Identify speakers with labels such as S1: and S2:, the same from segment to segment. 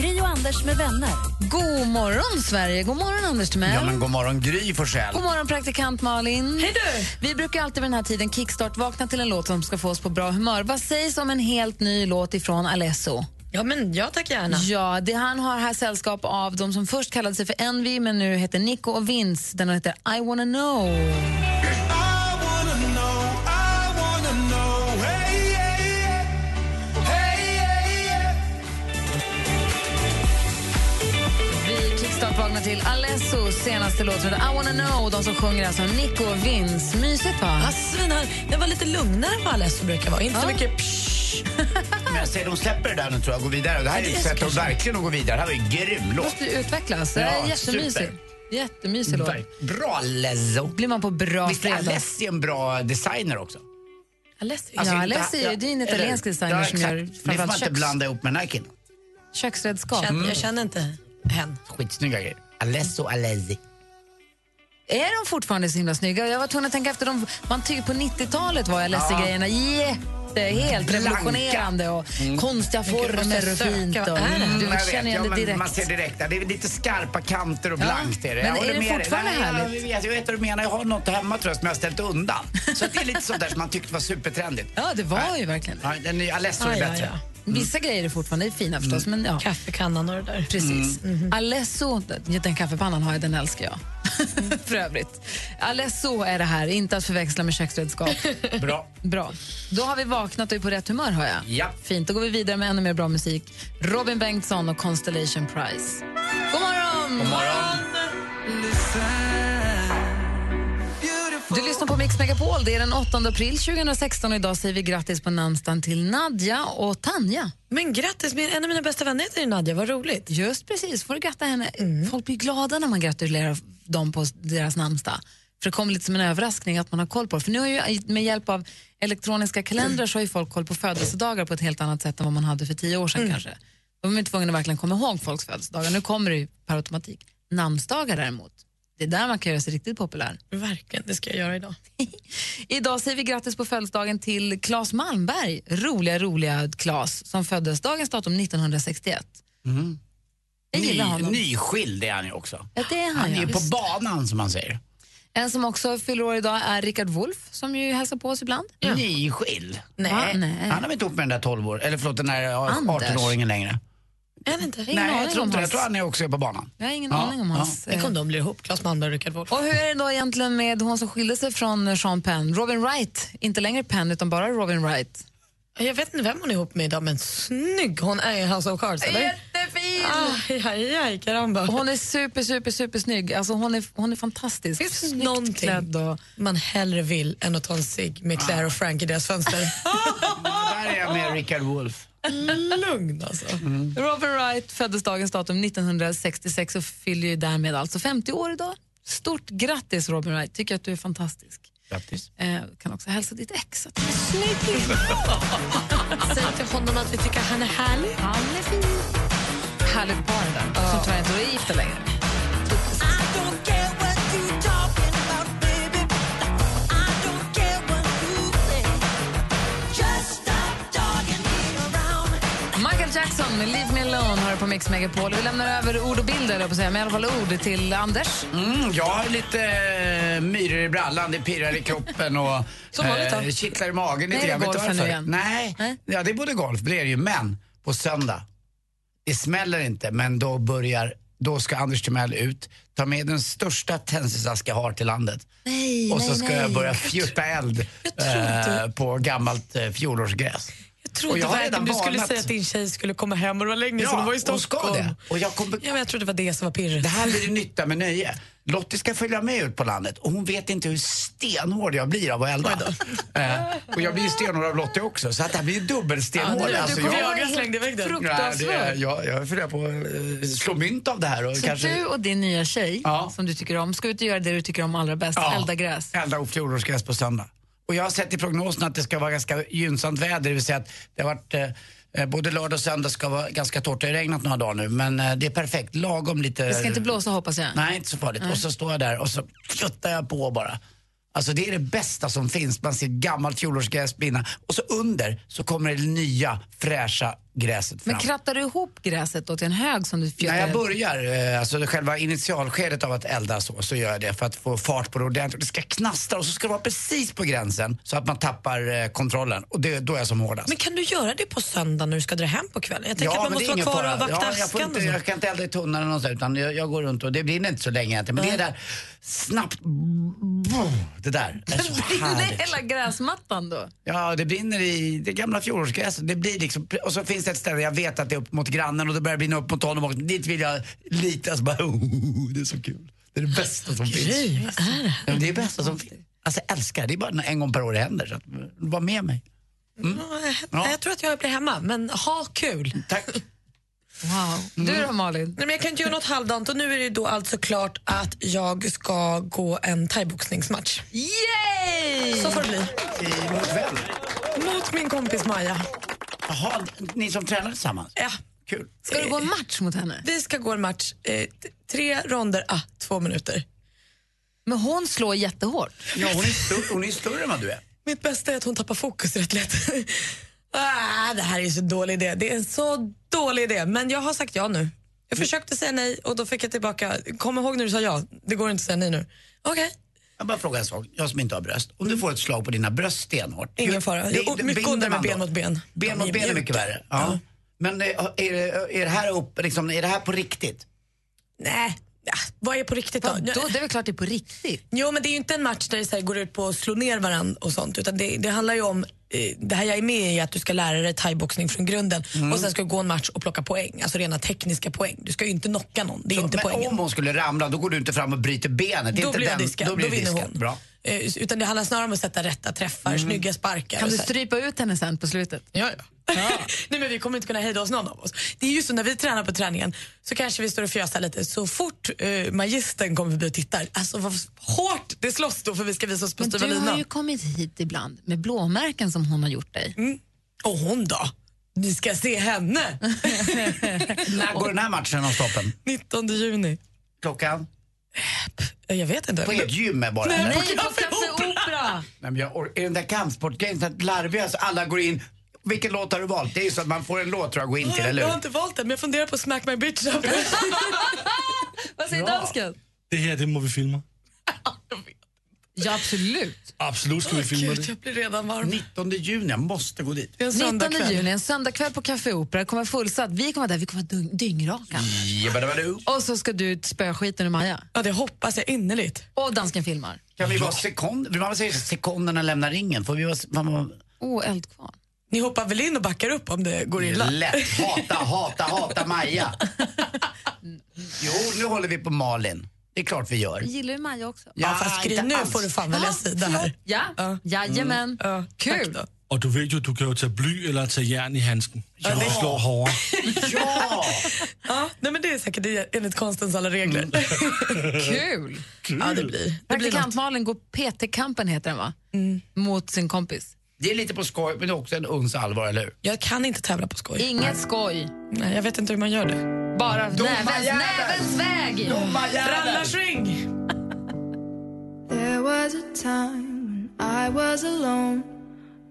S1: Gri och Anders med vänner.
S2: God morgon, Sverige. God morgon, Anders Timell.
S3: Ja, men god morgon Gry Forssell.
S2: God morgon, praktikant Malin. Hej du! Vi brukar alltid vid den här tiden kickstart-vakna till en låt som ska få oss på bra humör. Vad sägs om en helt ny låt ifrån Alesso?
S4: Ja, men jag tackar gärna.
S2: Ja, det han har här sällskap av de som först kallade sig för Envy men nu heter Nico och Vince. Den heter I wanna know. Vi kickstart-vaknar till Alessos senaste låt som heter I wanna know. De som sjunger är alltså Nico och Vince. Mysigt, va?
S4: Assvin, han, den var lite lugnare än vad Alesso brukar vara. Inte så
S2: Ja.
S4: mycket psch.
S3: Men jag säger, de släpper det där nu tror jag och går vidare. Och Det här är
S4: Ja, det
S3: ett
S4: är
S3: sätt att
S4: kanske-
S3: verkligen att gå vidare. Det här var ju en grym låt.
S2: måste ju utvecklas.
S3: Ja,
S2: det är jättemysig.
S3: super.
S2: Jättemysig låt.
S3: Verk- Bra Lezzo.
S2: blir man på bra
S3: Visst är
S2: fredag.
S3: Alessi en bra designer också?
S4: Alesso,
S3: Alltså,
S2: ja,
S3: inte-
S2: Alessi,
S3: ja,
S2: det är ju en
S3: eller-
S2: italiensk designer
S3: Ja,
S2: som
S3: exakt.
S2: gör
S3: Det får
S2: framförallt
S3: man inte
S2: köks,
S3: blanda ihop med den här killen.
S2: köksredskap. Mm.
S4: jag, känner, jag känner inte hen.
S3: Skitsnygga grejer. Alesso Alessi.
S2: Är de fortfarande så himla snygga? Jag var tvungen att tänka efter. De, man tycker på 90-talet var Alessi
S3: Ja.
S2: grejerna jätte, helt
S3: Blanka.
S2: revolutionerande och konstiga former och
S4: måste jag
S2: fint.
S4: söka.
S2: Och,
S4: Vad är det?
S2: Mm,
S3: Mm, jag
S2: du
S3: vet.
S2: känner
S3: Ja,
S2: igen det
S3: men Man ser
S2: direkt.
S3: direkt. Ja, Det är lite skarpa kanter och
S2: Ja.
S3: blankt är det.
S2: Men
S3: jag
S2: är
S3: håller
S2: det
S3: med dig.
S2: fortfarande
S3: Nej, Jag,
S2: härligt?
S3: vet, jag vet vad du menar. Jag har något hemma tror jag som jag har ställt undan. Så det är lite sånt där som man tyckte var supertrendigt.
S2: Ja, det var ju verkligen det.
S3: Ja, den nya Alesso är
S4: Ja, ja,
S3: bättre. Mm.
S4: ja.
S2: Vissa grejer är fortfarande fina förstås, men ja.
S4: Kaffekannan och det där.
S2: Precis.
S3: Mm.
S2: Mm-hmm. Alesso, den kaffepannan har jag, den älskar jag. För övrigt. Alesso är det här, inte att förväxla med köksredskap.
S3: Bra.
S2: Bra. Då har vi vaknat och är på rätt humör, hör jag.
S3: Ja.
S2: Fint, då går vi vidare med ännu mer bra musik. Robin Bengtsson och Constellation Prize. God morgon!
S3: God morgon.
S2: Du lyssnar på Mix Megapol. Det är den 8 april 2016 och idag säger vi grattis på namnsdagen till Nadja och Tanja.
S4: Men grattis, min, en av mina bästa vänner heter ju Nadja, vad roligt. Mm.
S2: Just precis, får du gratta henne. Folk blir glada när man gratulerar dem på deras namnsdag. För det kommer lite som en överraskning att man har koll på det. För nu har ju eh, med hjälp av elektroniska kalendrar så har ju folk koll på födelsedagar på ett helt annat sätt än vad man hade för tio år sedan
S4: Mm.
S2: kanske. Då var man ju tvungen att verkligen komma ihåg folks födelsedagar. Nu kommer det ju per automatik. Namnsdagar däremot, det är där man kan göra sig riktigt populär.
S4: Verkligen, det ska jag göra idag.
S2: Idag säger vi grattis på födelsedagen till Claes Malmberg, roliga, roliga Claes, som föddes dagens datum 1961. Jag
S3: Mm. Ny,
S2: gillar honom.
S3: nyskild är han ju också.
S2: Ja, det är han,
S3: Han är
S2: ja.
S3: ju på banan som man säger.
S2: En som också fyller år idag är Rickard Wolff som ju hälsar på oss ibland.
S3: Nyskild.
S4: Nej,
S2: Va? Nej.
S3: Han har väl inte ihop med den där 12 år, eller förlåt den där
S2: Anders.
S3: 18-åringen längre.
S4: är det inte?
S2: Ingen
S3: Nej,
S2: aning
S3: jag tror
S2: om
S3: inte det.
S2: hans-
S3: Jag tror han är också på banan.
S2: Jag har ingen
S3: Ja,
S2: aning om
S3: ja.
S2: hans...
S4: Tänk
S2: eh,
S4: om de blir ihop, Claes Malmberg och Rickard Wolff.
S2: Och hur är det då egentligen med hon som skilde sig från Sean Penn? Robin Wright, inte längre Penn utan bara Robin Wright.
S4: Jag vet inte vem hon är ihop med idag, men snygg hon är i House of Cards, eller?
S2: Jättefin!
S4: Aj, aj, aj, caramba.
S2: Hon är super, super, super snygg. Alltså hon är, hon är fantastisk.
S4: Finns det
S2: Snyggt
S4: någonting?
S2: klädd och...
S4: man hellre vill än att ta en cigg med Claire och Frank i deras fönster.
S3: Där är jag med Richard Wolff.
S4: Lugn alltså.
S2: Robin Wright föddes dagens datum 1966 och fyller ju därmed alltså 50 år idag. Stort grattis Robin Wright, tycker att du är fantastisk.
S3: Grattis.
S2: Eh, kan också hälsa ditt ex att
S4: Säg till honom att vi tycker han är härlig.
S2: Han är fin. Härligt par det där, som tyvärr inte är gifta längre. Michael Jackson med Leave Me Alone hör på Mix Megapol. Vi lämnar över ord och bilder, eller på att säga, men i alla fall ord till Anders.
S3: Mm, jag har lite eh, myror i brallan, det pirrar i kroppen och eh,
S2: Som vanligt, va?
S3: kittlar i magen
S2: Nej,
S3: lite
S2: det är
S3: grann. Vet du
S2: golfen nu
S3: varför?
S2: igen.
S3: Nej,
S2: Nej.
S3: ja, det är både golf, det är det ju, men på söndag, det smäller inte, men då börjar då ska Anders Timell ut, ta med den största tennisask jag har till landet.
S2: Nej,
S3: och så ska jag börja fjutta eld
S4: tror inte-
S3: eh, på gammalt eh, fjolårsgräs.
S4: Jag
S3: Och
S4: trodde
S3: jag har
S4: verkligen
S3: redan
S4: du skulle
S3: varnat.
S4: säga att din tjej skulle komma hem och det var länge sedan hon var
S3: Ja,
S4: i
S3: och ska
S4: Stockholm.
S3: det. Och jag kommer,
S4: Ja, men jag trodde det var det som var pirret.
S3: Det här blir ju nytta med nöje. Lottie ska följa med ut på landet och hon vet inte hur stenhård jag blir av att elda. Eh, och jag blir ju stenhård av Lottie också, så att det här blir ju dubbelstenhård.
S4: du
S3: alltså,
S4: kommer
S3: jag,
S4: vara helt slängde iväg den.
S3: Nej, det är-
S2: fruktansvärt.
S3: jag, jag funderar på att eh, slå mynt av det här. Och
S2: Så
S3: kanske,
S2: du och din nya tjej,
S3: Ja.
S2: som du tycker om, ska ut och göra det du tycker om allra bäst,
S3: Ja.
S2: elda gräs.
S3: Elda upp fjolårsgräs på söndag. Och jag har sett i prognosen att det ska vara ganska gynnsamt väder, det vill säga att det har varit eh, eh, Både lördag och söndag ska vara ganska torrt. Det har regnat några dagar nu, men eh, det är perfekt. Lagom lite...
S2: Det ska inte blåsa hoppas jag.
S3: Nej, inte så farligt. Och så står jag där och så fjuttar jag på bara. Alltså det är det bästa som finns. Man ser gammalt fjolårsgräs brinna och så under så kommer det nya fräscha gräset fram.
S2: Men krattar du ihop gräset då till en hög som du
S3: När jag
S2: fjuttar?
S3: börjar, eh, alltså det själva initialskedet av att elda så, så gör jag det för att få fart på det ordentligt. Det ska knastra och så ska det vara precis på gränsen så att man tappar eh, kontrollen. Och det, då är jag som hårdast.
S4: Men kan du göra det på söndag när du ska dra hem på kvällen? Jag tänker att man
S3: men det
S4: måste
S3: är ingen
S4: vara kvar
S3: fara.
S4: och vakta
S3: ja, jag, får
S4: askan alltså.
S3: inte,
S4: och sånt.
S3: jag kan inte elda i tunnan eller något sånt, utan jag, jag går runt och det brinner inte så länge egentligen. Men det är där snabbt, det där. Det är så
S2: Brinner
S3: härligt.
S2: hela gräsmattan då?
S3: Ja, det brinner i det gamla fjolårsgräset. Det blir liksom, och så finns det ett ställe där jag vet att det är upp mot grannen och då börjar det brinna upp mot honom och dit vill jag lita. Så bara, "Oh, det är så kul. Det är det bästa som finns.
S4: Gry, vad är det?
S3: Ja, men Det är det bästa som finns. Alltså jag älskar det. Det är bara en gång per år det händer. Så att, var med mig. Mm.
S4: Nej, Jag tror att jag blir hemma, men ha kul.
S3: Tack.
S2: Wow. Du då Malin?
S4: Mm. Nej, men jag kan inte göra något halvdant och nu är det då alltså klart att jag ska gå en thaiboxningsmatch.
S2: Yay!
S4: Så får det bli.
S3: Mot vem?
S4: Mot min kompis Maja.
S3: Jaha, ni som tränar tillsammans?
S4: Ja,
S3: Kul.
S2: Ska du gå en match mot henne?
S4: vi ska gå en match, eh, t- tre ronder, ah, två minuter.
S2: Men hon slår jättehårt.
S3: Ja, hon är, stor, hon är större än vad du är.
S4: Mitt bästa är att hon tappar fokus rätt lätt. ah, det här är ju så dålig idé. Det är en så dålig idé. Men jag har sagt ja nu. Jag
S3: Mm.
S4: försökte säga nej och då fick jag tillbaka. Kom ihåg när du sa ja. Det går inte att säga nej nu. Okej.
S3: Jag bara frågar en sak, jag som inte har bröst. Om du får ett slag på dina bröst stenhårt.
S4: Ingen
S3: hur-
S4: fara.
S3: det-
S4: Jag åt
S3: det-
S4: mycket
S3: binder
S4: ondare med
S3: man
S4: ben
S3: då?
S4: mot ben.
S3: Ben
S4: De är
S3: mot ben är mycket
S4: mjuka.
S3: värre. Ja. Men eh, är, det- är, det här upp, liksom, är det här på riktigt?
S4: Nej. Ja, vad är på riktigt då?
S2: Då, det är väl klart det är på riktigt.
S4: Jo, men det är ju inte en match där det så här går ut på att slå ner varandra och sånt. Utan det, det handlar ju om, eh, det här jag är med i, att du ska lära dig thaiboxning från grunden
S2: Mm.
S4: och sen ska du gå en match och plocka poäng. Alltså rena tekniska poäng. Du ska ju inte knocka någon, det är inte
S3: men
S4: poängen.
S3: om hon skulle ramla, då går du inte fram och bryter benet. Det är
S4: Då
S3: inte
S4: blir jag
S3: den-
S4: diskad, då,
S3: blir du
S4: vinner
S3: diskad.
S4: hon.
S3: Bra.
S4: Eh, Utan det handlar snarare om att sätta rätta träffar, snygga sparkar.
S2: Mm. Kan
S4: och
S2: du
S4: så här.
S2: strypa ut henne sen på slutet?
S4: Ja, ja. Nej, men vi kommer inte kunna hejda oss någon av oss. Det är ju så när vi tränar på träningen så kanske vi står och fjösar lite. Så fort eh, magistern kommer förbi och tittar, alltså vad hårt det slåss då för vi ska visa oss på
S2: Men
S4: styva
S2: du har
S4: linan.
S2: ju kommit hit ibland med blåmärken som hon har gjort dig.
S4: Mm. Och hon då? Ni ska se henne!
S3: När går den här matchen av stoppen?
S4: 19 juni.
S3: Klockan?
S4: Eh, Jag vet inte.
S3: På ert gym är bara? eller?
S2: Nej,
S3: Nej,
S2: på Café
S5: Ah.
S2: Opera!
S3: men jag, or- är den där kampsportgrejen så att larviga så alla går in. Vilken låt har du valt? Det är ju så att man får en låt tror jag att gå in till, eller
S4: Jag har
S3: hur?
S4: inte valt den, men jag funderar på Smack My Bitch Up.
S2: Vad säger dansken?
S5: Det her, det må vi filme.
S2: Ja, absolut.
S5: Absolut skal vi filme
S4: Gud,
S5: det.
S4: jag blir redan varm.
S3: 19 juni, jag måste gå dit.
S4: Det är en
S2: 19
S4: söndagkväll.
S2: juni, en söndagkväll på Café Opera. kommer fullsatt. Vi kommer vara där, vi kommer vara dyng- dyngraka.
S3: Jabba-dabba-doo.
S2: Och så ska du spöa skiten ur Maja.
S4: Ja, det hoppas jag innerligt.
S2: Och dansken filmar.
S3: Kan vi vara sekund? Man säger sekunderna lämnar ringen. Får vi vara... Man,
S2: Åh, eldkvarn.
S4: Ni hoppar väl in och backar upp om det går illa?
S3: lätt. Hata, hata, hata Maja. Jo, nu håller vi på Malin. Det är klart vi gör.
S2: Gillar ju Maja också.
S4: Mm.
S2: Ah,
S4: Ja, fast Gry,
S3: inte
S4: nu
S3: alls.
S4: får du fan välja sida här.
S2: Ja,
S4: Ja.
S2: jajamän.
S4: Ja,
S2: Kul.
S4: tack då.
S5: Og du ved jo, du kan jo tage bly eller tage jern i handsken, så du slår hårdere.
S3: Ja!
S4: Ja, nej, men det är säkert det, enligt konstens alla regler.
S3: Mm.
S2: Kul.
S4: ja, det blir. Det blir något. Mm.
S2: Praktikant-Malin går PT-kampen heter den va? Mot sin kompis.
S3: Det är lite på skoj, men det är också en uns allvar, eller hur?
S4: Jag kan inte tävla på skoj.
S2: Inget skoj.
S4: Nej, jag vet inte hur man gör det.
S2: Bara nävens,
S3: Domarjävel.
S2: nävens väg.
S4: Rallarsving!
S6: There was a time when I was alone,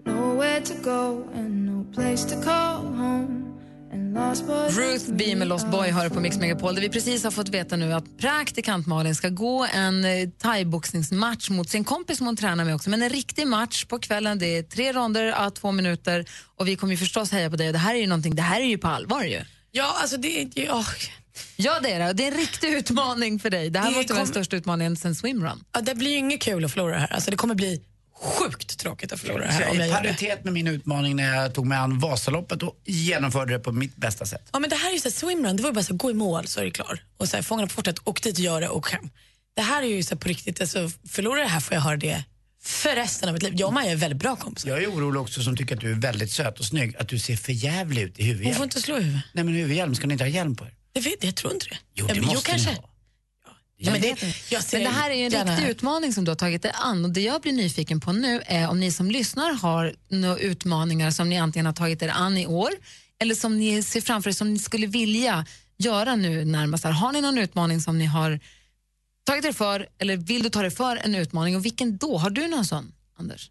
S6: nowhere to go and no place to call home, and lost was
S2: Ruth B med Lost Boy hör på Mix Megapol där vi precis har fått veta nu att praktikant Malin ska gå en eh, thaiboxningsmatch mot sin kompis som hon tränar med också. Men en riktig match på kvällen, det är tre ronder à två minuter och vi kommer ju förstås heja på dig och det här är ju någonting, det här är ju på allvar ju.
S4: Ja, alltså det är... ja.
S2: Ja det är det, och det är en riktig utmaning för dig. Det här
S4: Det
S2: måste vara den
S4: kom-
S2: största utmaningen sen swimrun.
S4: Ja, det blir ju inget kul att förlora det här. Alltså, det kommer bli sjukt tråkigt att förlora det
S3: Så
S4: här om
S3: jag
S4: jag
S3: I
S4: gör det.
S3: paritet med min utmaning när jag tog mig an Vasaloppet och genomförde det på mitt bästa sätt.
S4: Ja, men det här är ju så här, swimrun, det var ju bara så här, gå i mål så är det klar. Och så här, fångarna på fortet, åk dit och gör det och hem. Det här är ju så här, på riktigt, alltså, förlorar jag det här får jag höra det för resten av mitt liv. Jag och Maja är väldigt bra kompisar.
S3: Jag är orolig också som tycker att du är väldigt söt och snygg, att du ser för jävlig ut i
S4: Hon
S3: huvudhjälm.
S4: får inte slå i huvudet.
S3: Nej men huvudhjälm, ska ni inte ha hjälm på er?
S4: Jag, vet, jag tror inte det.
S3: Jo,
S4: Ja,
S3: det
S4: men-
S3: måste
S4: kanske.
S3: ni ha.
S4: Ja, men, det, jag ser
S2: Men det här är ju en
S4: gärna-
S2: riktig utmaning som du har tagit dig an. Och det jag blir nyfiken på nu är om ni som lyssnar har några utmaningar som ni antingen har tagit er an i år eller som ni ser framför er som ni skulle vilja göra nu närmast. Här. Har ni någon utmaning som ni har tagit er för eller vill du ta dig för en utmaning och vilken då? Har du någon sån, Anders?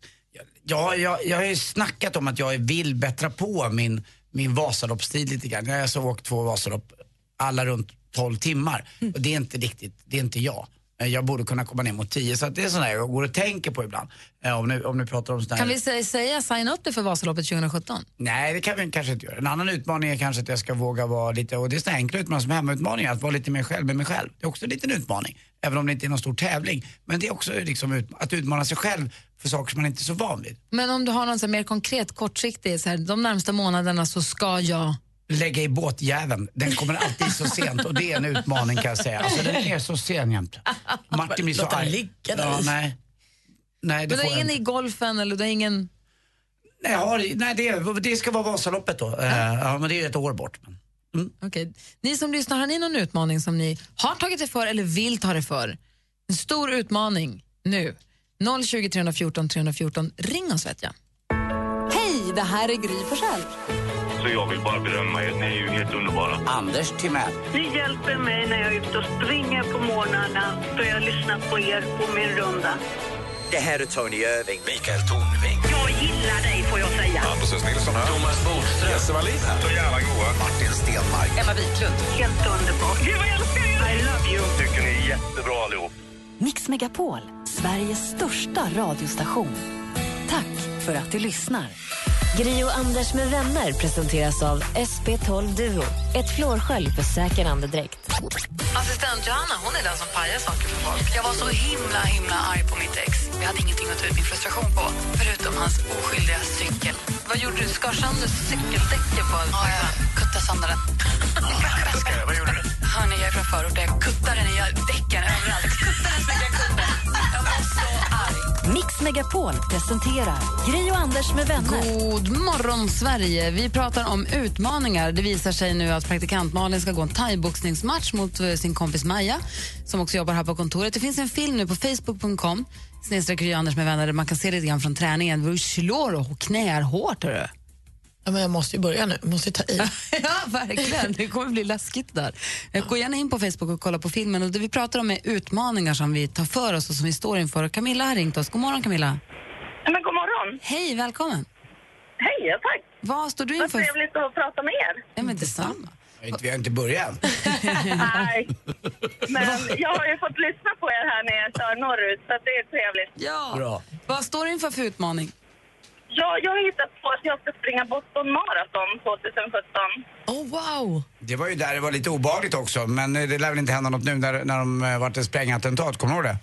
S3: Ja, jag, jag har ju snackat om att jag vill bättra på min, min Vasaloppstid lite grann. Jag har så åkt två Vasalopp, alla runt 12 timmar.
S2: Mm.
S3: Och det är inte riktigt, det är inte jag. Eh, Jag borde kunna komma ner mot 10. Så att det är sådär jag går och tänker på ibland. Eh, Om ni, om ni pratar om sådär...
S2: Kan vi sä- säga sign up dig för Vasaloppet 2017?
S3: Nej, det kan vi kanske inte göra. En annan utmaning är kanske att jag ska våga vara lite, och det är sådana enkla utmaningar som hemmautmaningar, att vara lite mer själv med mig själv. Det är också en liten utmaning, även om det inte är någon stor tävling. Men det är också liksom ut, att utmana sig själv för saker som man inte är så van vid.
S2: Men om du har någon så här mer konkret, kortsiktig, så här, de närmsta månaderna så ska jag...
S3: Lägga i båtjäveln, den kommer alltid så sent och det är en utmaning kan jag säga. Alltså den är så sen jämt. Martin blir så
S4: Låt den
S3: arg.
S4: ligga där.
S3: ja, nej. Nej, det
S2: Men du
S3: får
S2: har
S3: jag
S2: ingen
S3: inte.
S2: i golfen eller du har ingen...
S3: Nej, jag har, nej det, det ska vara Vasaloppet då. Eh, Ja, men det är ett år bort. Men.
S2: Okej. Ni som lyssnar, har ni någon utmaning som ni har tagit er för eller vill ta er för? En stor utmaning nu. 020 314 314. Ring oss vet jag. Hej, det här är Gry Forssell.
S7: Så jag vill bara berömma er. Ni är ju helt underbara.
S3: Anders Timell.
S8: Ni hjälper mig när jag är ute och springer på morgnarna då jag lyssnar på er på min runda.
S7: Det här är Tony Irving. Mikael Tornving.
S8: Jag gillar dig får jag säga.
S7: Anders Nilsson här. Thomas Bodström. Jesse Wallin här. Så jävla goa. Martin Stenmark.
S2: Emma Wiklund.
S8: Helt underbart. Gud vad jag älskar er! I love you.
S7: Tycker ni är jättebra allihop.
S1: Mix Megapol, Sveriges största radiostation. Tack för att du lyssnar. Gri och Anders med vänner presenteras av SP12 Duo. Ett flårskölj för säker andedräkt.
S2: Assistent Johanna, hon är den som pajar saker för folk.
S8: Jag var så himla, himla arg på mitt ex. Jag hade ingenting att ta ut min frustration på, förutom hans oskyldiga cykel.
S2: Vad gjorde du? Skar sönder cykeldäcket på
S8: Ja, jag kuttade sönder den.
S7: Vad gjorde du?
S8: Hörni, jag är från förorten. Jag kuttar den i däcken överallt. Kuttar den så mycket jag kunde. Jag var så arg.
S1: Mix Megapol presenterar Gri och Anders med vänner.
S2: God morgon, Sverige. Vi pratar om utmaningar. Det visar sig nu att praktikant Malin ska gå en thaiboxningsmatch mot eh, sin kompis Maja som också jobbar här på kontoret. Det finns en film nu på facebook.com snedstreck Gry Anders med vänner där man kan se lite grann från träningen. Hon slår och knäar hårt. Hörru.
S4: Ja, men jag måste ju börja nu, jag måste ju ta i.
S2: Ja, verkligen. Det kommer bli läskigt där. Eh, Gå gärna in på Facebook och kolla på filmen. Och det vi pratar om är utmaningar som vi tar för oss och som vi står inför. Och Camilla har ringt oss. God morgon Camilla.
S8: Nej, Men god morgon.
S2: Hej, välkommen.
S8: Hej, och tack.
S2: Vad står du
S8: Vad
S2: inför?
S8: trevligt att prata med er.
S2: Ja, men detsamma.
S3: Jag har inte- Vi har inte börjat än.
S8: Nej. Men jag har ju fått lyssna på er här när jag kör norrut, så att det är trevligt.
S2: Ja.
S3: Bra.
S2: Vad står du inför för utmaning?
S8: Jag, jag har hittat på att jag ska springa Boston Marathon 2017.
S4: Oh, wow!
S3: Det var ju där det var lite obehagligt också, men eh, det lär väl inte hända något nu när, när de eh, vart ett sprängattentat, kommer du ihåg det?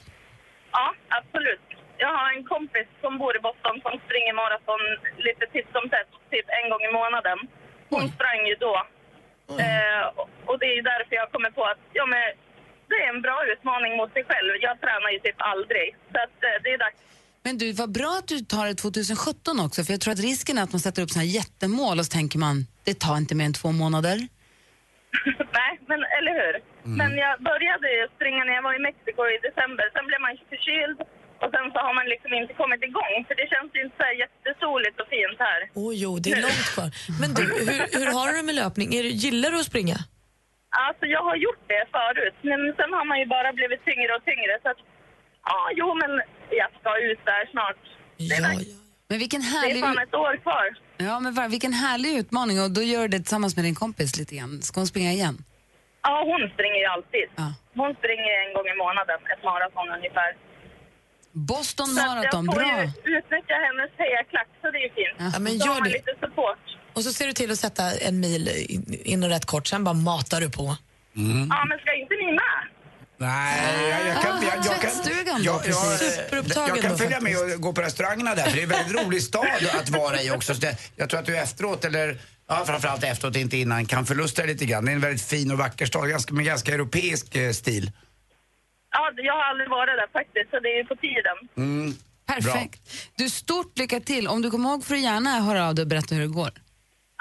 S8: Ja, absolut. Jag har en kompis som bor i Boston som springer maraton lite titt som tätt, typ en gång i månaden. Hon sprang ju då. Eh, och- och det är ju därför jag kommer på att ja, men, det är en bra utmaning mot sig själv. Jag tränar ju typ aldrig, så att, eh, det är dags.
S2: Men du, vad bra att du tar det 2017 också, för jag tror att risken är att man sätter upp såna här jättemål och så tänker man, det tar inte mer än två månader.
S8: Nej, men eller hur? Men jag började ju springa när jag var i Mexiko i december. Sen blev man ju förkyld och sen så har man liksom inte kommit igång. För det känns ju inte så här jättesoligt och fint här.
S4: Oh, jo, det är långt kvar. Men du, hur, hur har du det med löpning? Är du, gillar du att springa?
S8: Alltså jag har gjort det förut, men sen har man ju bara blivit tyngre och tyngre. Så att, ja, jo men jag ska ut där snart. Det är,
S4: Ja,
S8: dags.
S4: ja.
S2: Men vilken
S8: det är
S2: härlig,
S8: fan ett år kvar.
S2: ja, men var, vilken härlig utmaning och då gör du det tillsammans med din kompis lite grann. Ska hon springa igen?
S8: Ja, hon springer ju alltid.
S2: Ja.
S8: Hon springer en gång i månaden, ett maraton ungefär.
S2: Boston
S8: Så att
S2: Marathon,
S8: jag får
S2: bra.
S8: ju utnyttja hennes hejaklack, så det är ju fint.
S2: Ja.
S4: Ja, men
S8: Då
S4: gör
S8: har man
S4: det.
S8: lite support.
S4: Och så ser du till att sätta en mil in- inom rätt kort, sen bara matar du på.
S3: Mm.
S8: Ja, men ska inte ni med?
S3: Nej, jag, jag kan... Jag, jag, kan
S2: Ah, Tvättstugan. London då precis.
S3: eh,
S2: Superupptagen
S3: jag kan
S2: då
S3: följa med
S2: faktiskt.
S3: och gå på restaurangerna där, för det är en väldigt rolig stad att vara i också. Så det- Jag tror att du efteråt, eller ja, framförallt efteråt, inte innan, kan förlusta dig lite grann. Det är en väldigt fin och vacker stad, ganska, med ganska europeisk eh, stil.
S8: Ja, jag har aldrig varit där faktiskt, så det är ju på tiden.
S3: Mm.
S2: Perfekt. Du, stort lycka till. Om du kommer ihåg får du gärna höra av dig och berätta hur det går.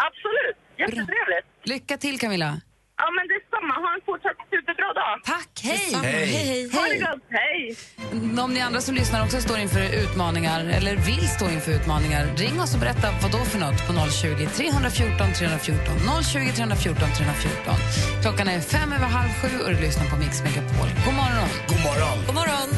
S8: Absolut, jättetrevligt.
S2: Lycka till Camilla.
S8: Ja, men detsamma. Ha en fortsatt superbra dag.
S2: Tack, hej!
S8: Hej.
S2: Hej,
S8: Ha det
S2: hej.
S8: gott, hej!
S2: Om ni andra som lyssnar också står inför utmaningar eller vill stå inför utmaningar, ring oss och berätta vad då för något på 020 314 314. 020 314 314. Klockan är fem över halv sju och du lyssnar på Mix Megapol. God morgon!
S3: God morgon!
S4: God morgon!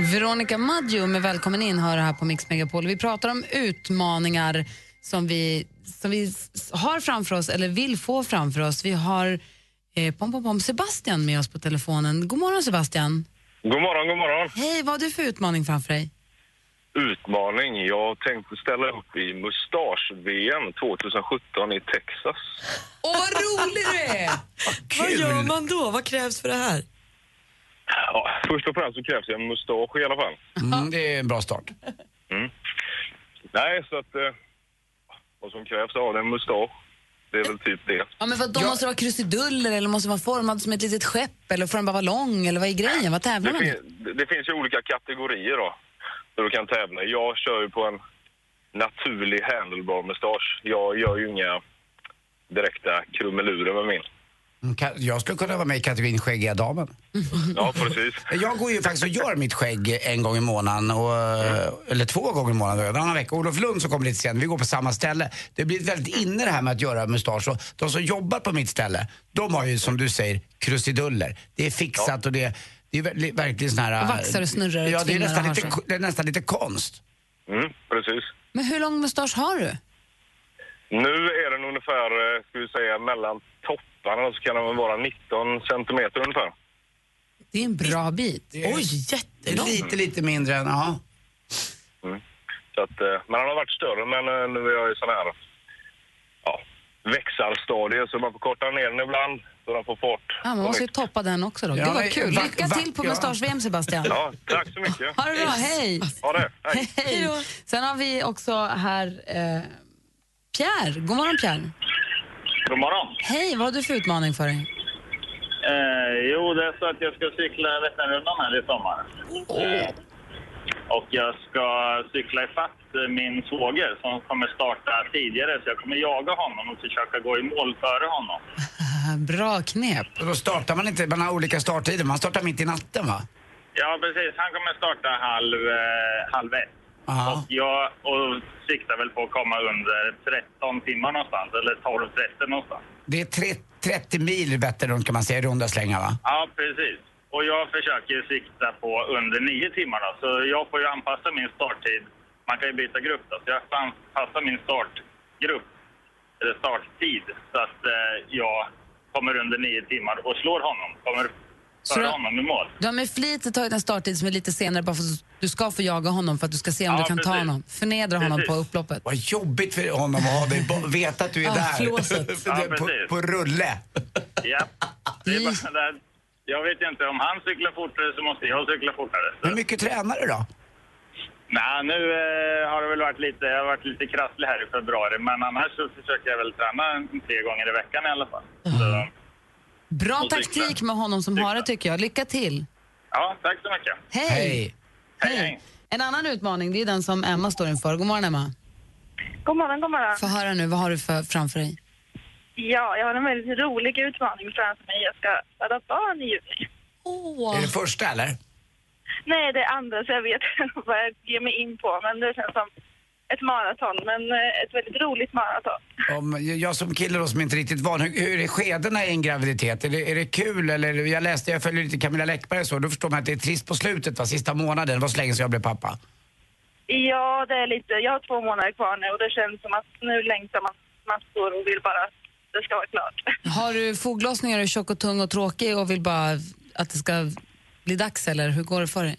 S2: Veronica Maggio med Välkommen in hör här på Mix Megapol. Vi pratar om utmaningar som vi, som vi s- har framför oss eller vill få framför oss. Vi har eh, pom, pom, pom, Sebastian med oss på telefonen. God morgon Sebastian!
S9: God morgon, god morgon.
S2: Hej, vad har du för utmaning framför dig?
S9: Utmaning. Jag tänkte ställa upp i mustasch-VM 2017 i Texas.
S4: Åh, vad rolig du är! Vad gör man då? Vad krävs för det här?
S9: Ja, först och främst så krävs det en mustasch i alla fall.
S3: Mm, det är en bra start.
S9: Mm. Nej, så att... Eh, vad som krävs av det är en mustasch. Det är väl typ det.
S2: Ja, men vad, de måste vara krusiduller eller måste vara formad som ett litet skepp eller får den bara vara lång eller vad är grejen? Vad tävlar
S9: Det,
S2: man i?
S9: fin- det- det finns ju olika kategorier då, där du kan tävla. Jag kör ju på en naturlig händelbar mustasch. Jag gör ju inga direkta krumelurer med min.
S3: Mm, ka- Jag skulle kunna vara med i kategorin skäggiga damen.
S9: Ja, precis.
S3: Jag går ju faktiskt och gör mitt skägg en gång i månaden, och, eller två gånger i månaden, varannan vecka. Olof Lund som kommer lite sen, vi går på samma ställe. Det har blivit väldigt inne det här med att göra mustasch. Och de som jobbar på mitt ställe, de har ju som du säger krusiduller. Det är fixat och det, det är ver- verkligen sån här...
S2: Och vaxar och snurrar och
S3: Ja, det är,
S2: tvinnar och
S3: nästan
S2: har
S3: lite,
S2: sig.
S3: ko- det är nästan lite konst.
S9: Mm, precis.
S2: Men hur lång mustasch har du?
S9: Nu är den ungefär, eh, ska vi säga, mellan topparna så kan den vara 19 centimeter ungefär.
S2: Det är en bra bit.
S3: Oj, jättelångt. Lite, lite mindre än, ja.
S9: Så att, eh, men den har varit större, men eh, nu är jag i sån här ja, växarstadie så man får korta ner den ibland så den får fart.
S2: Ja, man måste ju toppa den också då.
S9: Ja,
S2: Gud vad
S9: men-
S2: kul.
S9: va-
S2: Lycka
S9: va-
S2: till på
S9: ja.
S2: mustasch-VM Sebastian.
S9: Ja, tack så mycket.
S2: Ha det bra, hej!
S9: Ha det, hej.
S2: Hej. Sen har vi också här eh, Pierre. God morgon Pierre.
S10: God morgon.
S2: Hej, vad har du för utmaning för dig?
S10: Eh, jo, det är så att jag ska cykla Vätternrundan här i sommar. Eh, och jag ska cykla ifatt eh, min svåger som kommer starta tidigare så jag kommer jaga honom och försöka gå i mål före honom.
S2: Eh, Bra knep.
S3: Och då startar man inte, man har olika starttider, man startar mitt i natten va?
S10: Ja, precis. Han kommer starta halv, eh, halv ett.
S3: Och
S10: jag och siktar väl på att komma under 13 timmar någonstans, eller 12-13 någonstans.
S3: Det är tre, 30 mil Vätternrund kan man säga i runda slängar va?
S10: Ja, precis. Och jag försöker sikta på under nio timmar då, så jag får ju anpassa min starttid. Man kan ju byta grupp då, så jag får anpassa min startgrupp, eller starttid, så att eh, jag kommer under nio timmar och slår honom. Kommer
S2: Så
S10: före
S2: då-
S10: honom i mål.
S2: Du har med flit tagit en starttid som är lite senare bara för att du ska få jaga honom för att du ska se om
S3: Ja,
S2: du kan ta
S3: precis.
S2: honom. Förnedra honom på upploppet.
S3: Vad jobbigt för honom att ha dig, bo- veta att du är
S2: Ja,
S3: där.
S2: flåset.
S3: För det- på, på rulle.
S10: Ja. Det är bara där. Jag vet ju inte, om han cyklar fortare så måste jag cykla fortare. Så.
S3: Hur mycket tränar du då?
S10: Nej, nu eh, har det väl varit lite, jag har varit lite krasslig här i februari, men annars så försöker jag väl träna en- tre gånger i veckan i alla fall. Så,
S2: Bra
S10: Och cykla.
S2: taktik med honom som har det tycker jag. Lycka till!
S10: ja, tack så mycket.
S2: Hej! Hej. En annan utmaning, det är den som Emma står inför. God morgon Emma.
S8: God morgon, god morgon.
S2: Få höra nu, vad har du för, framför dig?
S8: Ja, jag har en väldigt rolig utmaning framför mig. Jag ska föda barn i juli.
S3: Är det första eller?
S8: Nej, det är andra så jag vet inte vad jag ger mig in på. Men det känns som ett maraton, men eh, ett väldigt roligt maraton.
S3: Om, jag som kille då som inte riktigt van, hur, hur är skedena i en graviditet? Är det, är det kul eller? Jag läste, jag följer lite Camilla Läckberg så, då förstår man att det är trist på slutet va, sista månaden. Det var så länge sedan jag blev pappa.
S8: Ja, det är lite. Jag har två månader kvar nu och det känns som att nu längtar man massor och vill bara att det ska vara klart.
S2: Har du foglossningar, är du tjock och tung och tråkig och vill bara att det ska bli dags eller hur går det för dig?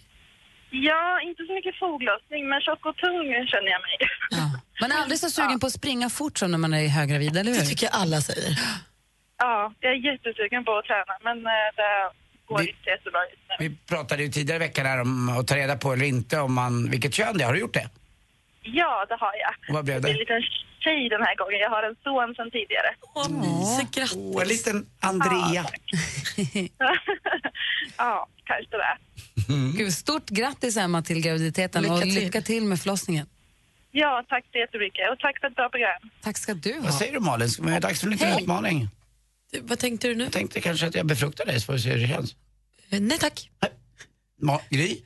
S8: Ja, inte så mycket foglösning, men tjock och tung känner jag mig.
S2: Man är aldrig så sugen på att springa fort som när man är höggravid, eller hur? Det tycker alla säger.
S8: Ja, jag är jättesugen på att träna, men eh, det går inte jättebra just nu.
S3: Vi pratade ju tidigare i veckan här om att ta reda på eller inte om man, vilket kön det är. Har du gjort det?
S8: Ja, det har jag.
S3: Och vad blev
S8: Det är en
S3: det?
S8: liten tjej den här gången. Jag har en son sedan tidigare. Åh,
S3: Lisa,
S8: grattis!
S3: Mm. Åh, en liten Andrea.
S8: Ja, kanske det.
S2: Gud, stort grattis Emma till graviditeten
S8: Lycka
S2: och
S8: till.
S2: lycka till med förlossningen.
S8: Ja, tack så jättemycket och tack för ett bra program.
S2: Tack ska du
S3: Vad säger du Malin? Ska vi ha dags för en liten
S4: Hej.
S3: utmaning?
S4: Vad tänkte du nu?
S3: Jag tänkte kanske att jag befruktar dig så får vi se hur det känns.
S4: Eh, Nej tack.
S3: Ma- Gry?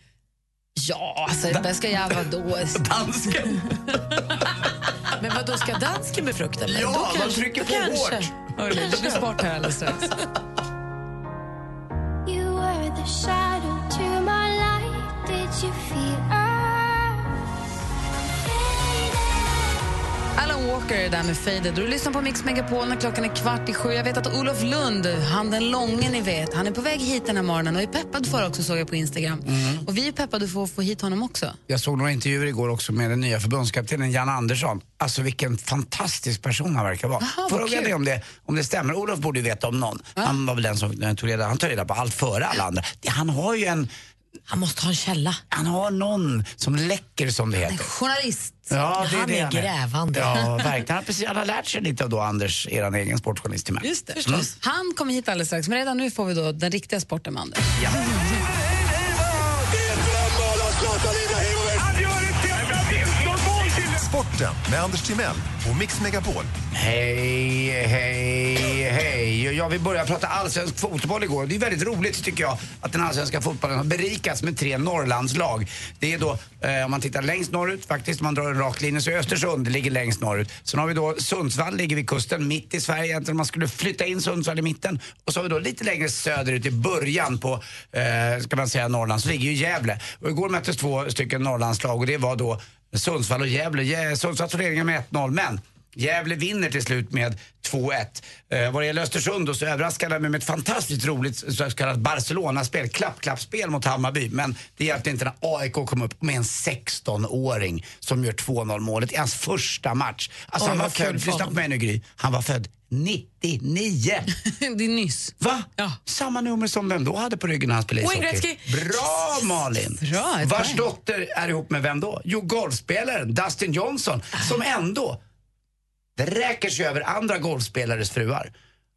S2: Ja, alltså det ska jag vara då.
S3: Dansken!
S4: Men vad då ska dansken befrukta mig?
S3: Ja,
S4: Då
S3: man
S4: kanske-
S3: trycker
S4: då
S3: på
S4: kanske.
S3: hårt.
S2: Hörru, det blir sport här alldeles strax.
S11: You were the shadow to my light. Did you feel
S2: Alan Walker är där med Faded. Du lyssnar på Mix Megapol när klockan är kvart i sju. Jag vet att Olof Lund, han den långe ni vet, han är på väg hit den här morgonen och är peppad för också såg jag på Instagram. Och vi är peppade för att få hit honom också.
S3: Mm. Jag såg några intervjuer igår också med den nya förbundskaptenen Jan Andersson. Alltså vilken fantastisk person han verkar vara.
S2: Aha, vad
S3: Frågan
S2: kul.
S3: är om det, om det stämmer. Olof borde ju veta om någon. Han var väl den som eh, tog reda, han tar reda på allt före alla andra. Det- Han har ju en...
S4: Han måste ha en källa.
S3: Han har någon som läcker som det heter.
S2: Journalist.
S3: Ja, det
S4: han
S3: det
S4: är
S3: han
S4: grävande.
S3: Ja, verkligen. Han har, precis, han har lärt sig lite av då Anders, er egen sportjournalist till mig. Just det, Mm.
S2: Han kommer hit alldeles strax, men redan nu får vi då den riktiga sporten med Anders.
S3: Mm.
S12: Sporten med Anders Timell och Mix Megapol.
S3: Hej, hej, hej. Ja, vi började prata allsvensk fotboll igår. Det är väldigt roligt tycker jag att den allsvenska fotbollen har berikats med tre Norrlandslag. Det är då, eh, om man tittar längst norrut, faktiskt om man drar en rak linje, så är Östersund ligger längst norrut. Sen har vi då Sundsvall, ligger vid kusten, mitt i Sverige egentligen. Man skulle flytta in Sundsvall i mitten. Och så har vi då lite längre söderut i början på, eh, ska man säga, Norrland, så ligger ju Gävle. Och igår möttes två stycken Norrlandslag och det var då Sundsvall och Gävle. Gä- Sundsvall tog ledningen med 1-0, men Gävle vinner till slut med 2-1. Eh, vad det gäller Östersund då så överraskade de mig med ett fantastiskt roligt så kallat Barcelona-spel, klapp-klapp-spel mot Hammarby. Men det hjälpte inte när AIK kom upp med en 16-åring som gör 2-0 målet i hans första match. Alltså
S2: Oj,
S3: han var
S2: vad kul
S3: född,
S2: för
S3: lyssna på
S2: honom.
S3: mig nu Gry, han var född 99.
S2: det är nyss.
S3: Va? Samma nummer som vem då hade på ryggen när han spelade
S2: Wayne
S3: ishockey?
S2: Gretzky.
S3: Bra Malin!
S2: Bra, ett
S3: Vars
S2: poäng.
S3: dotter är ihop med vem då? Jo, golfspelaren Dustin Johnson
S2: Ah.
S3: som ändå vräker sig över andra golfspelares fruar.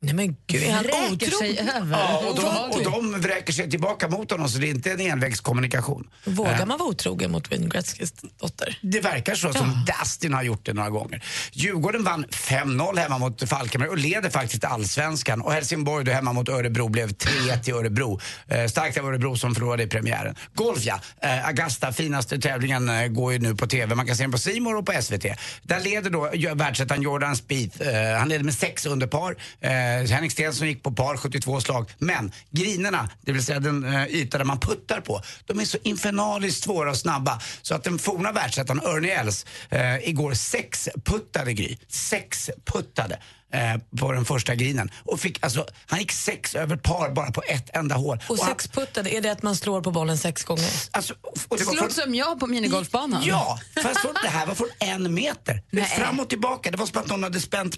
S4: Nej men gud, är han
S2: Vräker
S4: otrogen?
S2: sig över?
S3: Ja, och, de, och
S4: Obehagligt.
S3: de vräker sig tillbaka mot honom så det är inte en envägskommunikation.
S4: Vågar man vara otrogen mot Wayne Gretzkys dotter?
S3: Det verkar så, som Dustin har gjort det några gånger. Djurgården vann 5-0 hemma mot Falkenberg och leder faktiskt allsvenskan. Och Helsingborg då hemma mot Örebro blev 3-1 till Örebro. Eh, starkt av Örebro som förlorade i premiären. Golf ja, eh, Augusta, finaste tävlingen, eh, går ju nu på TV. Man kan se den på C More och på SVT. Där leder då gö- världsettan Jordan Spieth. Eh, han leder med sex under par. Eh, Henrik Stenson gick på par, 72 slag. Men grinerna, det vill säga den eh, yta där man puttar på, de är så infernaliskt svåra och snabba. Så att den forna världsettan Ernie Els eh, igår sexputtade Gry. Sexputtade eh, på den första grinen. Och fick, alltså, han gick sex över par bara på ett enda hål.
S4: Och
S3: han-
S4: sexputtade, är det att man slår på bollen sex gånger?
S3: Alltså, och det var
S2: Slog
S3: från-
S2: som jag på minigolfbanan.
S3: Ja, fast från, det här var från en meter.
S2: Nej.
S3: Fram och tillbaka. Det var som att någon hade spänt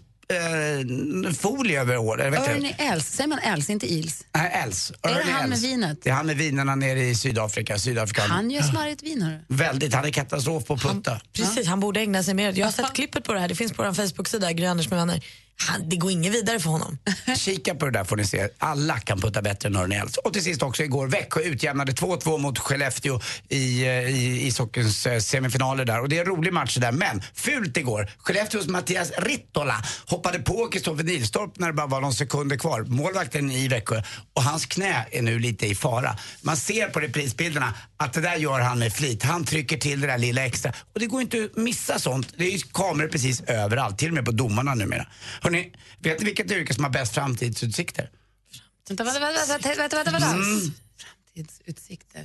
S3: eh, folie över håret. Vet du?
S2: Ernie Els, säger man Els, inte Ils?
S3: Nej, Els.
S2: Är det
S3: Ernie
S2: han med
S3: Els.
S2: vinet?
S3: Det är han med vinerna nere i Sydafrika. Sydafrika.
S2: Han gör smarrigt vin, hörru.
S3: Väldigt, han är katastrof på att putta.
S4: Precis, han borde ägna sig mer. Jag har sett klippet på det här, det finns på vår Facebook-sida, Gry Anders med vänner. Han, det går inget vidare för honom.
S3: Kika på det där får ni se. Alla kan putta bättre än Örne Els. Och till sist också igår, Växjö utjämnade 2-2 mot Skellefteå i, eh, i ishockeyns eh, semifinaler där. Och det är en rolig match där, men fult igår. Skellefteås Mattias Rittola hoppade på Kristoffer Nilstorp när det bara var någon sekunder kvar. Målvakten i Växjö. Och hans knä är nu lite i fara. Man ser på reprisbilderna att det där gör han med flit. Han trycker till det där lilla extra. Och det går inte att missa sånt. Det är ju kameror precis överallt, till och med på domarna numera. Hörrni, vet ni vilket yrke som har bäst framtidsutsikter?
S2: Vänta, vänta, vänta, vänta, vänta, vänta, vänta.
S3: Mm.
S2: Framtidsutsikter.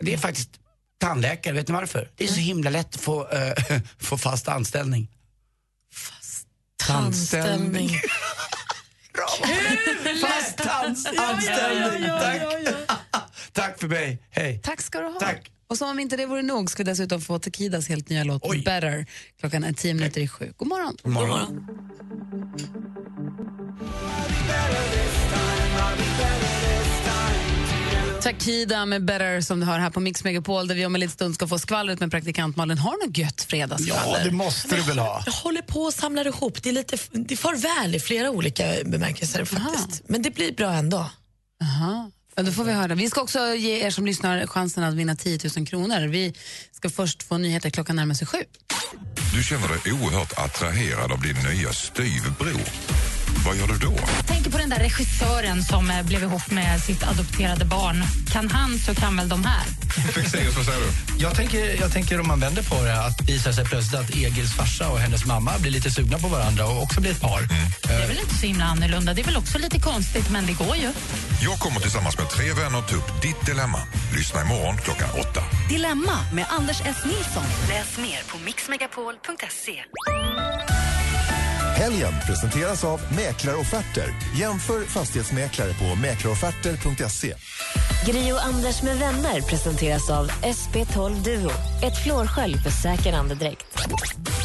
S3: Det är faktiskt tandläkare, vet ni varför? Det är så himla lätt att få, eh, få fast anställning. Fast
S4: Anställning.
S3: Fast Anställning. Tack. Tack för mig. Hej.
S2: Tack ska du ha.
S3: Tack.
S2: Och som om inte det vore nog ska vi dessutom få Tekidas helt nya låt Better. Klockan är tio minuter i sju. God morgon.
S3: God morgon.
S2: Takida med Better som du hör här på Mix Megapol där vi om en liten stund ska få skvallret med praktikant Malin. Har du något gött fredagsskvaller?
S3: Ja, det måste du väl ha?
S4: Jag håller på och samlar ihop. Det är lite det är farväl i flera olika bemärkelser faktiskt. Men det blir bra ändå.
S2: Aha. Ja, då får vi höra. Vi ska också ge er som lyssnar chansen att vinna 10 000 kronor. Vi ska först få nyheter klockan närmar sig sju.
S13: Du känner dig oerhört attraherad av din nya styvbror. Vad gör du då?
S14: Tänk på den där regissören som eh, blev ihop med sitt adopterade barn. Kan han så kan väl de här.
S13: Fexeus, vad säger du?
S15: Jag tänker, jag tänker om man vänder på det, att det visar sig plötsligt att Egils farsa och hennes mamma blir lite sugna på varandra och också blir ett par.
S14: Det är väl inte så himla annorlunda. Det är väl också lite konstigt, men det går ju.
S13: Jag kommer tillsammans med tre vänner ta upp ditt dilemma. Lyssna imorgon klockan åtta.
S1: Dilemma med Anders S. Nilsson. Läs mer på mixmegapol.se.
S12: Helgen presenteras av Mäklarofferter. Jämför fastighetsmäklare på mäklarofferter.se.
S1: Gri och Anders med vänner presenteras av SP12 Duo. Ett flårskölj för säker andedräkt.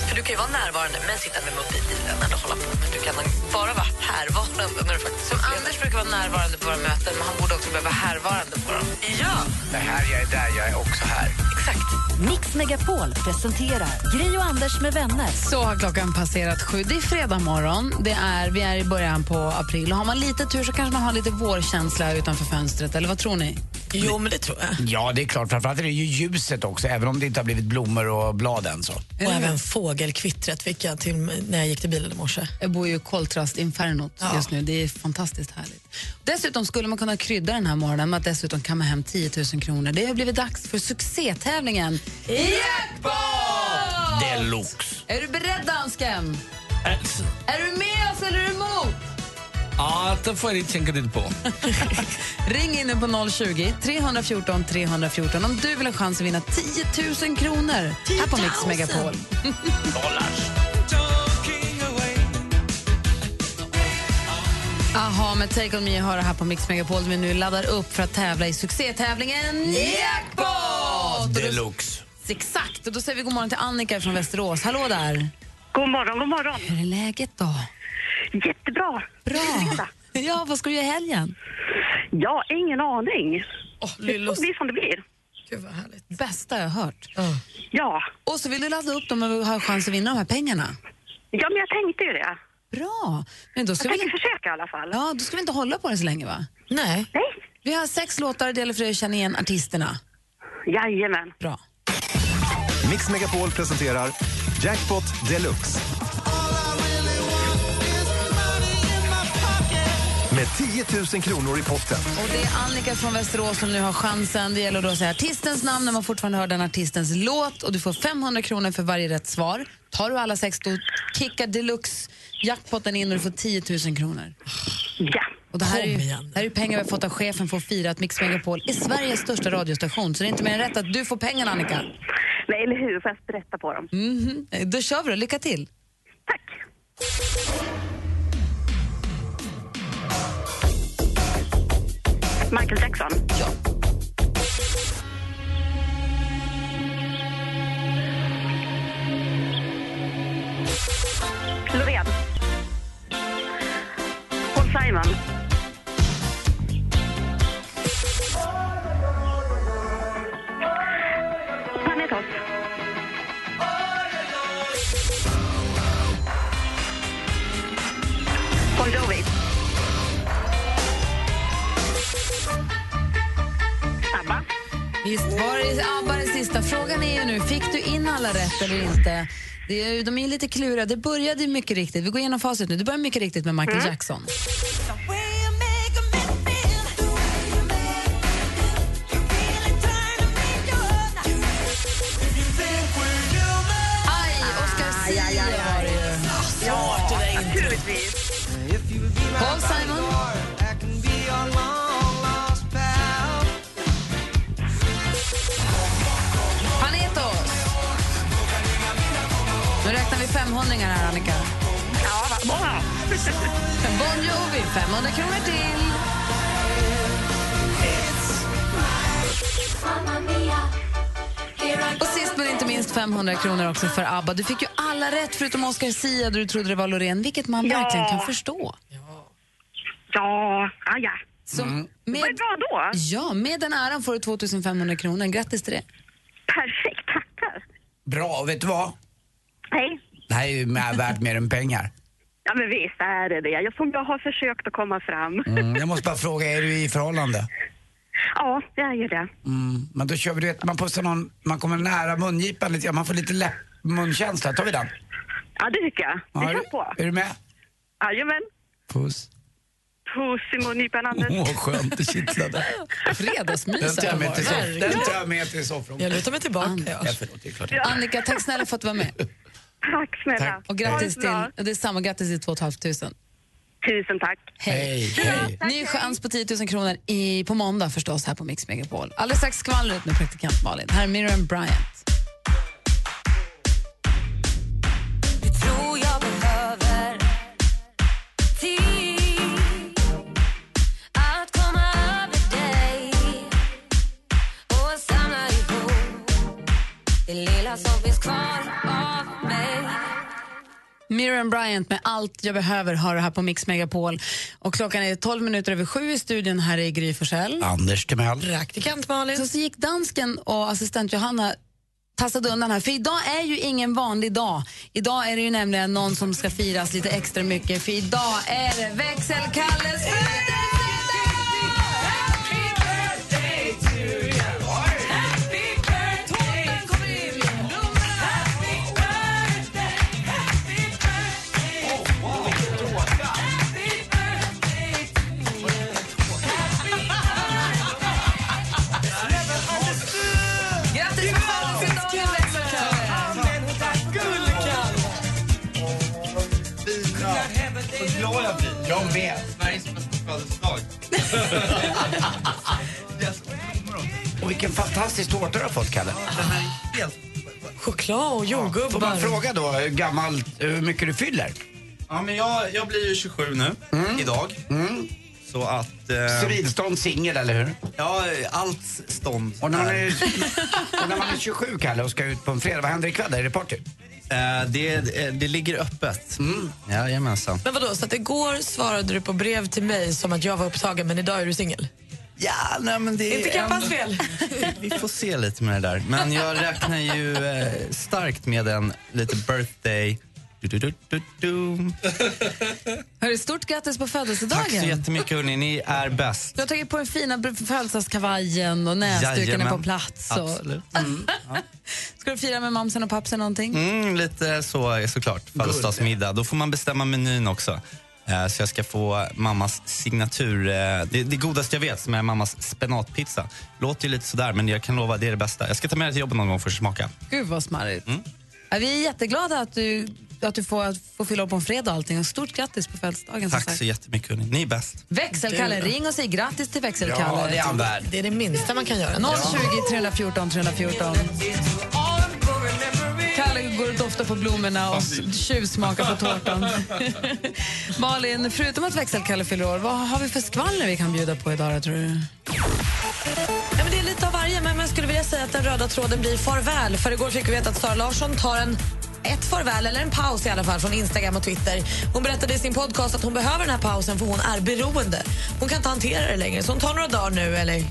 S4: För du kan ju vara närvarande men sitta med mobilen eller hålla på. Men du kan bara vara härvarande när du faktiskt
S2: Så Anders brukar vara närvarande på våra möten, men han borde också behöva vara härvarande på dem. Ja!
S3: Det här, jag är där, jag är också här.
S1: Exakt. Mix Megapol presenterar Gri och Anders med vänner.
S2: Så har klockan passerat sju. Det är fredag morgon. Det är, vi är i början på april. Och har man lite tur så kanske man har lite vårkänsla utanför fönstret. Eller vad tror ni?
S4: Jo, men det tror jag.
S3: Ja, det är klart. Framförallt är det ju ljuset också, även om det inte har blivit blommor och blad än. Så.
S4: Och även fågelkvittret fick jag till mig när jag gick till bilen i morse.
S2: Jag bor ju i koltrastinfernot
S4: Ja.
S2: just nu. Det är fantastiskt härligt. Dessutom skulle man kunna krydda den här morgonen med att dessutom kamma hem 10 000 kronor. Det har blivit dags för succétävlingen Jackpot!
S3: Deluxe.
S2: Är du beredd, dansken?
S5: Alltså,
S2: Är du med oss eller är du emot?
S5: ah, det får jag inte tänka lite på.
S2: Ring in nu på 020 314 314 om du vill ha chans att vinna 10 000 kronor här på Mix
S16: 10 000.
S2: Megapol. Aha, med Take On Me hör här på Mix Megapol där vi nu laddar upp för att tävla i succétävlingen Jackpot!
S3: Deluxe.
S2: Exakt, och då säger vi god morgon till Annika från Västerås. Hallå där!
S17: God morgon, god morgon.
S2: Hur är läget då?
S17: Jättebra.
S2: Bra! Ja, vad ska du göra i helgen?
S17: Ja, ingen aning.
S2: lillos.
S17: det blir som det blir.
S2: Bästa jag har hört.
S17: Ja.
S2: Och så vill du ladda upp dem och ha chans att vinna de här pengarna.
S17: Ja, men jag tänkte ju det.
S2: Bra! Men då ska
S17: jag
S2: vi...
S17: tänker försöka i alla fall.
S2: Ja, då ska vi inte hålla på det så länge va?
S4: Nej.
S2: Vi har sex låtar, det gäller för dig att känna igen artisterna.
S17: Jajamän.
S2: Bra.
S12: Mix Megapol presenterar Jackpot Deluxe. Med 10 000 kronor i potten.
S2: Och det är Annika från Västerås som nu har chansen. Det gäller då att säga artistens namn när man fortfarande hör den artistens låt och du får 500 kronor för varje rätt svar. Tar du alla sex då kickar deluxe jackpotten in och du får 10 000 kronor.
S17: Ja.
S2: Och det här är ju
S17: Kom
S2: det
S17: igen.
S2: här är ju pengar vi har fått av chefen för att fira att Mix Megapol är Sveriges största radiostation. Så det är inte mer än rätt att du får pengarna, Annika.
S17: Nej, eller hur? Får jag berätta på dem?
S2: Mhm. Då kör vi då. Lycka till.
S17: Michael Jackson. Ja. Loreen. Paul Simon. Panetoz. Bon Jovi. ABBA.
S2: Visst var det ABBA den sista. Frågan är ju nu, fick du in alla rätt eller inte? Det är, ju- de är ju lite kluriga. Det började ju mycket riktigt. Vi går igenom facit nu. Det började mycket riktigt med
S17: Mm.
S2: Michael Jackson. Aj, Oscar Zia var det ju.
S4: Svårt det där
S17: introt.
S2: Paul Simon. Panetos. Nu räknar vi femhundringar här, Annika.
S17: Ja, vad bra.
S2: Bon Jovi, 500 kronor till. 500 kronor också för ABBA. Du fick ju alla rätt förutom Oscar Sia där du trodde det var Loreen, vilket man
S17: Ja.
S2: verkligen kan förstå.
S17: Ja, ah, ja.
S2: Så
S3: Mm,
S2: med, Vad
S17: bra då!
S2: Ja, med den äran får du 2500 kronor. Grattis till det.
S3: Bra, och vet du vad?
S17: Nej.
S3: Det här är ju med- värt mer än pengar.
S17: Ja, men visst är det det. Jag, som jag har försökt att komma fram.
S3: Mm, jag måste bara fråga, är du i förhållande?
S17: Ja, det är ju det.
S3: Mm, men då kör vi, du vet, man pussar någon, man kommer nära mungipan lite, ja, man får lite läpp, munkänsla. Tar vi den?
S17: Ja, det tycker jag.
S3: Ja,
S17: Vi
S3: är
S17: kör
S3: du-
S17: på.
S3: Är du med?
S17: Jajamän.
S3: Puss.
S17: Puss i mungipan, Anders.
S3: Åh, vad skönt det kittlade. Den
S2: Fredagsmys.
S3: tar jag med till soff-
S2: Verkligen.
S3: den tar jag med till soffan. Ah,
S4: Jag lutar mig tillbaka.
S3: Ja, förlåt, det är klart.
S2: Annika, tack snälla för att du var med.
S17: Tack snälla.
S3: Tack.
S2: Och
S3: Ha det
S2: grattis till,
S3: bra.
S2: det är samma, grattis till 2 500.
S17: Tusen tack.
S2: Hej. Ny chans på 10 000 kronor i, på måndag förstås här på Mix Megapol. Alldeles strax skvallret med praktikant Malin. Här är Miriam Bryant.
S11: Tror jag behöver tid att komma över dig och samla ihop det lilla som finns kvar av mig
S2: Miriam Bryant med Allt jag behöver har du här på Mix Megapol. Och klockan är 12 minuter över sju i studion här i Gry Forssell.
S3: Anders Timell.
S2: Praktikant Malin. Så, så gick dansken och assistent Johanna tassade undan här, för idag är ju ingen vanlig dag. Idag är det ju nämligen någon som ska firas lite extra mycket, för idag är det växelkalles Grattis på födelsedagen, växelkalle!
S15: Vad glad jag blir. Jag med. Sveriges bästa födelsedag.
S3: Och vilken fantastisk tårta du har fått, Kalle.
S4: Choklad och jordgubbar.
S3: Får man fråga då hur, gammalt, hur mycket du fyller?
S15: Ja, men jag, jag blir ju 27 nu, idag. Så att... Eh,
S3: Mm. Civilstånd singel, eller hur?
S15: Ja, allt stånd.
S3: Och när, man är, och när man är 27, Kalle, och ska ut på en fredag, vad händer ikväll? Där Är det party?
S15: Eh, det, eh, det ligger öppet. Mm. Jajamensan.
S4: Men vadå, så att igår svarade du på brev till mig som att jag var upptagen men idag är du singel?
S15: Ja, nej men det är
S4: Inte
S15: ändå-
S4: Kappans fel.
S15: Vi får se lite med det där. Men jag räknar ju eh, starkt med en lite birthday... Du, du, du, du, du.
S2: Hörru, stort grattis på födelsedagen.
S15: Tack så jättemycket, hörni. Ni är bäst.
S2: Du har tagit på den fina br- födelsedagskavajen och näsduken är
S15: Jajamän.
S2: på plats. Och...
S15: Absolut.
S2: Ska du fira med mamsen och pappsen någonting?
S15: Mm, lite så såklart. Födelsedagsmiddag. Då får man bestämma menyn också. Eh, Så jag ska få mammas signatur. eh, Det, det godaste jag vet som är mammas spenatpizza. Låter ju lite sådär, men jag kan lova det är det bästa. Jag ska ta med det till jobbet någon gång för att smaka.
S2: Gud vad smarrigt.
S15: Mm.
S2: Ja, vi är jätteglada att du, att du får, att får fylla upp på en fredag och allting. Och stort grattis på födelsedagen. som
S15: Tack
S2: sagt.
S15: så jättemycket, hörni. Ni är bäst.
S2: Växelkalle,
S15: Du.
S2: ring och säg grattis till Växelkalle.
S15: Ja, det är han värd.
S4: Det är det minsta man kan göra.
S2: 020 314 314. Kalle går och doftar på blommorna och tjuvsmakar på tårtan. Malin, förutom att växelkalle fyller år, vad har vi för skvaller vi kan bjuda på idag då, tror du?
S4: Ja, men det är lite av varje, men jag skulle vilja säga att den röda tråden blir farväl. För igår fick vi veta att Sara Larsson tar en ett farväl, eller en paus i alla fall, från Instagram och Twitter. Hon berättade i sin podcast att hon behöver den här pausen för hon är beroende. Hon kan inte hantera det längre, så hon tar några dagar nu, eller eh,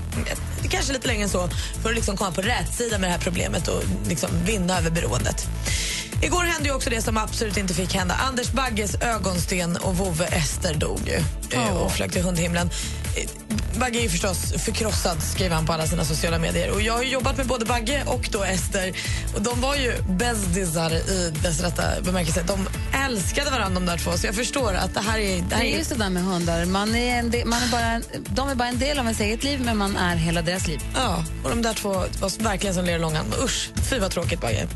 S4: kanske lite längre än så, för att liksom komma på rätt sida med det här problemet och liksom vinna över beroendet. Igår hände ju också det som absolut inte fick hända. Anders Bagges ögonsten och vovve Ester dog ju eh, och flög till hundhimlen. Eh, Bagge är ju förstås förkrossad, skriver han på alla sina sociala medier. Och Jag har ju jobbat med både Bagge och då Ester. Och De var ju bästisar i dess rätta bemärkelse. De älskade varandra de där två, så jag förstår att det här är... Det
S2: Det
S4: här
S2: är ju sådär med hundar. Man är en del, man är bara en, de är bara en del av ens eget liv, men man är hela deras liv.
S4: Ja, och de där två var verkligen som ler i långan. Usch, fy vad tråkigt Bagge.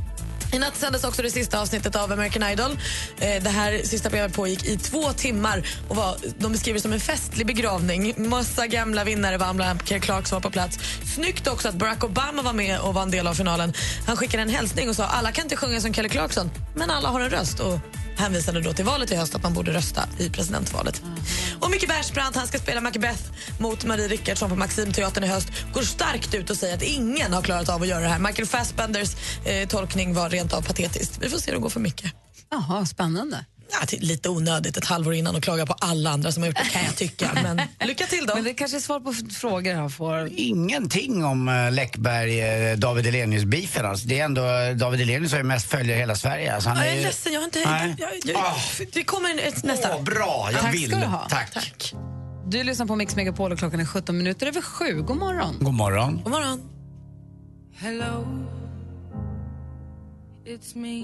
S4: I natt sändes också det sista avsnittet av American Idol. Eh, Det här sista programmet pågick i två timmar och var, de beskriver det som en festlig begravning. Massa gamla vinnare var bland annat Kelly Clarkson var på plats. Snyggt också att Barack Obama var med och var en del av finalen. Han skickade en hälsning och sa alla kan inte sjunga som Kelly Clarkson, men alla har en röst. Och hänvisade då till valet i höst att man borde rösta i presidentvalet. Och Micke Persbrandt han ska spela Macbeth mot Marie Rickardsson på Maximteatern i höst. Går starkt ut och säger att ingen har klarat av att göra det här. Michael Fassbenders eh, tolkning var rent av patetisk. Vi får se hur det går för Micke.
S2: Jaha, spännande.
S4: Ja, det är lite onödigt ett halvår innan och klaga på alla andra som har gjort det kan jag tycka. Men lycka till då.
S2: Men det kanske är svar på f- frågor han får.
S3: Ingenting om eh, Läckberg, eh, David Hellenius-beefen alltså. Det är ändå, eh, David Hellenius har ju mest följare i hela Sverige. Alltså, han
S4: Ja,
S3: är
S4: jag är
S3: ju-
S4: ledsen, jag har inte...
S3: Nej.
S4: Jag, jag, jag, det kommer en- ett, nästa.
S3: Åh, bra, jag
S2: Tack
S3: vill.
S2: ska du ha.
S3: Tack.
S2: Du lyssnar på Mix Megapol och klockan är 17 minuter över sju. God morgon.
S3: God morgon.
S4: God morgon.
S16: Hello, it's me.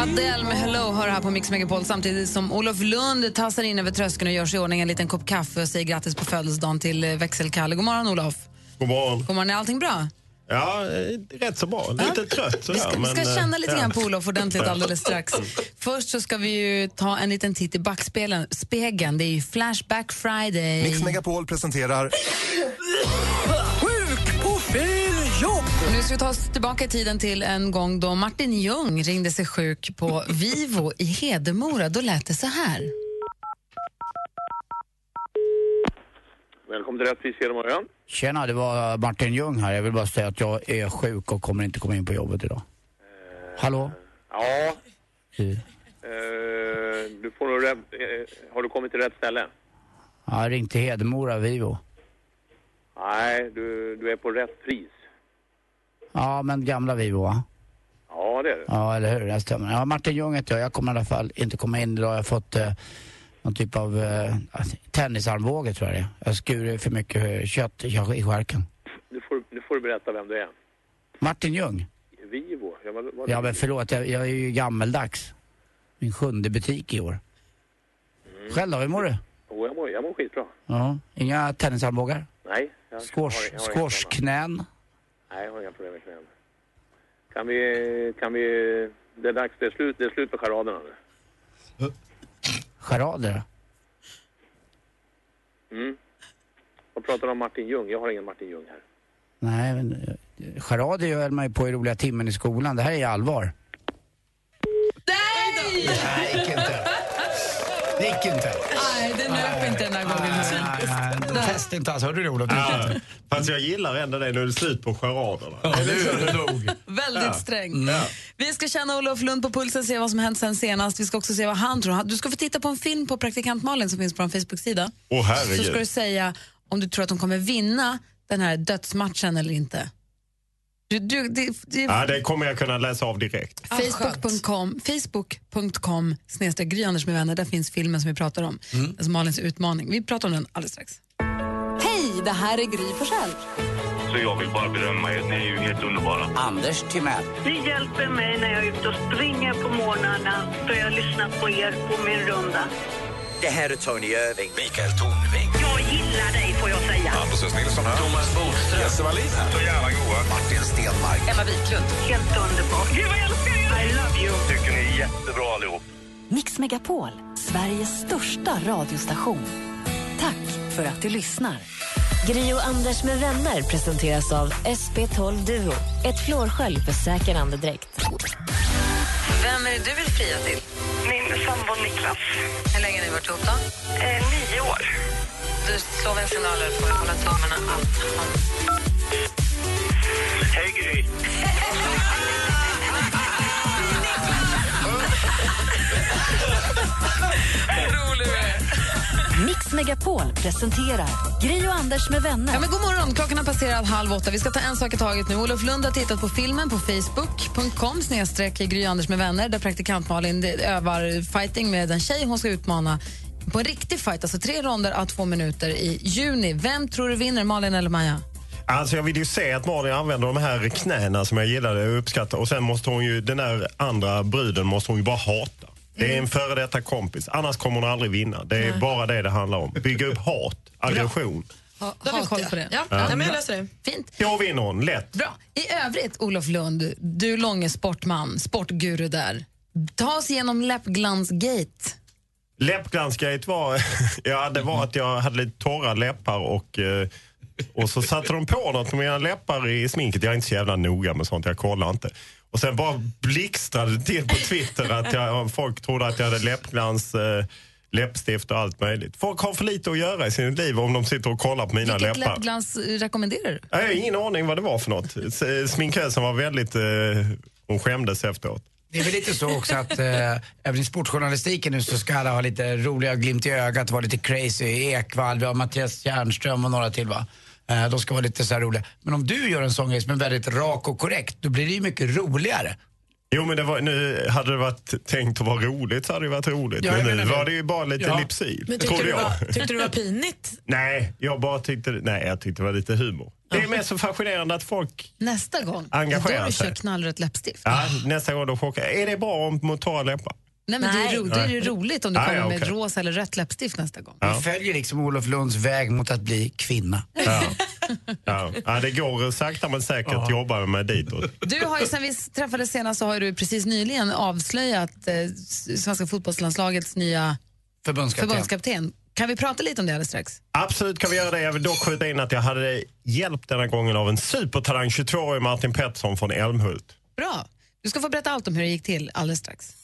S2: Adele med Hello hör här på Mix Megapol samtidigt som Olof Lund tassar in över tröskeln och gör sig i ordning en liten kopp kaffe och säger grattis på födelsedagen till eh, växelkalle. God morgon Olof.
S18: God morgon.
S2: God morgon, är allting bra?
S18: Ja, eh, rätt så bra. Lite trött sådär.
S2: Vi ska, vi
S18: men,
S2: ska
S18: eh,
S2: känna lite
S18: ja.
S2: grann på Olof ordentligt alldeles strax. Först så ska vi ju ta en liten titt i backspegeln. Spegeln, det är ju Flashback Friday.
S12: Mix Megapol presenterar
S16: Sjuk på fel jobb!
S2: Nu ska vi ta oss tillbaka i tiden till en gång då Martin Ljung ringde sig sjuk på Vivo i Hedemora. Då lät det så här.
S19: Välkommen till Rättvis Hedemora.
S3: Tjena, det var Martin Ljung här. Jag vill bara säga att jag är sjuk och kommer inte komma in på jobbet idag. Hallå?
S19: Ja,
S3: Du.
S19: eh, du får nog rätt, eh, har du kommit till rätt ställe?
S3: Ja, jag ringde till Hedemora Vivo.
S19: Nej, du, du är på rätt pris.
S3: Ja, men gamla Vivo va?
S19: Ja, det är du.
S3: Ja, eller hur? Det stämmer. Ja, Martin Ljung heter jag. Jag kommer i alla fall inte komma in idag. Jag har fått eh, någon typ av eh, tennisarmbåge tror jag det är. Jag har skurit för mycket eh, kött i i skärken.
S19: Nu får, nu får du berätta vem du är.
S3: Martin Ljung?
S19: Vivo? Ja, vad, vad,
S3: Ja, men förlåt. Jag, jag är ju gammeldags. Min sjunde butik i år. Själv då? Hur mår du?
S19: oh, Mm. jag, mår, jag mår skitbra.
S3: Ja, inga tennisarmbågar?
S19: Nej, jag
S3: Squash,
S19: jag har inga
S3: squashknän?
S19: sådana. Nej, jag har inga problem med knäna. Kan vi, kan vi... Det är dags, det är slut, det är slut på charaderna nu.
S3: Charader?
S19: Mm. Och pratar om Martin Ljung. Jag har ingen Martin Ljung här.
S3: Nej, men eh, charader gör man ju på i roliga timmen i skolan. Det här är ju allvar.
S2: Nej!
S3: Nej, gick inte. Det gick inte.
S2: Nej, det löp inte den här gången.
S3: Test inte alls. Hörde du det Olof?
S18: Ja, fast jag gillar ändå det när det är slut på charaderna. Ja, nu är det nog.
S2: Väldigt
S18: Ja.
S2: sträng.
S18: Ja.
S2: Vi ska känna Olof Lund på pulsen se vad som hänt sen senast. Vi ska också se vad han tror. Du ska få titta på en film på praktikant Malin som finns på vår Facebook-sida.
S18: Åh, herregud.
S2: Så ska du säga om du tror att hon kommer vinna den här dödsmatchen eller inte. Du, du, det, det,
S18: Ja, det kommer jag kunna läsa av direkt.
S2: Ah, Facebook.com Facebook.com snedstreck Gry Anders med vänner. Där finns filmen som vi pratar om. Alltså Malins utmaning. Vi pratar om den alldeles strax. Hej, det här är Gry Forssell.
S7: Så jag vill bara berömma er. Ni är ju helt underbara.
S3: Anders Timell.
S20: Ni hjälper mig när jag är ute och springer på morgnarna för jag lyssnar på er på min runda.
S7: Det här är Tony Irving. Mikael Tornving. Jag gillar dig, får jag säga. Anders S. Nilsson här. Thomas Bodström. Jesse Wallin här. Så jävla goa. Martin Stenmark.
S20: Emma Wiklund. Helt underbart. Gud, vad jag älskar er! I love you.
S7: Tycker ni är jättebra allihop.
S1: Mix Megapol, Sveriges största radiostation. Tack för att du lyssnar. Gri och Anders med vänner presenteras av SP12 Duo. Ett flårskölj för säker andedräkt.
S2: Vem är det du vill fria till?
S20: Min sambo Niklas.
S2: Hur länge har ni varit ihop då?
S20: Eh, nio år.
S2: Du slår en signal och får hålla tummarna allt.
S7: Hej Gry.
S1: Mix Megapol presenterar Gri och Anders med vänner.
S2: Ja, men god morgon, klockan har passerat halv åtta. Vi ska ta en sak i taget nu. Olof Lund har tittat på filmen på facebook.com snedstreck Gry Anders med vänner där praktikant Malin eh, övar fighting med en tjej hon ska utmana på en riktig fight, alltså tre ronder av två minuter i juni. Vem tror du vinner, Malin eller Maja?
S18: Alltså jag vill ju se att Malin använder de här knäna som jag gillade och uppskattade. Och sen måste hon ju, den där andra bruden måste hon ju bara hata. Det
S2: Mm.
S18: är en före detta kompis. Annars kommer hon aldrig vinna. Det är bara det det handlar om. Bygga upp hat, aggression.
S2: Ha, Då har vi koll på det.
S4: Ja,
S18: Ja. nej, men jag
S4: löser det.
S2: Fint.
S18: Då vinner hon, lätt.
S2: Bra. I övrigt, Olof Lund, du långe sportman, sportguru där. Ta oss igenom läppglansgate.
S18: Läppglansgate var, ja, det var att jag hade lite torra läppar och, eh, och så satte de på något med mina läppar i sminket. Jag är inte så jävla noga med sånt, jag kollar inte. Och Och sen bara blixtrade det till på Twitter att jag, folk trodde att jag hade läppglans, eh, läppstift och allt möjligt. Folk har för lite att göra i sitt liv om de sitter och kollar på mina
S2: Vilket
S18: läppar.
S2: läppglans eh, rekommenderar
S18: Nej,
S2: du?
S18: Jag har ingen aning vad det var för något. S- Sminkösen var väldigt... Eh, hon skämdes efteråt.
S3: Det är väl lite så också att eh, även i sportjournalistiken nu så ska alla ha lite roliga glimt i ögat, vara lite crazy. Ekvall, vi har Mattias Järnström och några till va? Eh, de ska vara lite så här roliga. Men om du gör en sångresa som är väldigt rak och korrekt, då blir det ju mycket roligare.
S18: Jo, men det var, nu hade det varit tänkt att vara roligt så hade det varit roligt.
S3: Ja, jag
S18: men nu
S3: menar det.
S18: var det ju bara lite
S3: Ja.
S18: lipsyl,
S4: Men tyckte
S18: trodde
S4: du, det
S18: jag.
S4: var, tyckte du det var pinigt?
S18: Nej, jag bara tyckte, nej, jag tyckte det var lite humor. Det är mest så fascinerande att folk...
S2: Nästa gång,
S18: Engagera
S2: då har du
S18: sig.
S2: kört knallrött läppstift.
S18: Ja, nästa gång de chockar. Är det bra om mot torra läppar?
S2: Nej, men Det, är
S18: Nej.
S2: ju ro, det är ju
S18: Nej.
S2: roligt om du
S18: Ah,
S2: kommer
S18: ja,
S2: med
S18: okej.
S2: rosa eller rött läppstift nästa gång.
S3: Vi följer liksom Olof Lunds väg mot att bli kvinna.
S18: Ja. Ja. ja, det går sakta men säkert ja. jobbar med ditåt.
S2: Du har ju sen vi träffades senast så har ju du precis nyligen avslöjat eh, s- svenska fotbollslandslagets nya
S3: Förbundskapten.
S2: förbundskapten. Kan vi prata lite om det alldeles strax?
S18: Absolut kan vi göra det. Jag vill dock skjuta in att jag hade hjälp denna gången av en supertalang 22-årig Martin Pettersson från Älmhult.
S2: Bra. Du ska få berätta allt om hur det gick till alldeles strax.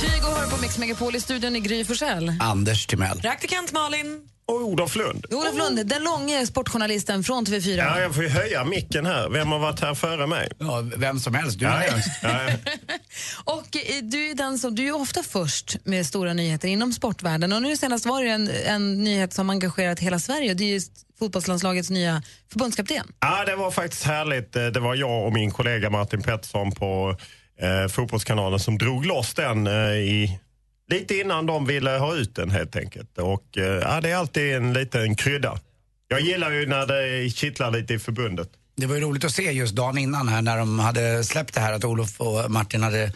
S2: Kygo hör på Mix Megapol i studion i Gry Forssell.
S3: Anders Timell.
S2: Praktikant Malin.
S18: Och Olof Lund.
S2: Olof Lund, den långe sportjournalisten från TV4.
S18: Ja, jag får ju höja micken här. Vem har varit här före mig?
S3: Ja, vem som helst. Du
S18: ja,
S3: har
S18: ja.
S3: högst.
S18: Ja, ja.
S2: Och eh, du är, den som, du är ofta först med stora nyheter inom sportvärlden. Och nu senast var det en, en nyhet som engagerat hela Sverige. Det är ju fotbollslandslagets nya förbundskapten.
S18: Ja, det var faktiskt härligt. Eh, Det var jag och min kollega Martin Pettersson på eh, Fotbollskanalen som drog loss den eh, i, lite innan de ville ha ut den helt enkelt. Och, eh, ja, det är alltid en liten krydda. Jag gillar ju när det kittlar lite i förbundet.
S3: Det var ju roligt att se just dagen innan här när de hade släppt det här att Olof och Martin hade eh,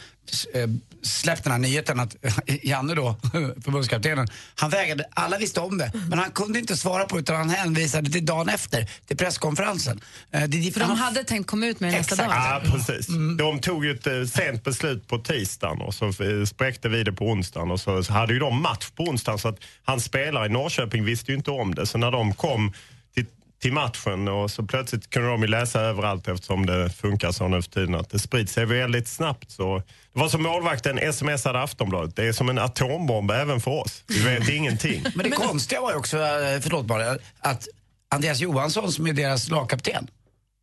S3: släppt den här nyheten att eh, Janne då, förbundskaptenen, han vägrade, alla visste om det, men han kunde inte svara på det, utan han hänvisade till dagen efter, till presskonferensen. Eh, det-
S2: För de
S3: han-
S2: hade tänkt komma ut med det nästa
S3: Exakt.
S2: dag. Mm.
S18: Ja, precis. De tog ju ett eh, sent beslut på tisdagen och så eh, spräckte vi det på onsdagen och så så hade ju de match på onsdagen så att hans spelare i Norrköping visste ju inte om det. Så när de kom till, till matchen och så plötsligt kunde de ju läsa överallt eftersom det funkar så nu för tiden att det sprids sig väldigt snabbt. Så det var som målvakten smsade Aftonbladet. Det är som en atombomb även för oss. Vi vet ingenting.
S3: Men det konstiga var ju också, eh, förlåt bara, att Andreas Johansson som är deras lagkapten,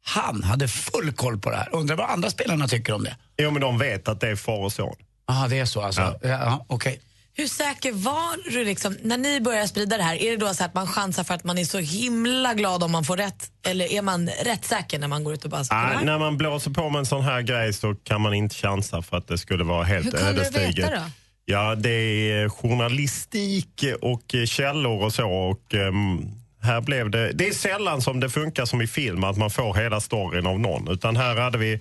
S3: han hade full koll på det här. Undrar vad andra spelarna tycker om det?
S18: Jo men de vet att det är far och son.
S3: Ja, det är så alltså. Ja. Ja, okej.
S4: Hur säker var du liksom, när ni börjar sprida det här? Är det då så att man chansar för att man är så himla glad om man får rätt? Eller är man rätt säker när man går ut och bara...
S18: Ah, Nej,
S4: "Nej"?
S18: när man blåser på med en sån här grej så kan man inte chansa för att det skulle vara
S4: Hur
S18: helt
S4: kunde du veta
S18: ödesdigert.
S4: då?
S18: Ja, det är journalistik och eh, källor och så. Och, ehm, här blev det, det är sällan som det funkar som i film, att man får hela storyn av någon. Utan här hade vi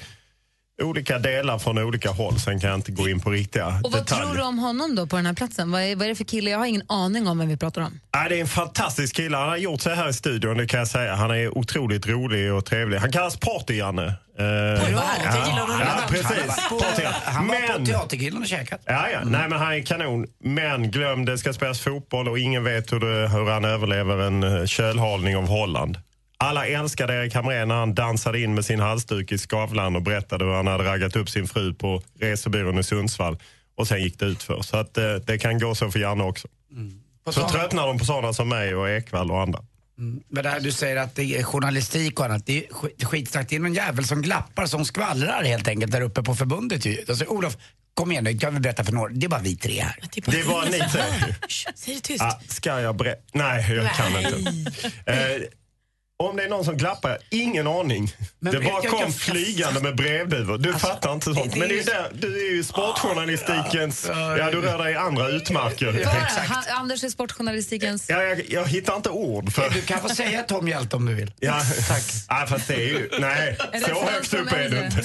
S18: olika delar från olika håll. Sen kan jag inte gå in på riktiga
S2: Och vad
S18: detaljer.
S2: tror du om honom då på den här platsen? Vad är, vad är det för kille? Jag har ingen aning om vem vi pratar om.
S18: Ja, det är en fantastisk kille. Han har gjort sig här i studion, det kan jag säga. Han är otroligt rolig och trevlig. Han kallas Party-Janne. Uh, ja, precis. Party-Janne.
S3: Han var på
S18: Men-
S3: Teatergrillen och käkat.
S18: Ja, ja. Nej, men han är kanon. Men glöm, det ska spelas fotboll och ingen vet hur, det, hur han överlever en eh, kölhalning av Holland. Alla älskade Erik Hamrén när han dansade in med sin halsduk i Skavlan och berättade hur han hade raggat upp sin fru på resebyrån i Sundsvall. Och sen gick det ut för. Så att, eh, det kan gå så för Janne också.
S3: På
S18: Så
S3: tal-
S18: tröttnar de på sådana som mig och Ekvall och andra.
S3: Men det här du säger att det är journalistik och annat, det är sk- skitsnack. Det är någon jävel som glappar, som skvallrar helt enkelt där uppe på förbundet ju. Alltså, Olof, kom igen nu, kan vi berätta för några? Det är bara vi tre här.
S18: Det var ni tre.
S4: Säg det tyst.
S18: Ah, ska jag berätta? Nej, jag kan
S4: Nej.
S18: inte. Eh, om det är någon som klappar, ingen aning.
S3: Men
S18: det bara
S3: jag- jag-
S18: kom
S3: jag- Alltså,
S18: flygande med brevduvor. Du fattar inte sånt.
S3: det- det
S18: Men det är ju
S3: är-
S18: där, du är ju sportjournalistikens...
S3: Ja,
S18: Ja,
S3: ja.
S18: du rör dig i andra utmarker.
S2: Var, han, Anders är sportjournalistikens...
S18: Ja, jag, jag hittar inte ord för...
S3: Du kan få säga Tom Hjälte om du vill.
S18: Ja, tack. Nej, fast det är ju... Nej,
S3: Är det
S18: så
S3: för
S18: högt
S3: som
S18: upp är
S3: äldre?
S18: du inte.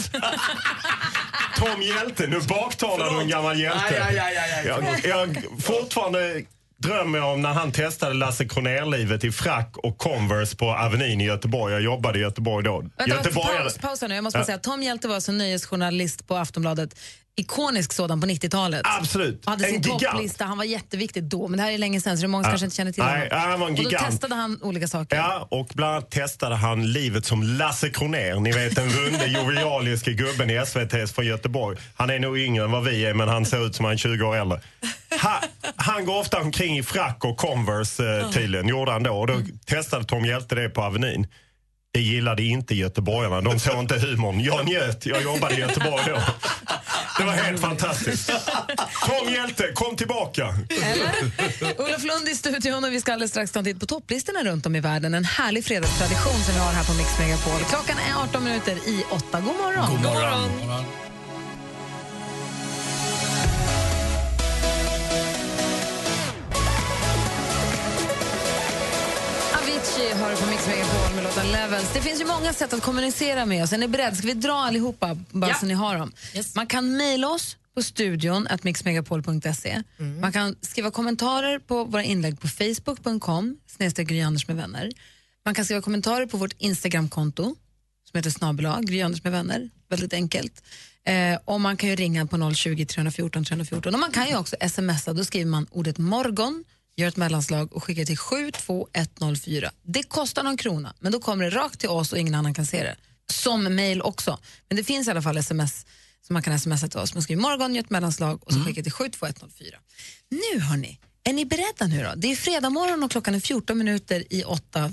S18: Tom Hjälte, nu baktalar du en gammal hjälte.
S3: Aj, aj, aj, aj, aj.
S18: Jag, jag fortfarande drömmer jag om när han testade Lasse Kronér-livet i frack och Converse på Avenyn i Göteborg. Jag jobbade i Göteborg då.
S2: Vänta,
S18: Göteborgare-
S2: paus, paus här nu. Jag måste bara
S18: Ja.
S2: säga att Tom Hjälte var som nyhetsjournalist på Aftonbladet. Ikonisk sådan på 90-talet.
S18: Absolut.
S2: Och hade
S18: En
S2: sin
S18: gigant.
S2: topplista. Han var jätteviktig då, men det här är länge sedan så det är många
S18: Ja.
S2: som kanske inte känner till
S18: Nej,
S2: honom.
S18: ja, han var en
S2: och då
S18: gigant.
S2: testade han olika saker.
S18: Ja, och bland annat testade han livet som Lasse Kronér. Ni vet den runde jovialiske gubben i SVT från Göteborg. Han är nog yngre än vad vi är men han ser ut som han är 20 år äldre. Ha, han går ofta omkring i frack och Converse eh, tydligen, gjorde han då. Och då testade Tom Hjälte det på Avenyn. Det gillade inte göteborgarna, de såg inte humorn. Jag njöt, jag jobbade i Göteborg då. Det var helt fantastiskt. Tom Hjälte, kom tillbaka!
S2: Olof Lund i studion och vi ska alldeles strax ta en titt på topplistorna runt om i världen. En härlig fredagstradition som vi har här på Mix Megapol. Klockan är 18 minuter i 8. God morgon!
S3: God morgon.
S2: Avicii hör på Mix Megapol med låten Levels. Det finns ju många sätt att kommunicera med oss. Är ni beredda? Ska vi dra allihopa bara så ni har dem? Man kan mejla oss på studion at mixmegapol.se. Man kan skriva kommentarer på våra inlägg på facebook.com snedstreck Gry Anders med vänner. Man kan skriva kommentarer på vårt Instagramkonto som heter snabel-a, Gry Anders med vänner. Väldigt enkelt. Eh, och man kan ju ringa på 020 314 314. Och man kan ju också smsa, då skriver man ordet morgon, gör ett mellanslag och skickar till 72104. Det kostar någon krona, men då kommer det rakt till oss och ingen annan kan se det. Som mail också. Men det finns i alla fall sms som man kan smsa till oss. Man skriver morgon, gör ett mellanslag och så skickar till 72104. Nu hörni, är ni beredda nu då? Det är fredag morgon och klockan är 14 minuter i åtta.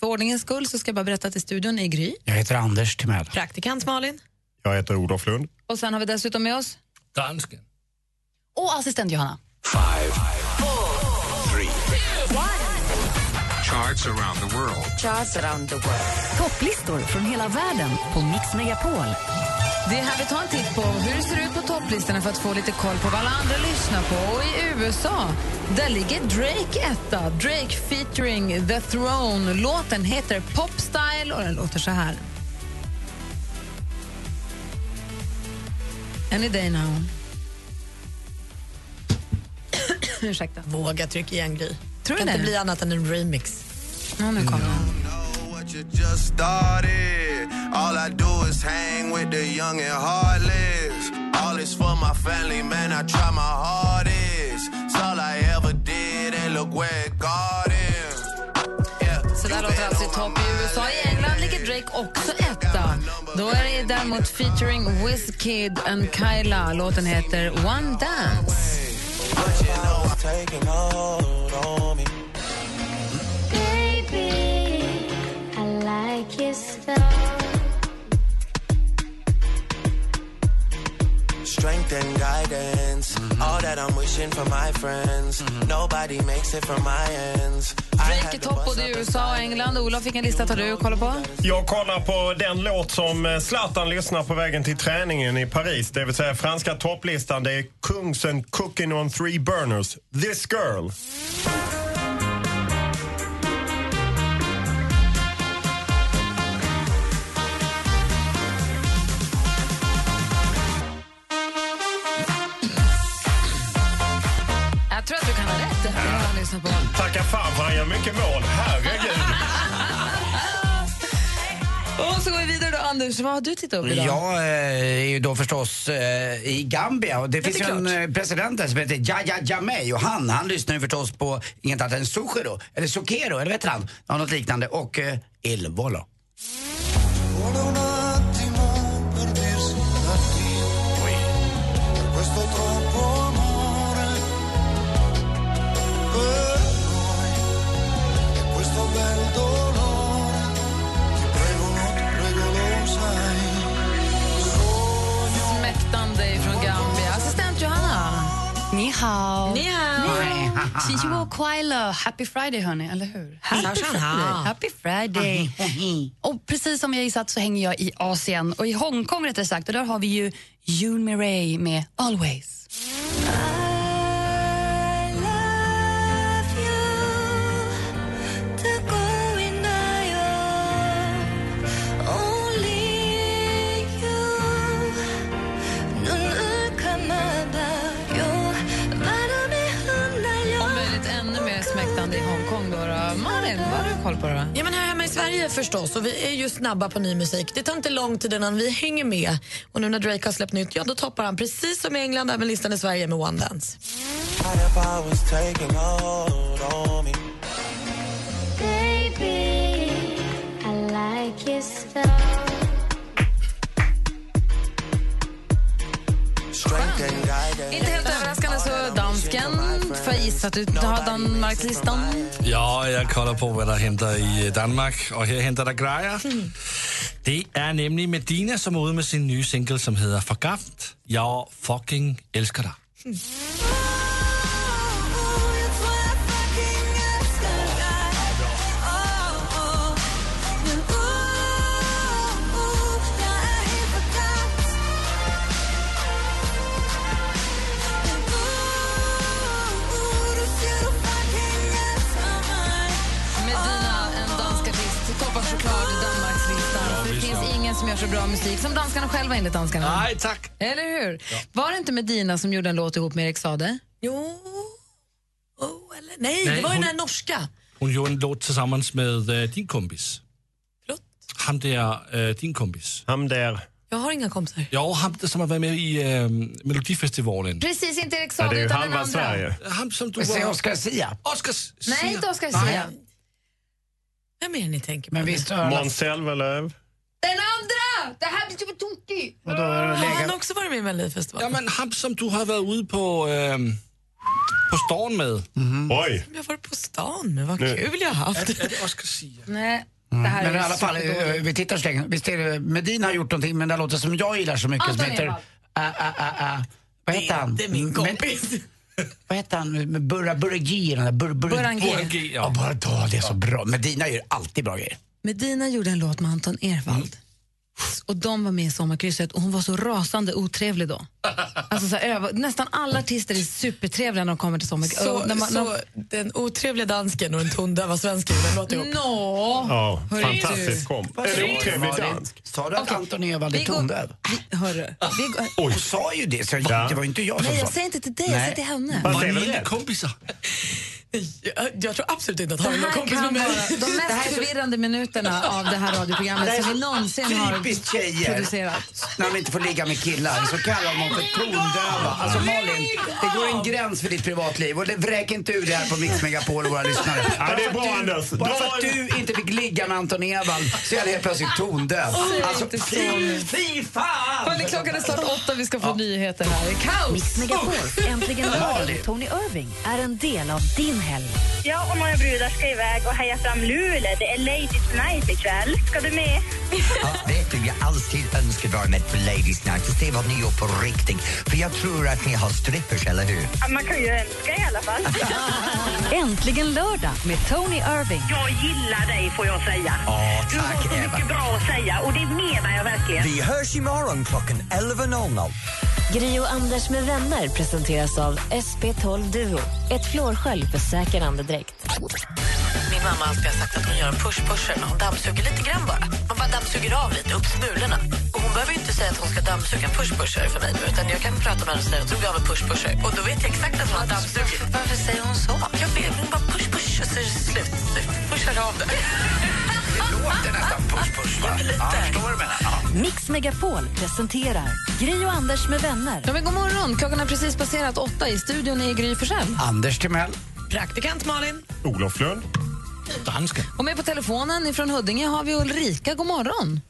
S2: För ordningens skull så ska jag bara berätta till studion i Gry.
S3: Jag heter Anders Timell.
S2: Praktikant Malin.
S18: Jag heter Olof Lund.
S2: Och sen har vi dessutom med oss...
S5: Dansken.
S2: Och assistent Johanna.
S13: Five, four, three. Charts around the world.
S1: Topplistor från hela världen på Mix Megapol.
S2: Det är här vi tar en titt på hur det ser ut på topplistorna för att få lite koll på vad alla andra lyssnar på. Och i USA, där ligger Drake etta. Drake featuring The Throne. Låten heter Pop Style och den låter så här. Any day now. Ursäkta.
S4: Våga tryck igen, Gry.
S2: Tror
S4: det kan
S2: du
S4: inte
S2: det?
S4: bli annat än en remix.
S2: Ja, nu kommer den.
S7: what you just started. All I do is hang with the young and heartless. All is for my family, man. I try my hardest. It's all I ever did, and look where it got in.
S2: Så där låter alltså i topp i USA. I England ligger Drake också etta. Då är det däremot featuring Wizkid and Kyla. Låten heter One Dance.
S7: But you know it's taking hold on me.
S11: Baby, I like your stuff.
S7: Strength and guidance. All that I'm wishing for my friends. Nobody makes it from my ends. I had
S2: Drake i
S7: to
S2: topp både i USA och England. Ola fick en lista, tar du och kollar på?
S18: Jag kollar på den låt som eh, Zlatan lyssnar på vägen till träningen i Paris. Det vill säga franska topplistan. Det är Kungsen Cooking on three burners. This girl.
S2: Jag tror att du kan ha rätt. Det här har jag lyssnat på.
S18: Tacka fan för han gör mycket mål. Herregud.
S2: Och så går vi vidare då. Anders, vad har du tittat upp idag?
S3: Jag eh, är ju då förstås eh, i Gambia och det finns ju en eh, president där som heter Yahya Jammeh och han, han lyssnar ju förstås på inget annat än Sukero, eller Sukero, eller vet han? Ja, Något liknande och eh, Il Volo.
S7: Por un attimo perdersi da Dio. Per questo troppo amore per noi e questo bel dolore. Ti prego, no, prego, lo sai.
S2: Smäktande från Gambia. Assistent Johanna.
S21: Ni hao. Ni
S2: hao.
S21: Shinjiwo Kwaila. Happy Friday, hörni. Eller hur?
S4: Happy
S21: Friday. Happy Friday. Och precis som jag gissat så hänger jag i Asien och i Hongkong rättare sagt. Och där har vi ju June Mirai med Always.
S2: Om möjligt ännu koll på det då?
S4: Ja, men här hemma i Sverige förstås, och vi är ju snabba på ny musik. Det tar inte lång tid innan vi hänger med. Och nu när Drake har släppt nytt, ja då toppar han precis som i England även listan i Sverige med One Dance.
S22: What if I was taking hold on me?
S11: Baby, I like your style.
S22: Strength and guidance.
S2: Inte helt överraskande så dansken, för jag gissa att du har Danmarkslistan.
S5: Ja, jeg kolder på, hvad der henter i øh, Danmark, og her henter der grejer. Hmm. Det er nemlig Medina, som er ude med sin nye single, som hedder Forgaft. Jeg fucking elsker dig.
S2: Medina, en dansk artist, toppar såklart Danmarkslistan. För det finns ingen som gör så bra musik som danskarna själva enligt danskarna.
S5: Nej, tack.
S2: Eller hur? Var det inte Medina som gjorde en låt ihop med Erik Sade?
S4: Jo. Oh, eller? Nej,
S5: Nej,
S4: det var ju
S5: hon-
S4: den här norska.
S5: Hun gjorde en låt tillsammans med øh, din kompis. Flott. Ham der, øh, din kompis.
S18: Ham der.
S4: Jag har inga kompisar.
S5: Jo, ham der, som har været med i øh, Melodifestivalen.
S2: Precis, inte Erik
S5: Ja, det
S2: Sade
S5: är ju
S2: utan den
S5: halva
S2: andra.
S5: Sverige. Ham som du var- Oscar Sia. Oscar Sia.
S2: Nej, inte Oscar
S5: Nej.
S2: Sia.
S4: Vem är det ni tänker på?
S2: Men
S4: visst har jag
S18: Måns Zelmerlöw.
S2: Den andra! Det här blir typ tokig.
S18: Och då har det legat-
S4: Har han också varit med i Melodifestivalen?
S5: Ja, men ham som du har været ude på, øh, på storm med.
S19: Mhm.
S18: Oj.
S4: Jag har varit på stan med, vad kul jag har haft.
S5: Är, är det Oscar Sia?
S2: Nej, det
S3: Mm.
S2: här
S3: Men i
S2: är
S3: alla fall, eh,
S2: superdåligt.
S3: vi tittar så länge. Visst är det, eh, Medina har gjort någonting med den där låten som jag gillar så mycket
S2: Anton
S3: som heter...
S2: Ewald.
S3: Ah, ah, ah, ah. Vad heter han? Det är min kompis. vad heter han? Med Burra, Burra G, den där Burra, Burra,
S2: Burhan G. Burhan
S5: G,
S3: ja. bara, då, det är så bra. Medina gör alltid bra grejer.
S2: Medina gjorde en låt med Anton Ervald. Och de var med i Sommarkrysset och hon var så rasande otrevlig då. Alltså så här, över- nästan alla artister är supertrevliga när de kommer till Sommarkrysset.
S4: Så,
S2: Och när man- när-
S4: så den otrevliga dansken och den tondöva svensken, den låter ihop.
S2: Nå!
S18: Ja,
S2: Hörru
S18: fantastisk
S2: du.
S18: komp.
S2: Vad
S18: En
S2: trevligt.
S18: otrevlig dansk.
S3: Sa du att Anton Ewald är
S2: vi går-
S3: tondöv?
S2: Vi, hörru, vi, går-
S3: Hon sa ju det, så jag, det var ju inte jag som
S2: Nej,
S3: sa
S2: jag säger inte till dig, jag säger till henne.
S3: Vad
S2: Var
S3: säger
S2: ni
S3: väl
S2: inte
S3: det?
S5: kompisar?
S4: Jag, jag tror absolut inte att han
S2: Det
S4: vill vara
S2: här
S4: kompis
S2: kan
S4: med
S2: vara
S4: mig.
S2: de mest förvirrande minuterna av det här
S3: Det här
S2: radioprogrammet
S3: är
S2: som vi
S3: så
S2: någonsin har
S3: typiskt tjejer.
S2: producerat.
S3: När de inte får ligga med killar så kallar de dem för tondöva. Alltså Malin, det går en gräns för ditt privatliv och det- vräk inte ur det här på Mix Megapol och våra lyssnare.
S18: Ja, det är bra,
S3: Bara för att du-
S18: Anders.
S3: Bara
S18: Då-
S3: för att du inte fick ligga med Anton Ewald så är han helt plötsligt tondöv.
S2: Säg
S3: Alltså
S2: inte så.
S3: fy, fy fan!
S2: Hörni, klockan är snart åtta, vi ska få nyheter här. Kaos!
S1: Mix Megapols Äntligen morgon Tony Irving är en del av din helg.
S17: Jag och många brudar ska iväg och heja fram Luleå. Det är Ladies Night ikväll. Ska du med?
S6: Vet du, jag alltid önskar vara med på Ladies Night och se vad ni gör på riktigt. För jag tror att ni har strippers, eller hur?
S17: Ja, Man kan ju önska i alla fall.
S1: Äntligen lördag med Tony Irving.
S20: Jag gillar dig får jag säga.
S6: Åh,
S20: du har
S6: tack,
S20: så mycket
S6: Eva.
S20: bra att säga och det menar jag verkligen.
S6: Vi hörs imorgon klockan 11.00.
S1: Gri och Anders med vänner presenteras av SP12 Duo. Ett flårskölj för säker andedräkt.
S9: Min mamma har alltid sagt att hon gör en push-pusher när hon dammsuger lite grann bara. Man bara dammsuger av lite, upp smulorna. Och hon behöver ju inte säga att hon ska dammsuga push-pusher för mig nu, utan jag kan prata med henne och säga att hon av en push-pusher. Och då vet jag exakt att hon har dammsugit. Varför säger hon så? Jag vet, hon bara push-push och så är det slut. Pushar av det.
S6: Det låter nästan push-push, va? Ja, förstår vad du menar. Ja.
S1: Mix Megapol presenterar Gri och Anders med vänner.
S2: Ja, men god morgon, klockan har precis passerat åtta. I studion är Gry Forssell.
S3: Anders Timell.
S2: Praktikant Malin.
S18: Olof Lund.
S5: Danska.
S2: Och med på telefonen ifrån Huddinge har vi Ulrika. God morgon.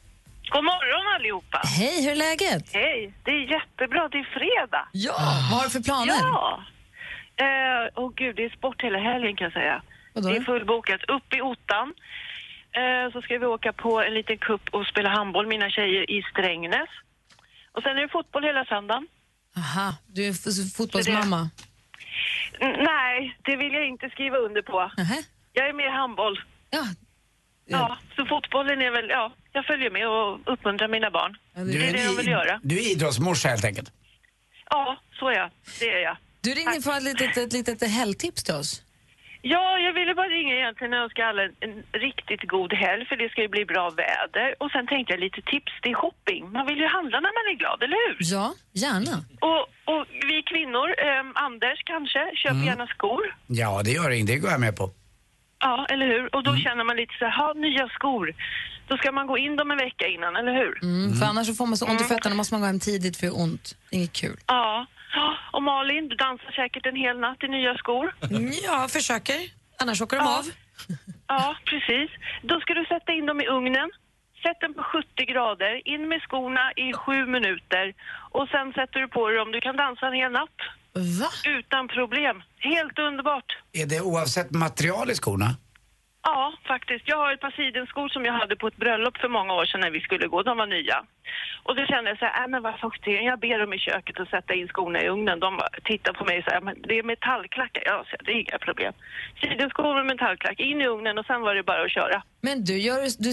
S20: God morgon allihopa!
S2: Hej, hur är läget?
S20: Hej! Det är jättebra, det är fredag.
S2: Ja, vad har du för planer?
S20: Ja! Eh, Åh gud, det är sport hela helgen kan jag säga.
S2: Vadå?
S20: Det är fullbokat. Upp i Ottan eh, så ska vi åka på en liten kupp och spela handboll, mina tjejer, i Strängnäs. Och sen är det fotboll hela söndagen.
S2: Aha, du är f- fotbollsmamma.
S20: N- nej, det vill jag inte skriva under på. Jag är med i handboll.
S2: Ja.
S20: ja, så fotbollen är väl, ja, jag följer med och uppmuntrar mina barn.
S3: Du
S20: det är det jag vill göra.
S3: du är idrottsmorsa helt enkelt.
S20: Ja, så är jag. Det är jag.
S2: Du ringde för ett litet, ett litet eh, helgtips till oss.
S20: Ja, jag ville bara ringa egentligen och önska alla en, en riktigt god helg för det ska ju bli bra väder. Och sen tänkte jag lite tips till shopping. Man vill ju handla när man är glad, eller hur?
S2: Ja, gärna.
S20: Och, och vi
S2: Mm.
S20: kvinnor, ehm, Anders kanske, köper gärna skor.
S3: Ja, det gör inget. Det går jag med på.
S20: Ja, eller hur? Och då
S2: Mm.
S20: känner man lite så här, ha nya skor. Då ska man gå in dem en vecka innan, eller hur?
S2: Mm, för annars så får man så ont i fötterna, då måste man gå hem tidigt för det gör ont. Det är inget kul.
S20: Ja. Ja, Och Malin, du dansar säkert en hel natt i nya skor.
S4: Mm, Ja, försöker. Annars åker de av.
S20: Ja, precis. Då ska du sätta in dem i ugnen. Sätt den på 70 grader, in med skorna i sju minuter och sen sätter du på dig dem. Du kan dansa en hel natt.
S2: Va?
S20: Utan problem. Helt underbart.
S3: Är det oavsett material i skorna?
S20: Ja, faktiskt. Jag har ett par sidenskor som jag hade på ett bröllop för många år sedan när vi skulle gå. De var nya. Och då kände jag så här, äh, men vad fuktiga. Jag ber dem i köket att sätta in skorna i ugnen. De bara tittar på mig och säger, men det är metallklackar. Jag sa, det är inga problem. Sidenskor med metallklack, in i ugnen och sen var det bara att köra.
S2: Men du, gör, du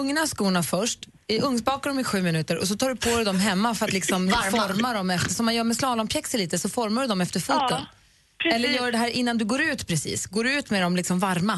S2: ugnar skorna först, i- ugnsbakar dem i sju minuter och så tar du på dig dem hemma för att liksom
S20: Varma.
S2: forma dem efter, som man gör med slalompjäxor lite, så formar du dem efter foten.
S20: precis.
S2: Eller gör det här innan du går ut precis, går du ut med dem liksom varma.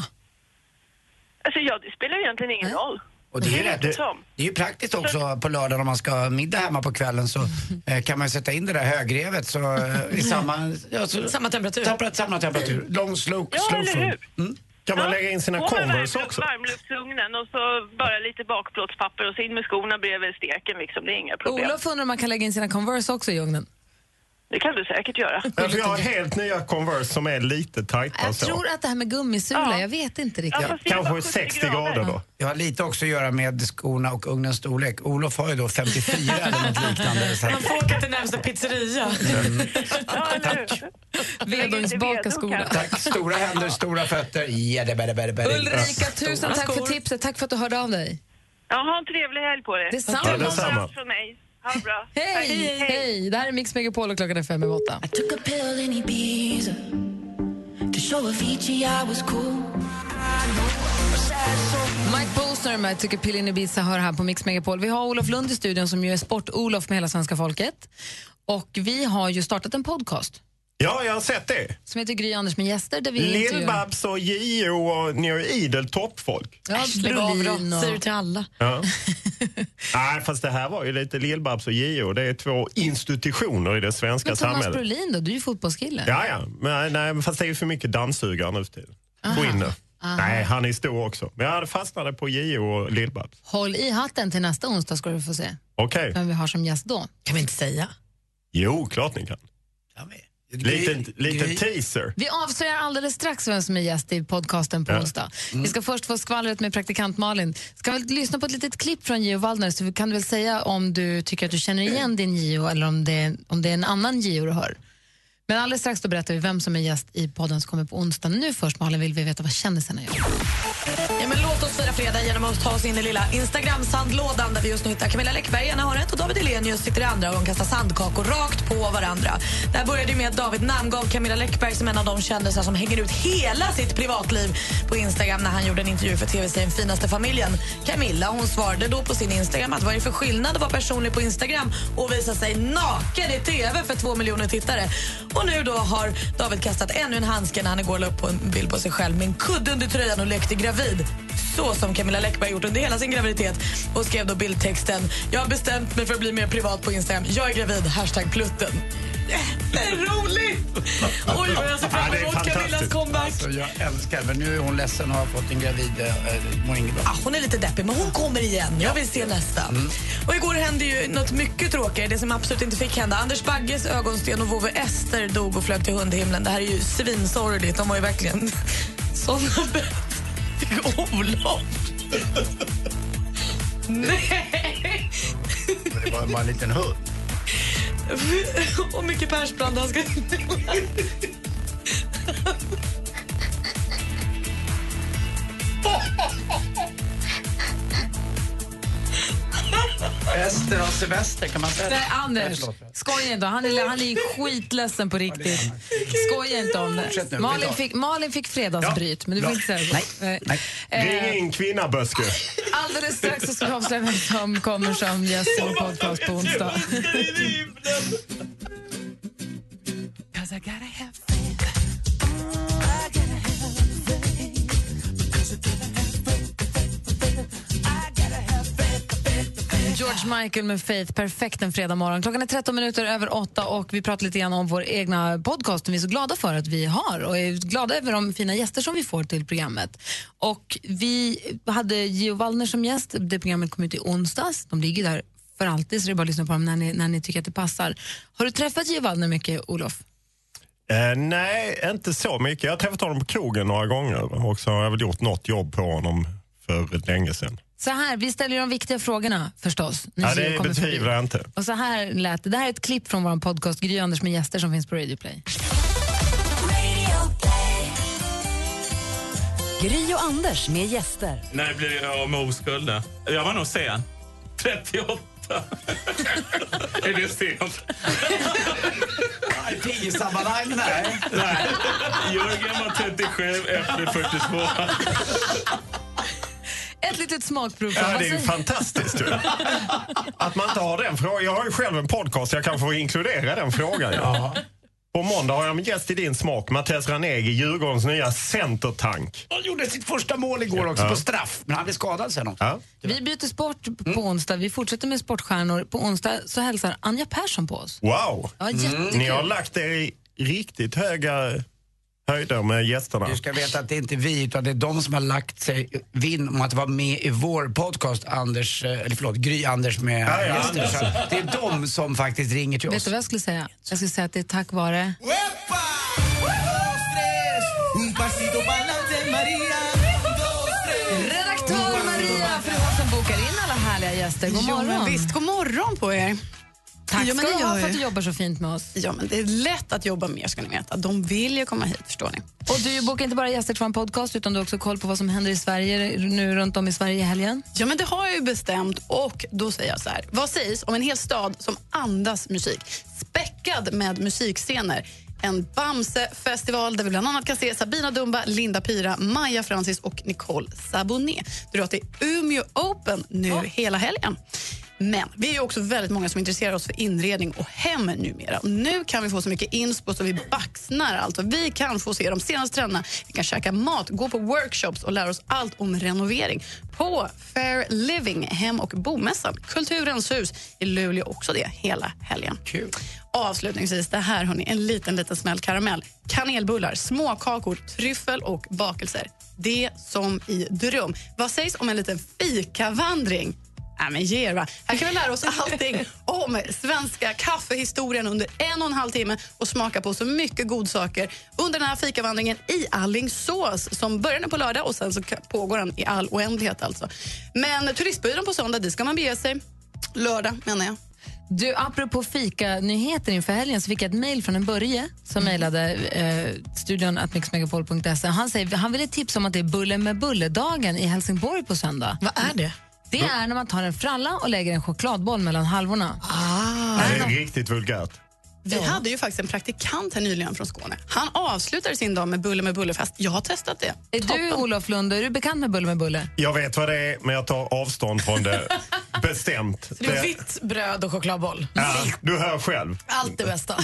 S20: Alltså ja, det spelar ju egentligen ingen roll.
S3: Och det, är ju
S20: Det är
S3: rätt,
S20: rätt som.
S3: det är ju praktiskt också på lördagen om man ska ha middag hemma på kvällen så eh, kan man ju sätta in det där högrevet så, eh, i samma, ja, så,
S4: Samma temperatur.
S3: Temperat, samma temperatur. Lång slow,
S20: Ja,
S3: slow
S20: eller
S3: food.
S20: hur?
S3: Mm.
S18: Kan man
S20: Ja.
S18: lägga in sina
S20: På med
S18: Converse
S20: varmluft-
S18: också?
S20: varmluftsugnen och så bara lite bakplåtspapper och så in med skorna bredvid steken liksom. Det är inga problem.
S2: Olof undrar om man kan lägga in sina Converse också i ugnen.
S20: Det kan du säkert göra.
S18: Ja, för jag har helt nya Converse som är lite tajta
S2: Jag
S18: så.
S2: tror att det här med gummisula, jag vet inte riktigt.
S18: Kanske 60 grader då.
S3: Jag har lite också att göra med skorna och ugnens storlek. Olof har ju då 54 eller något liknande. Så att,
S4: Man får åka till närmsta pizzeria.
S2: Vedugnsbaka skorna.
S3: tack, stora händer, stora fötter. Ja, det, bädde, bädde, bädde.
S2: Ulrika, tusen tack för tipset. Tack för att du hörde av dig.
S20: Ja, ha en trevlig helg på er.
S2: Detsamma. Ja, detsamma.
S20: Allt från mig. Ha det bra. Tack.
S2: Hej! Hej! Det här är Mix Megapol och klockan är fem över åtta.
S8: Took a pill in Ibiza to show Avicii I was cool.
S2: Mike Bosner med Tycker Pillin Ibiza hör här på Mix Megapol. Vi har Olof Lund i studion som ju är sport-Olof med hela svenska folket. Och vi har ju startat en podcast
S18: Ja, jag har sett det.
S2: som heter Gry Anders med gäster där vi intervjuar...
S18: Lill-Babs och Gio och ni är ju idel toppfolk.
S2: Ja,
S4: Lägg av då,
S2: och-
S4: säger du till alla.
S18: Ja. Nej, fast det här var ju lite Lill-Babs och Gio. Det är två institutioner i det svenska
S2: Men Thomas
S18: samhället.
S2: Brolin då, du är ju fotbollskille.
S18: Ja, ja. Men, nej, men fast det är ju för mycket dammsugare nu för tiden.
S2: Aha.
S18: Brinner.
S2: Aha.
S18: Nej, han är stor också. Men jag fastnade på Gio och Lill-Babs.
S2: Håll i hatten till nästa onsdag ska du få se
S18: Okej.
S2: vem vi har som gäst då. Kan vi inte säga?
S18: Jo, klart ni kan. Liten, liten teaser.
S2: Vi avslöjar alldeles strax vem som är gäst i podcasten på
S18: Ja.
S2: onsdag.
S18: Mm.
S2: Vi ska först få skvallret med praktikant Malin. Ska vi lyssna på ett litet klipp från Gio Waldner så kan du väl säga om du tycker att du känner igen din Gio eller om det, om det är en annan Gio du hör. Men alldeles strax då berättar vi vem som är gäst i podden som kommer på onsdag. Nu först Malin vill vi veta vad kändisarna gör.
S4: Ja, men låt oss fira fredag genom att ta oss in i lilla Instagram-sandlådan där vi just nu hittar Camilla Läckberg i ena hörnet och David Hellenius sitter i andra och de kastar sandkakor rakt på varandra. Det här började ju med att David namngav Camilla Läckberg som en av de kändisar som hänger ut hela sitt privatliv på Instagram när han gjorde en intervju för tv-serien Finaste familjen. Camilla hon svarade då på sin Instagram att vad är det för skillnad att vara personlig på Instagram och visa sig naken i tv för två miljoner tittare. Och nu då har David kastat ännu en handske när han igår la upp på en bild på sig själv med en kudde under tröjan och lekte gravid. Så som Camilla Läckberg gjort under hela sin graviditet och skrev då bildtexten Jag har bestämt mig för att bli mer privat på Instagram. Jag är gravid, hashtag plutten. Det är roligt! Oj, vad jag ser fram
S3: Ja, det är
S4: emot Camillas
S3: fantastiskt.
S4: comeback.
S3: Alltså, jag älskar men nu är hon ledsen och har fått en gravid. eh, Mår inget bra.
S4: Ah, hon är lite deppig, men hon kommer igen. Jag vill se nästa. Och igår hände ju något mycket tråkigare, det som absolut inte fick hända. Anders Bagges ögonsten och vovve Ester dog och flög till hundhimlen. Det här är ju svinsorgligt. De var ju verkligen såna bett. Olof! Nej!
S3: Det var bara en liten hund.
S4: Och Micke Persbrandt, han ska...
S3: Ester har semester kan man säga.
S2: Nej, Eh, Anders, skoja inte. Han är, han är skitledsen på riktigt. Skoja inte om
S3: Fortsätt nu,
S2: det.
S3: vi
S2: Malin
S3: tar.
S2: fick, Malin fick fredagsbryt, men du får
S18: Bra.
S2: inte säga så. Nej. Eh,
S18: Ring in kvinna, Böske.
S2: Alldeles strax så ska vi avslöja vem som kommer som gäst i vår podcast på onsdag. George George Michael med Faith, perfekt en fredag morgon. Klockan är 13 minuter över 8 och vi pratar lite grann om vår egna podcast som vi är så glada för att vi har och är glada över de fina gäster som vi får till programmet. Och vi hade Gio Wallner som gäst, det programmet kom ut i onsdags. De ligger där för alltid så det är bara att lyssna på dem när ni, när ni tycker att det passar. Har du träffat Gio Wallner mycket, Olof?
S18: Eh, nej, inte så mycket. Jag har träffat honom på krogen några gånger och så har jag väl gjort något jobb på honom för länge sedan.
S2: Så här, vi ställer ju de viktiga frågorna förstås. när
S18: Ja,
S2: Gio
S18: det
S2: kommer förbi.
S18: betvivlar jag inte.
S2: Och så här lät det. Det här är ett klipp från vår podcast Gry Anders med gäster som finns på Radio Play.
S1: Gry och Anders med gäster.
S10: När jag blev jag av med oskulden? Jag var nog sen. 38. är det sent?
S3: Tio-sammanhang, nej.
S10: Nej. Jörgen var 37 efter 42.
S2: Ett litet smakprov.
S18: Ja,
S2: Vad
S18: det är ju
S2: säger-
S18: fantastiskt ju. Att man inte har den frågan. Jag har ju själv en podcast, jag kan få inkludera den frågan. Ja. På måndag har jag en gäst i din smak, Mattias Ranegi, Djurgårdens nya centertank.
S3: Han gjorde sitt första mål igår också
S18: Ja.
S3: på straff, men han blev skadad sen också.
S2: Vi byter sport
S18: Mm.
S2: på onsdag. Vi fortsätter med sportstjärnor. På onsdag så hälsar Anja Persson på oss.
S18: Wow! Mm.
S2: Ja, jättekul.
S18: Ni har lagt er i riktigt höga höjder med gästerna.
S3: Du ska veta att det är inte vi, utan det är de som har lagt sig vinn om att vara med i vår podcast, Anders, eh, eller förlåt, Gry Anders med
S2: Ja, ja,
S3: gäster.
S2: Anders.
S3: Så att Det är de som faktiskt ringer till
S2: Vet
S3: oss.
S2: du vad jag skulle säga? Jag skulle säga att det är tack vare... Redaktör Maria för det är hon som bokar in alla härliga gäster. God
S14: Jo, men
S2: morgon.
S14: visst, god morgon på er.
S2: Tack
S14: Jo, men
S2: ska
S14: det
S2: du ha
S14: gör
S2: för att
S14: jag.
S2: du jobbar så fint med oss.
S14: Ja, men det är lätt att jobba mer ska ni veta. De vill ju komma hit, förstår ni.
S2: Och du bokar inte bara gäster till en podcast utan du har också koll på vad som händer i Sverige nu runt om i Sverige i helgen.
S14: Ja, men det har jag ju bestämt och då säger jag så här. Vad sägs om en hel stad som andas musik? Späckad med musikscener. En Bamse-festival där vi bland annat kan se Sabina Dumba, Linda Pyra, Maja Francis och Nicole Saboné. Dra till Umeå Open nu hela helgen. Men vi är ju också väldigt många som intresserar oss för inredning och hem numera. Och nu kan vi få så mycket inspo så vi baxnar. Alltså, vi kan få se de senaste trenderna, vi kan käka mat, gå på workshops och lära oss allt om renovering på Fair Living, Hem och bomässan. Kulturens hus i Luleå också det hela helgen.
S3: Kul.
S14: Avslutningsvis, det här hörni, en liten, liten smäll karamell. Kanelbullar, småkakor, tryffel och bakelser. Det som i dröm. Vad sägs om en liten fikavandring? Ja, men ge er, va? Här kan vi lära oss allting om svenska kaffehistorien under en och en halv timme och smaka på så mycket godsaker under den här fikavandringen i Allingsås som börjar nu på lördag och sen så ka- pågår den i all oändlighet. alltså. Men turistbyrån på söndag, dit ska man bege sig. Lördag, menar jag.
S2: Du, apropå fika-nyheter inför helgen så fick jag ett mejl från en Börje som
S4: Mm.
S2: mejlade eh, studion at mixmegapol.se. Han, säger- han ville tipsa om att det är bulle med bulle-dagen i Helsingborg på söndag. Vad är det? Det är när man tar en fralla och lägger en chokladboll mellan halvorna.
S18: Ja, Det är riktigt vulgärt.
S14: Ah, Vi hade ju faktiskt en praktikant här nyligen från Skåne. Han avslutade sin dag med bulle med bullefest. Jag har testat det.
S2: Är du, Olof Lund, är du bekant med bulle med bulle?
S18: Jag vet vad det är, men jag tar avstånd från det bestämt.
S4: Det är vitt bröd och chokladboll.
S18: ja, du hör själv.
S4: Allt det bästa.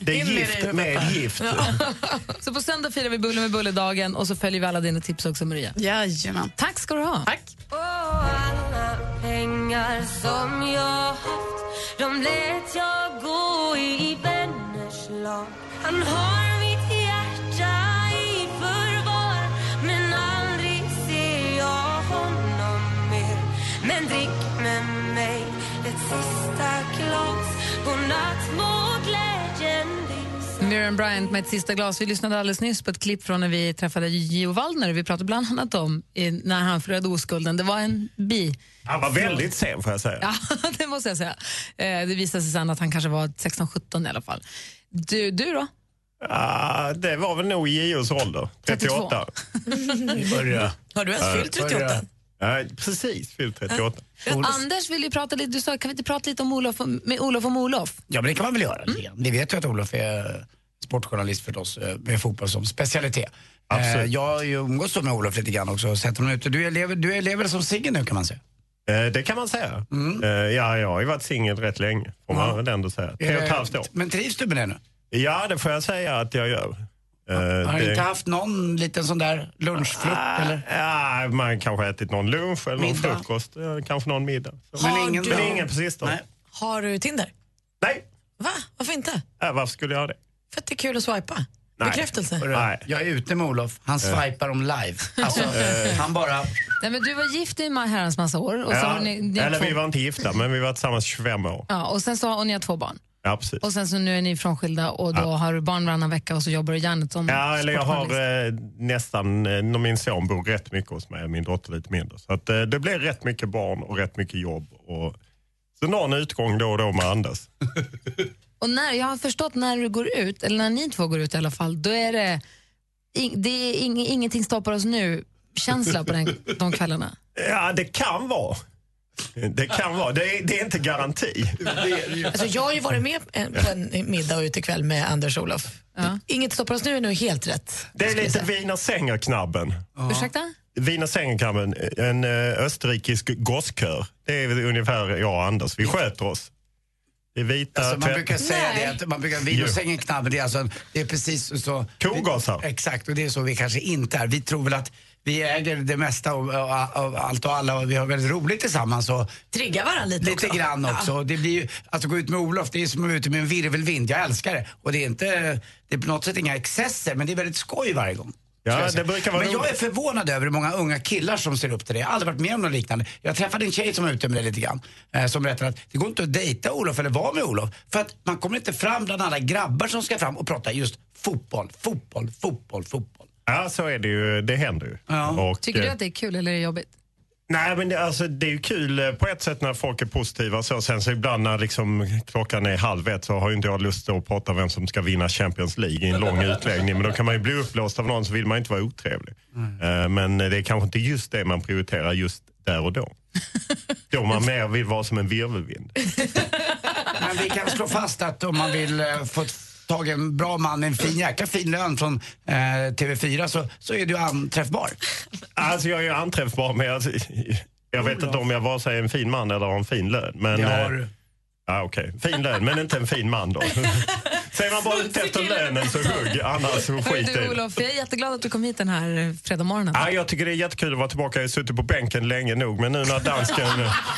S18: Det är
S4: In med dig,
S18: gift
S4: Peppa.
S18: med gift.
S2: Så på söndag firar vi bulle med bulle-dagen och så följer vi alla dina tips också, Maria.
S14: Jajamän.
S2: Tack ska du ha.
S14: Tack.
S23: Pengar som jag haft De lät jag gå i vänners lag Han har mitt hjärta i förvar Men aldrig ser jag honom mer Men drick med mig ett sista glas Godnatt må glädjen din
S2: Miriam Bryant med ett sista glas. Vi lyssnade alldeles nyss på ett klipp från när vi träffade Gio Wallner. Vi pratade bland annat om eh, när han förlorade oskulden. Det var en bi.
S18: Han var väldigt sen får jag säga.
S2: Ja, det måste jag säga. Eh, Det visade sig sen att han kanske var 16-17 i alla fall. Du, du då?
S18: Ah, det var väl nog JOs ålder, 38.
S4: Har du ens fyllt 38?
S18: Nej, precis fyllt 38.
S2: Anders vill ju prata lite. Du sa, kan vi inte prata lite om Olof, med Olof om Olof?
S3: Ja, men det kan man väl göra. Ni vet ju att Olof är sportjournalist förstås, eh, med fotboll som specialitet.
S18: Absolut.
S3: Eh, Jag har ju umgåtts då med Olof lite grann också och sett honom ute. Du är lever, du är lever som singel nu kan man säga. Mm.
S18: Eh, Det kan man säga. Eh, Ja, jag har ju varit singel rätt länge, får man väl ändå säga. Tre och ett halvt år.
S3: Men trivs du med det nu?
S18: Ja, det får jag säga att jag gör. Eh,
S3: Har du
S18: det- Ah,
S3: inte haft någon liten sån där lunchfrukt eller?
S18: Ja, man kanske har ätit någon lunch eller någon
S3: Middag.
S18: frukost, eh, kanske någon middag. Så-
S4: Har Men ingen- du-
S18: men ingen på sistone. Nej.
S4: Har du Tinder?
S18: Nej.
S4: Va? Varför inte?
S18: Äh, varför skulle jag ha det?
S4: För att det är kul att swipa. Bekräftelse.
S3: Hörru, Jag är ute med Olof. Han swipar dem live. Alltså,
S18: Eh.
S3: han bara...
S2: Nej, men du var gift i en herrans massa år. Och, så
S18: ja.
S2: har ni, ni har
S18: Eller
S2: två,
S18: vi var inte gifta, men vi var tillsammans 25 år.
S2: ja, och sen så har och ni har två barn.
S18: Ja, precis.
S2: Och sen så nu är ni frånskilda och då
S18: Ja.
S2: har du barn varannan vecka och så jobbar du järnet som
S18: Ja, eller jag
S2: sportjournalist.
S18: har eh, nästan, eh, när min son bor rätt mycket hos mig, min dotter lite mindre. Så att, eh, det blir rätt mycket barn och rätt mycket jobb. Och, så någon utgång då och då med Anders.
S2: Och när, jag har förstått när du går ut, eller när ni två går ut i alla fall, då är det, ing- det är ing, ingenting stoppar oss nu-känsla på den, de kvällarna.
S18: Ja, det kan vara. Det kan vara. Det är, det är inte garanti.
S4: Alltså, jag har ju varit med eh, på en middag och utekväll med Anders och Olof. Inget stoppar oss nu är nog helt rätt.
S18: Det är lite Wiener Sänger-knabben.
S2: Ursäkta?
S18: Wiener Sänger-knabben, en eh, österrikisk gosskör. Det är väl ungefär jag och Anders. Vi sköter oss. Det är vita
S3: Alltså, man
S18: tvätt-
S3: brukar säga det, att man brukar vinosängen knabben, det är alltså en, det är precis så...
S18: alltså?
S3: Kogasar. Exakt, och det är så vi kanske inte är. Vi tror väl att vi äger det mesta av, av, av allt och alla och vi har väldigt roligt tillsammans. Och
S4: Triggar varandra lite
S3: Lite
S4: också.
S3: grann också. Och Det blir ju, att gå ut med Olof, det är som att vara ute med en virvelvind. Jag älskar det. Och det är inte, det är på något sätt inga excesser, men det är väldigt skoj varje gång.
S18: Ja,
S3: skulle jag säga.
S18: det brukar vara
S3: men jag är
S18: roligt.
S3: förvånad över hur många unga killar som ser upp till det. Jag har aldrig varit med om något liknande. Jag träffade en tjej som var ute med det lite grann. Eh, som berättade att det går inte att dejta Olof eller vara med Olof. För att man kommer inte fram bland alla grabbar som ska fram och prata just fotboll, fotboll, fotboll, fotboll.
S18: Ja, så är det ju. Det händer ju. Och,
S2: Tycker du
S18: eh,
S2: att det är kul eller är det jobbigt?
S18: Nej, men det, alltså, det är ju kul eh, på ett sätt när folk är positiva. och Så. Sen så ibland när liksom, klockan är halv ett så har ju inte jag lust att prata om vem som ska vinna Champions League i en lång utläggning. Men då kan man ju bli uppblåst av någon så vill man inte vara otrevlig. Eh, Men det är kanske inte just det man prioriterar just där och då. Då man mer vill vara som en virvelvind.
S3: Men vi kan slå fast att om man vill eh, få t- tag i en bra man med en fin jäkla fin lön från eh, TV4 så, så är du anträffbar.
S18: Alltså jag är ju anträffbar men jag, jag vet inte om jag vare sig är en fin man eller har en fin lön. Men,
S3: Det har
S18: eh,
S3: du.
S18: Ja, okej. Fin lön, men inte en fin man då. Säger man bara ute efter lönen så hugg, annars så
S2: Hörru
S18: alltså, skit i
S2: du
S18: det.
S2: Olof, jag är jätteglad att du kom hit den här eh, fredag morgonen.
S18: Ja, jag tycker det är jättekul att vara tillbaka. Jag har suttit på bänken länge nog. Men nu när dansken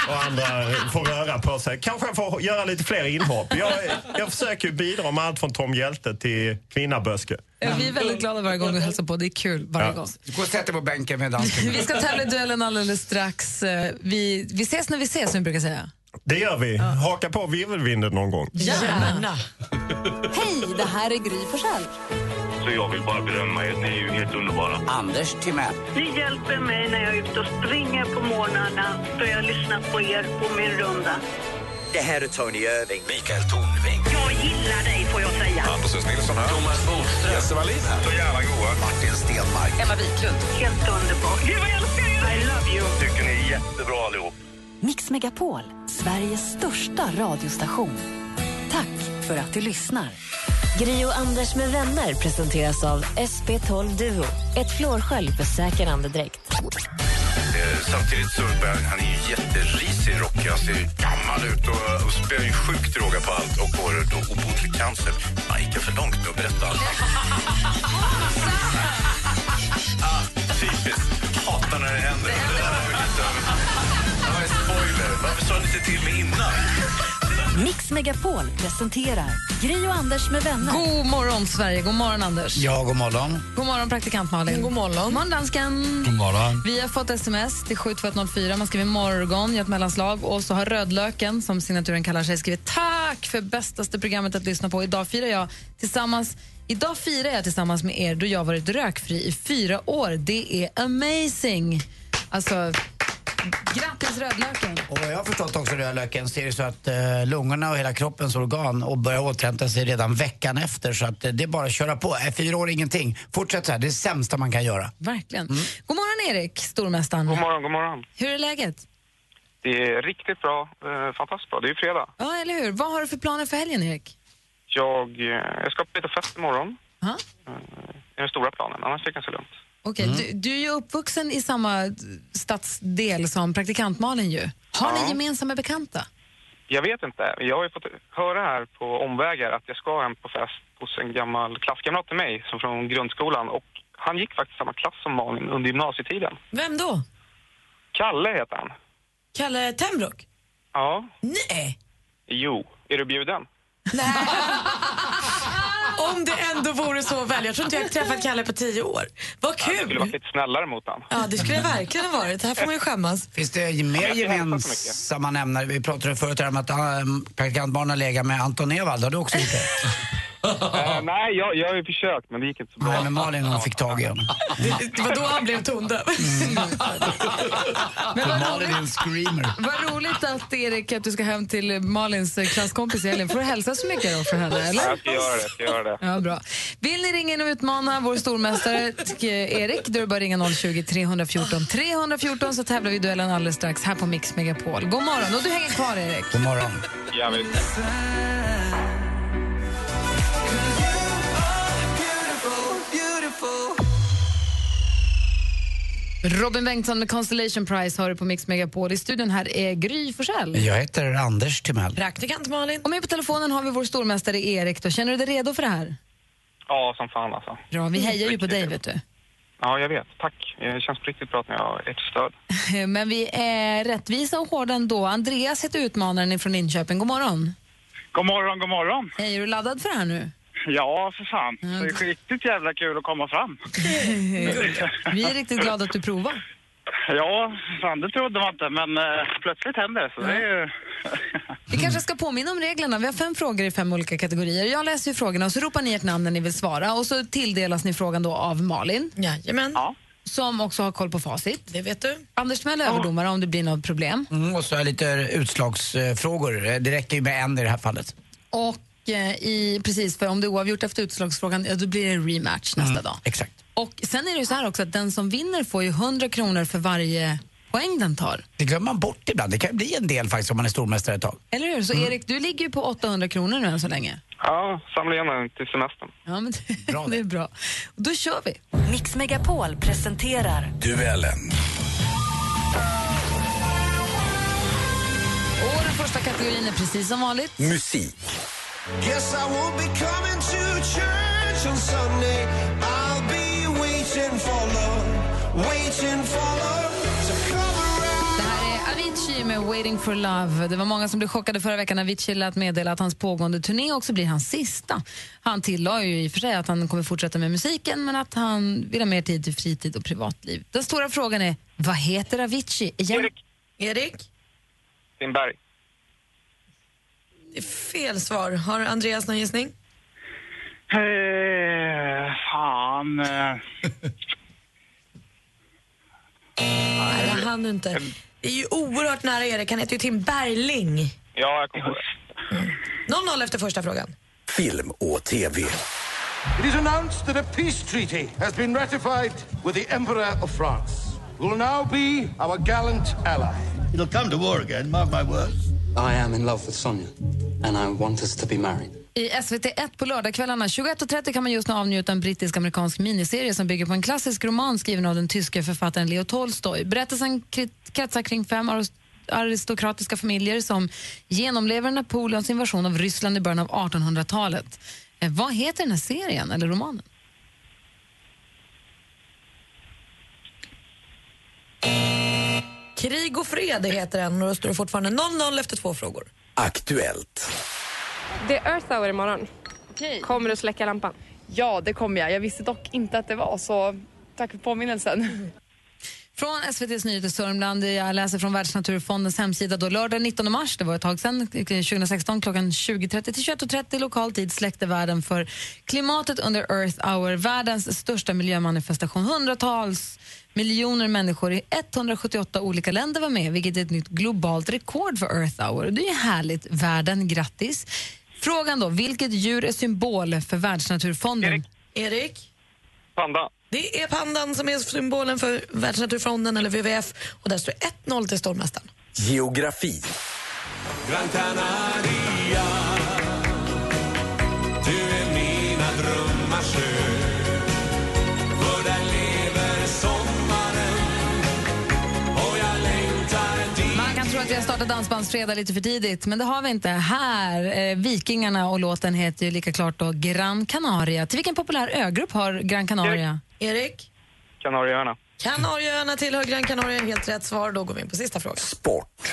S18: och andra får röra på sig kanske jag får göra lite fler inhopp. Jag, jag försöker ju bidra med allt från Tom Hjälte till Kvinnaböske.
S2: Ja, Vi är väldigt glada varje gång du hälsar på, det är kul varje gång.
S3: Gå och sätt dig på bänken med dansken.
S2: Vi ska tävla i duellen alldeles strax. Eh, Vi, vi ses när vi ses, som vi brukar säga.
S18: Det gör vi. Haka på virvelvinden någon gång.
S2: Gärna.
S1: Hej, det här är Gry Forssell.
S12: Så jag vill bara berömma er. Ni är ju helt underbara.
S3: Anders Timell.
S12: Ni hjälper mig när jag är ute och springer på morgnarna för jag lyssnar på er på min runda.
S7: Det här är Tony Irving. Mikael Tornving. Jag gillar dig får jag säga. Hampus Nilsson här. Thomas Bodström. Jesse Wallin här. Så jävla goa. Martin Stenmark.
S12: Emma Wiklund. Helt underbart. Gud vad jag älskar er! I love you. Tycker ni är jättebra allihop.
S1: Mix Megapol, Sveriges största radiostation. Tack för att du lyssnar. Gri och Anders med vänner presenteras av SP12 Duo. Ett flårskölj för säker andedräkt.
S12: Eh, samtidigt så bär- han är ju jätterisig Rocky. Han ser ju gammal ut och, och spär ju sjukt råga på allt och får då obotlig cancer. Man gick för långt med att berätta allt. ah, typiskt. Hatar när det händer. Det där var ju lite över- det var en spoiler. Varför sa ni inte till mig innan?
S1: Mix Megapol presenterar Gri och Anders med vänner.
S2: God morgon, Sverige. God morgon, Anders.
S3: Ja, god morgon.
S2: God morgon, praktikant Malin. God morgon. God morgon, dansken.
S3: God morgon.
S2: Vi har fått sms till 72104. Man skriver morgon, gör ett mellanslag. Och så har Rödlöken, som signaturen kallar sig, skrivit tack för bästaste programmet att lyssna på. Idag firar jag tillsammans Idag firar jag tillsammans med er då jag varit rökfri i fyra år. Det är amazing! Alltså, grattis Rödlöken!
S3: Och vad jag har förstått också rödlöken så är det så att eh, lungorna och hela kroppens organ och börjar återhämta sig redan veckan efter. Så att eh, det är bara att köra på. Är fyra år ingenting. Fortsätt så här, det är det sämsta man kan göra.
S2: Verkligen. God morgon Erik, stormästaren.
S13: God morgon, god morgon.
S2: Hur är läget?
S13: Det är riktigt bra. Eh, fantastiskt bra. Det är ju fredag.
S2: Ja, eller hur? Vad har du för planer för helgen, Erik?
S13: Jag, eh, jag ska på lite fest imorgon.
S2: Ja.
S13: Det är den stora planen. Annars är det ganska lugnt.
S2: Okej, du, du är ju uppvuxen i samma stadsdel som praktikant Malin ju. Har
S13: Ja.
S2: ni gemensamma bekanta?
S13: Jag vet inte. Jag har ju fått höra här på omvägar att jag ska hem på fest hos en gammal klasskamrat till mig som från grundskolan. Och han gick faktiskt samma klass som Malin under gymnasietiden.
S4: Vem då?
S13: Kalle heter han.
S4: Kalle Tenbrook?
S13: Ja.
S4: Nej!
S13: Jo. Är du bjuden?
S4: Om det ändå vore så väl. Jag tror inte jag har träffat Kalle på tio år. Vad
S13: Ja, du skulle
S4: kul!
S13: varit lite snällare mot han.
S4: Ja, det skulle jag verkligen ha varit. Här får man ju skämmas.
S3: Finns det
S4: Ja,
S3: mer
S4: jag har hört så mycket.
S3: gemensamma nämnare? Vi pratade förut här om att äh, praktikantbarnen har legat med Anton Ewald. Har du också gjort det?
S13: Eh, nej, jag, jag har ju försökt men det gick inte så bra.
S3: Nej, men Malin hon fick tag i honom. Mm.
S4: Det, det var då han blev tondöv.
S3: Malin är en screamer.
S2: Vad roligt att Erik, att du ska hem till Malins eh, klasskompis i helgen. Får du hälsa så mycket då från henne,
S13: Ja,
S2: eller?
S13: Jag ska göra det, jag ska göra det.
S2: Ja, bra. Vill ni ringa in och utmana vår stormästare t- eh, Erik, då är det bara att ringa 020 314 314 så tävlar vi i duellen alldeles strax här på Mix Megapol. God morgon, och du hänger kvar Erik.
S3: God morgon.
S13: Jag vet.
S24: Oh,
S2: Robin Bengtsson med Constellation Prize har du på Mix Megapol. I studion här är Gry Forssell.
S3: Jag heter Anders Timell.
S2: Praktikant Malin. Och med på telefonen har vi vår stormästare Erik. Då Känner du dig redo för det här?
S13: Ja, som fan alltså.
S2: Bra, vi hejar ju på dig vet du.
S13: Ja, jag vet. Tack. Eh, Det känns på riktigt bra att ni har ert stöd.
S2: Men vi är rättvisa och hårda ändå. Andreas heter utmanaren från Linköping. God morgon.
S16: God morgon, god morgon.
S2: Hej, är du laddad för det här nu?
S16: Ja, för fan.
S2: Mm.
S16: Det är riktigt jävla kul att komma fram.
S2: Vi är riktigt glada att du provar.
S16: Ja, fan det trodde man inte, men eh, plötsligt händer det. Så det är ju...
S2: Vi kanske ska påminna om reglerna. Vi har fem frågor i fem olika kategorier. Jag läser ju frågorna och så ropar ni ert namn när ni vill svara och så tilldelas ni frågan då av Malin.
S4: Jajamän.
S16: Ja.
S2: Som också har koll på facit.
S4: Det vet du.
S2: Anders Timell är överdomare om det blir något problem.
S3: Mm, och så har jag lite utslagsfrågor. Eh, Det räcker ju med en i det här fallet.
S2: Och eh, i, precis, för om det är oavgjort efter utslagsfrågan, ja, då blir det en rematch nästa
S3: Mm,
S2: dag.
S3: Exakt.
S2: Och sen är det ju så här också att den som vinner får ju 100 kronor för varje poäng den tar.
S3: Det glömmer man bort ibland. Det kan ju bli en del faktiskt om man är stormästare ett tag.
S2: Eller hur? Så Erik, du ligger ju på 800 kronor nu än så länge.
S13: Ja, samla igen den till semestern.
S2: Ja, men det, det är bra. Då kör vi.
S1: Mix Megapol presenterar
S7: Duellen.
S2: Och den första kategorin är precis som vanligt.
S7: Musik.
S15: Guess I won't be coming to church on Sunday. I'll be waiting for love, waiting for love to come around.
S2: Det här är Avicii med Waiting for Love. Det var många som blev chockade förra veckan när Avicii lät meddela att hans pågående turné också blir hans sista. Han tillade ju i och för sig att han kommer fortsätta med musiken men att han vill ha mer tid till fritid och privatliv. Den stora frågan är, vad heter Avicii egentligen?
S4: Erik?
S13: Lindberg.
S4: Det är fel svar. Har Andreas någon gissning?
S16: Eh, fan. eh.
S4: Nej, det hann du inte. Det är ju oerhört nära Erik. Han heter ju Tim Bergling.
S13: Ja, jag kommer på det.
S4: 0-0 efter första frågan.
S7: Film och TV.
S15: It is announced that a peace treaty has been ratified with the Emperor of France, who will now be our gallant ally.
S19: It'll come to war again, mark my words. I am in love with Sonia, and I want us to be married.
S2: I SVT1 på lördagskvällarna 21.30 kan man just nu avnjuta en brittisk-amerikansk miniserie som bygger på en klassisk roman skriven av den tyske författaren Leo Tolstoj. Berättelsen kri- kretsar kring fem aros- aristokratiska familjer som genomlever Napoleons invasion av Ryssland i början av 1800-talet. Eh, Vad heter den här serien eller romanen?
S4: Krig och fred heter den och då står det fortfarande 0-0 efter två frågor.
S7: Aktuellt.
S25: Det är Earth Hour imorgon. Kommer du släcka lampan? Ja, det kommer jag. Jag visste dock inte att det var, så tack för påminnelsen.
S2: Från SVTs Nyheter Sörmland, jag läser från Världsnaturfondens hemsida då lördag 19 mars, det var ett tag sedan, 2016 klockan 20.30 till 21.30 lokal tid släckte världen för klimatet under Earth Hour, världens största miljömanifestation. Hundratals miljoner människor i 178 olika länder var med, vilket är ett nytt globalt rekord för Earth Hour. Det är ju härligt. Världen, grattis. Frågan då, vilket djur är symbol för Världsnaturfonden?
S4: Erik?
S13: Panda.
S4: Det är pandan som är symbolen för Världsnaturfonden, eller WWF, och där står 1-0 till stormästaren.
S7: Geografi.
S15: Gran Canaria, du är mina drömmars ö. För där lever sommaren och jag längtar dit.
S2: Man kan tro att jag startar starta Dansbandsfredag lite för tidigt, men det har vi inte här. Eh, Vikingarna och låten heter ju lika klart då Gran Canaria. Till vilken populär ögrupp har Gran Canaria?
S4: Erik?
S13: Kanarieöarna.
S4: Kanarieöarna tillhör Gran Canaria, helt rätt svar. Då går vi in på sista frågan. Sport.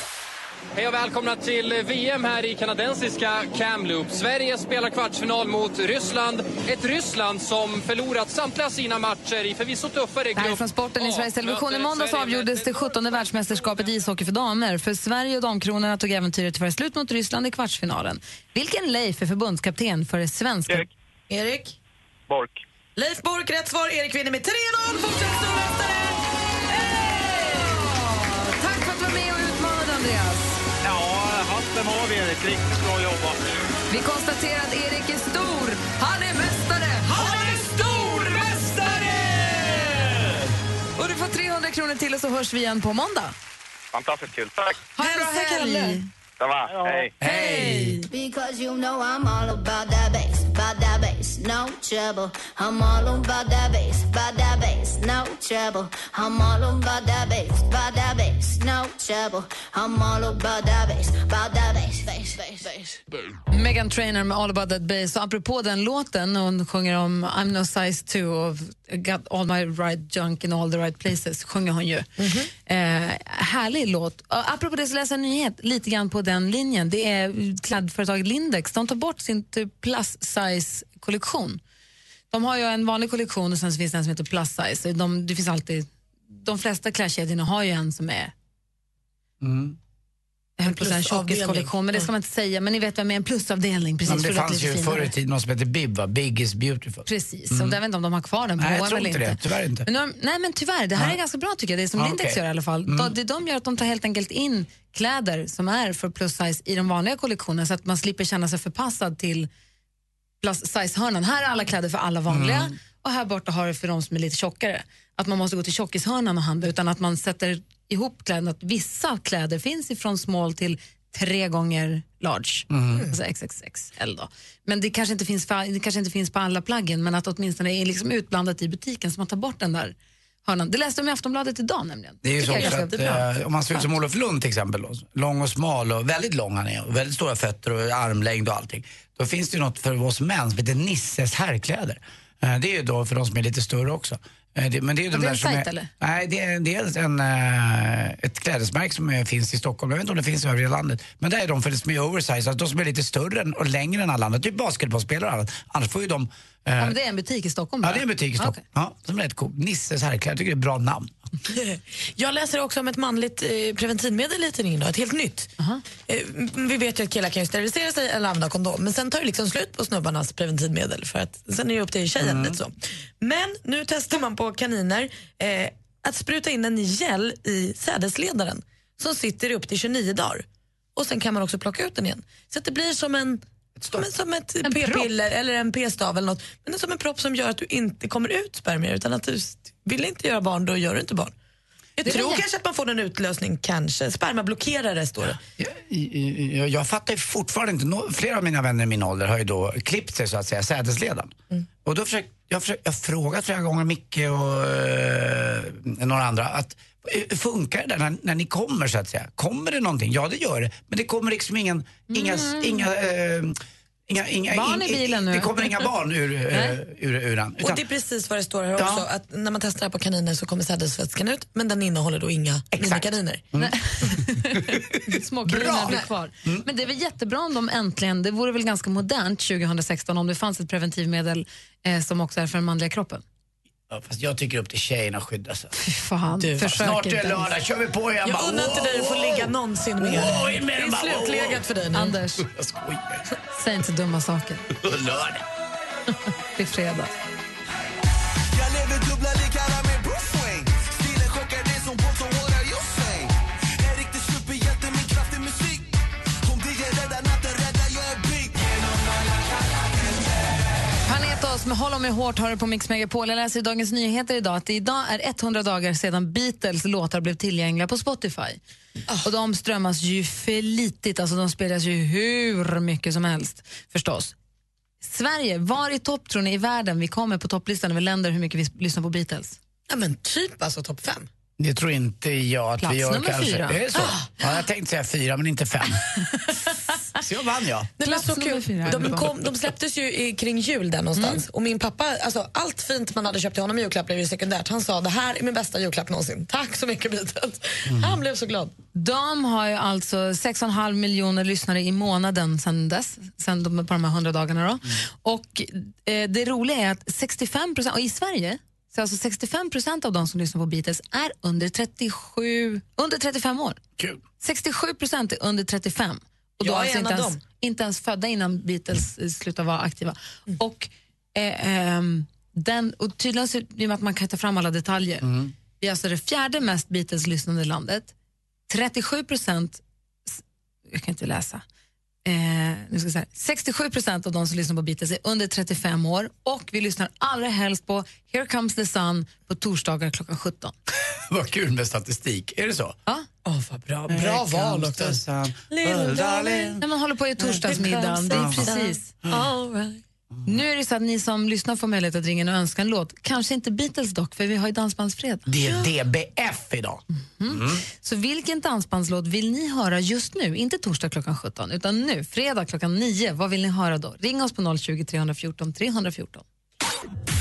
S22: Hej och välkomna till VM här i kanadensiska Kamloops. Sverige spelar kvartsfinal mot Ryssland. Ett Ryssland som förlorat samtliga sina matcher i förvisso tuffare
S2: Det här är från sporten i Sveriges Television. I måndags avgjordes det 17 världsmästerskapet i ishockey för damer. För Sverige och damkronorna tog äventyret tyvärr slut mot Ryssland i kvartsfinalen. Vilken Leif är förbundskapten för det svenska...
S4: Erik?
S13: Bork.
S4: Leif Bork, rätt svar. Erik vinner med 3-0. Fortsätt stormästare! Tack för att du var med och utmanade, Andreas.
S16: Ja, hatten har vi Erik. Riktigt bra jobbat.
S2: Vi konstaterar att Erik är stor. Han är mästare!
S15: Han är
S2: stormästare! Och du får 300 kronor till och så hörs vi igen på måndag.
S13: Fantastiskt kul. Tack.
S2: Ha en bra helg!
S13: Detsamma. Hej.
S24: Because you know I'm all about that bass, about that bass, no trouble. I'm all about that bass, about that bass, no trouble. I'm all about that bass, about that bass, no trouble. I'm all about that bass, about that bass, bass, bass, bass.
S2: Megan Trainor med All About That Bass. Och apropå den låten, hon sjunger om I'm no size 2 och I got all my right junk in all the right places, sjunger hon ju. Eh, härlig låt. Och apropå det så läser jag en nyhet lite grann på den linjen. Det är klädföretaget Lindex. De tar bort sin typ plus size-kollektion. De har ju en vanlig kollektion och sen så finns det en som heter plus size. De, det finns alltid, de flesta klädkedjorna har ju en som är
S3: Mm.
S2: jag höll på att säga en
S3: Plusavdelning.
S2: tjockiskollektion, men det ska man inte säga. Men ni vet vem är en plusavdelning. Precis,
S3: Men
S2: för
S3: det
S2: att vara
S3: fanns
S2: lite
S3: ju
S2: finare.
S3: förr i tiden något som hette BIB, va? Big is beautiful.
S2: Precis,
S3: Mm.
S2: och jag vet inte om de har kvar den på
S3: Nej, jag
S2: H&M
S3: tror
S2: eller
S3: inte det. Tyvärr inte.
S2: Men de, nej, men tyvärr. Det här
S3: Nej.
S2: är ganska bra tycker jag. Det är som
S3: Ah,
S2: Lindex
S3: okej.
S2: gör i alla fall.
S3: Mm.
S2: De, det de gör att de tar helt enkelt in kläder som är för plus size i den vanliga kollektionen så att man slipper känna sig förpassad till plus size-hörnan. Här är alla kläder för alla vanliga
S3: Mm.
S2: och här borta har du för de som är lite tjockare. Att man måste gå till tjockishörnan och handla utan att man sätter ihop kläderna. Att vissa kläder finns ifrån small till tre gånger large.
S15: Mm.
S2: Alltså XXXL då. Men det kanske, inte finns för, det kanske inte finns på alla plaggen men att åtminstone är liksom utblandat i butiken så man tar bort den där hörnan. Det läste de i Aftonbladet idag nämligen.
S3: Det är ju
S2: Tycker
S3: så
S2: jag
S3: också att,
S2: ganska bra.
S3: eh, om man ser ut som Olof Lund till exempel, då, lång och smal och väldigt lång han är, och väldigt stora fötter och armlängd och allting. Då finns det ju något för oss män som heter Nisses herrkläder. Eh, det är ju då för de som är lite större också. Eh, det, men det är ju de
S2: det är
S3: där
S2: en
S3: som
S2: sajt,
S3: är,
S2: eller?
S3: Nej, det är dels en, eh, ett klädesmärke som eh, finns i Stockholm. Jag vet inte om det finns i övriga landet. Men där är de för det som är oversize, alltså de som är lite större än- och längre än alla andra. Typ basketbollspelare och annat. Annars får ju de... eh,
S2: Ja, men det är en butik i Stockholm
S3: Ja,
S2: bara.
S3: det är en butik i
S2: Ja,
S3: Stockholm. Ja, som är rätt cool. Nisses herrkläder, jag tycker det är ett bra namn.
S4: Jag läser också om ett manligt eh, preventivmedel i tidningen idag, ett helt nytt. Eh, m- vi vet ju att killar kan ju sterilisera sig eller använda kondom, men sen tar det liksom slut på snubbarnas preventivmedel för att sen är det upp till tjejen.
S11: Mm.
S4: Lite så. Men nu testar man på kaniner eh, att spruta in en gel i sädesledaren som sitter upp till 29 dagar. Och sen kan man också plocka ut den igen. Så att det blir som en som, en- som ett
S2: En
S4: p-piller eller en p-stav eller något. Men det är som en propp som gör att du inte kommer ut spermier utan att du st- vill inte göra barn, då gör du inte barn. Jag
S3: Det är
S4: tror
S3: väl-
S4: kanske att man får en utlösning, kanske. Spermablockerare står det.
S3: I- i- Jag, jag fattar ju fortfarande inte. Nå- Flera av mina vänner i min ålder har ju då klippt sig så att säga, sädesledaren.
S4: Mm.
S3: Och då försökt, jag, har försökt, jag har frågat flera gånger Micke och eh, några andra att hur funkar det där när, när ni kommer så att säga? Kommer det någonting? Ja det gör det, men det kommer liksom ingen, inga, inga, eh, inga, inga
S4: Mm. Barn i bilen nu.
S3: Det kommer inga barn ur, eh,
S4: Nej.
S3: ur, ur den.
S4: Och
S3: Utan-
S4: det är precis vad det står här
S3: Ja.
S4: också, att när man testar det här på kaniner så kommer sädesvätskan ut, men den innehåller då inga, inga kaniner.
S2: Små kaniner blir kvar.
S3: Mm.
S2: Men det är väl jättebra om de äntligen, det vore väl ganska modernt 2016 om det fanns ett preventivmedel eh, som också är för den manliga kroppen.
S3: Ja, fast jag tycker upp till tjejerna alltså. skyddas. Fy
S2: fan,
S3: du,
S2: försök
S3: Snart är
S2: inte
S3: det
S2: ens.
S3: lördag, kör vi på igen.
S4: Jag
S3: bara,
S4: undrar inte dig att få
S3: wow,
S4: ligga någonsin mer.
S3: wow,
S4: Det
S3: emellan bara,
S4: är
S3: wow.
S4: slutlegat för dig nu.
S2: Anders, säg inte dumma saker.
S3: Lördag.
S2: Det är fredag.
S15: Jag lever dubbla likarna med Bruce Wayne Stilen chockar dig som Walter Water Usain En riktig superhjälte med kraft i musik Om det är rädda natten räddar jag en bit Genom alla
S2: Panetos med Håll om er hårt har du på Mix Megapol. Jag läser i Dagens Nyheter idag att det idag är 100 dagar sedan Beatles låtar blev tillgängliga på Spotify. Och de strömmas ju flitigt, alltså de spelas ju hur mycket som helst förstås. Sverige, var i topp tror ni i världen vi kommer på topplistan över länder hur mycket vi s- lyssnar på Beatles?
S4: Ja men typ alltså topp fem.
S3: Det tror inte jag att
S2: Plats
S3: vi gör
S2: nummer
S3: kanske.
S2: fyra.
S3: Är det så? Ja, jag tänkte säga fyra, men inte fem. så jag vann jag.
S4: Nej, men så kul. De, kom, de släpptes ju i, kring jul där någonstans. Och min pappa, alltså, allt fint man hade köpt till honom i julklapp blev ju sekundärt. Han sa det här är min bästa julklapp någonsin. Tack så mycket Beatles. Han blev så glad.
S2: De har ju alltså 6,5 miljoner lyssnare i månaden sen dess, sen de, på de här 100 dagarna.
S4: Mm.
S2: Då. Och eh, det roliga är att 65 procent, och i Sverige, så är alltså 65 procent av de som lyssnar på Beatles är under, 37, under 35 år.
S3: Kul.
S2: 67 procent är under 35. Och då
S4: Jag är en
S2: alltså inte
S4: av
S2: ens,
S4: dem.
S2: inte ens födda innan Beatles eh, slutade vara aktiva.
S4: Mm.
S2: Och, eh, ehm, den, och tydligen, så, i och med att man kan ta fram alla detaljer, vi är alltså det fjärde mest Beatles-lyssnande landet. 37 procent, jag kan inte läsa, eh, nu ska jag säga, 67 procent av de som lyssnar på Beatles är under 35 år och vi lyssnar allra helst på Here comes the sun på torsdagar klockan 17.
S3: Vad kul med statistik. Är det så?
S2: Ja.
S3: Oh, vad bra.
S2: Bra val också.
S3: Little darling.
S2: När man håller på i torsdagsmiddagen, det är precis.
S3: Mm.
S2: Mm. Nu är det så att ni som lyssnar får möjlighet att ringa in och önska en låt. Kanske inte Beatles dock, för vi har ju Dansbandsfredag.
S3: Det är DBF idag. Mm.
S2: Så vilken dansbandslåt vill ni höra just nu? Inte torsdag klockan 17, utan nu, fredag klockan 9. Vad vill ni höra då? Ring oss på 020 314 314.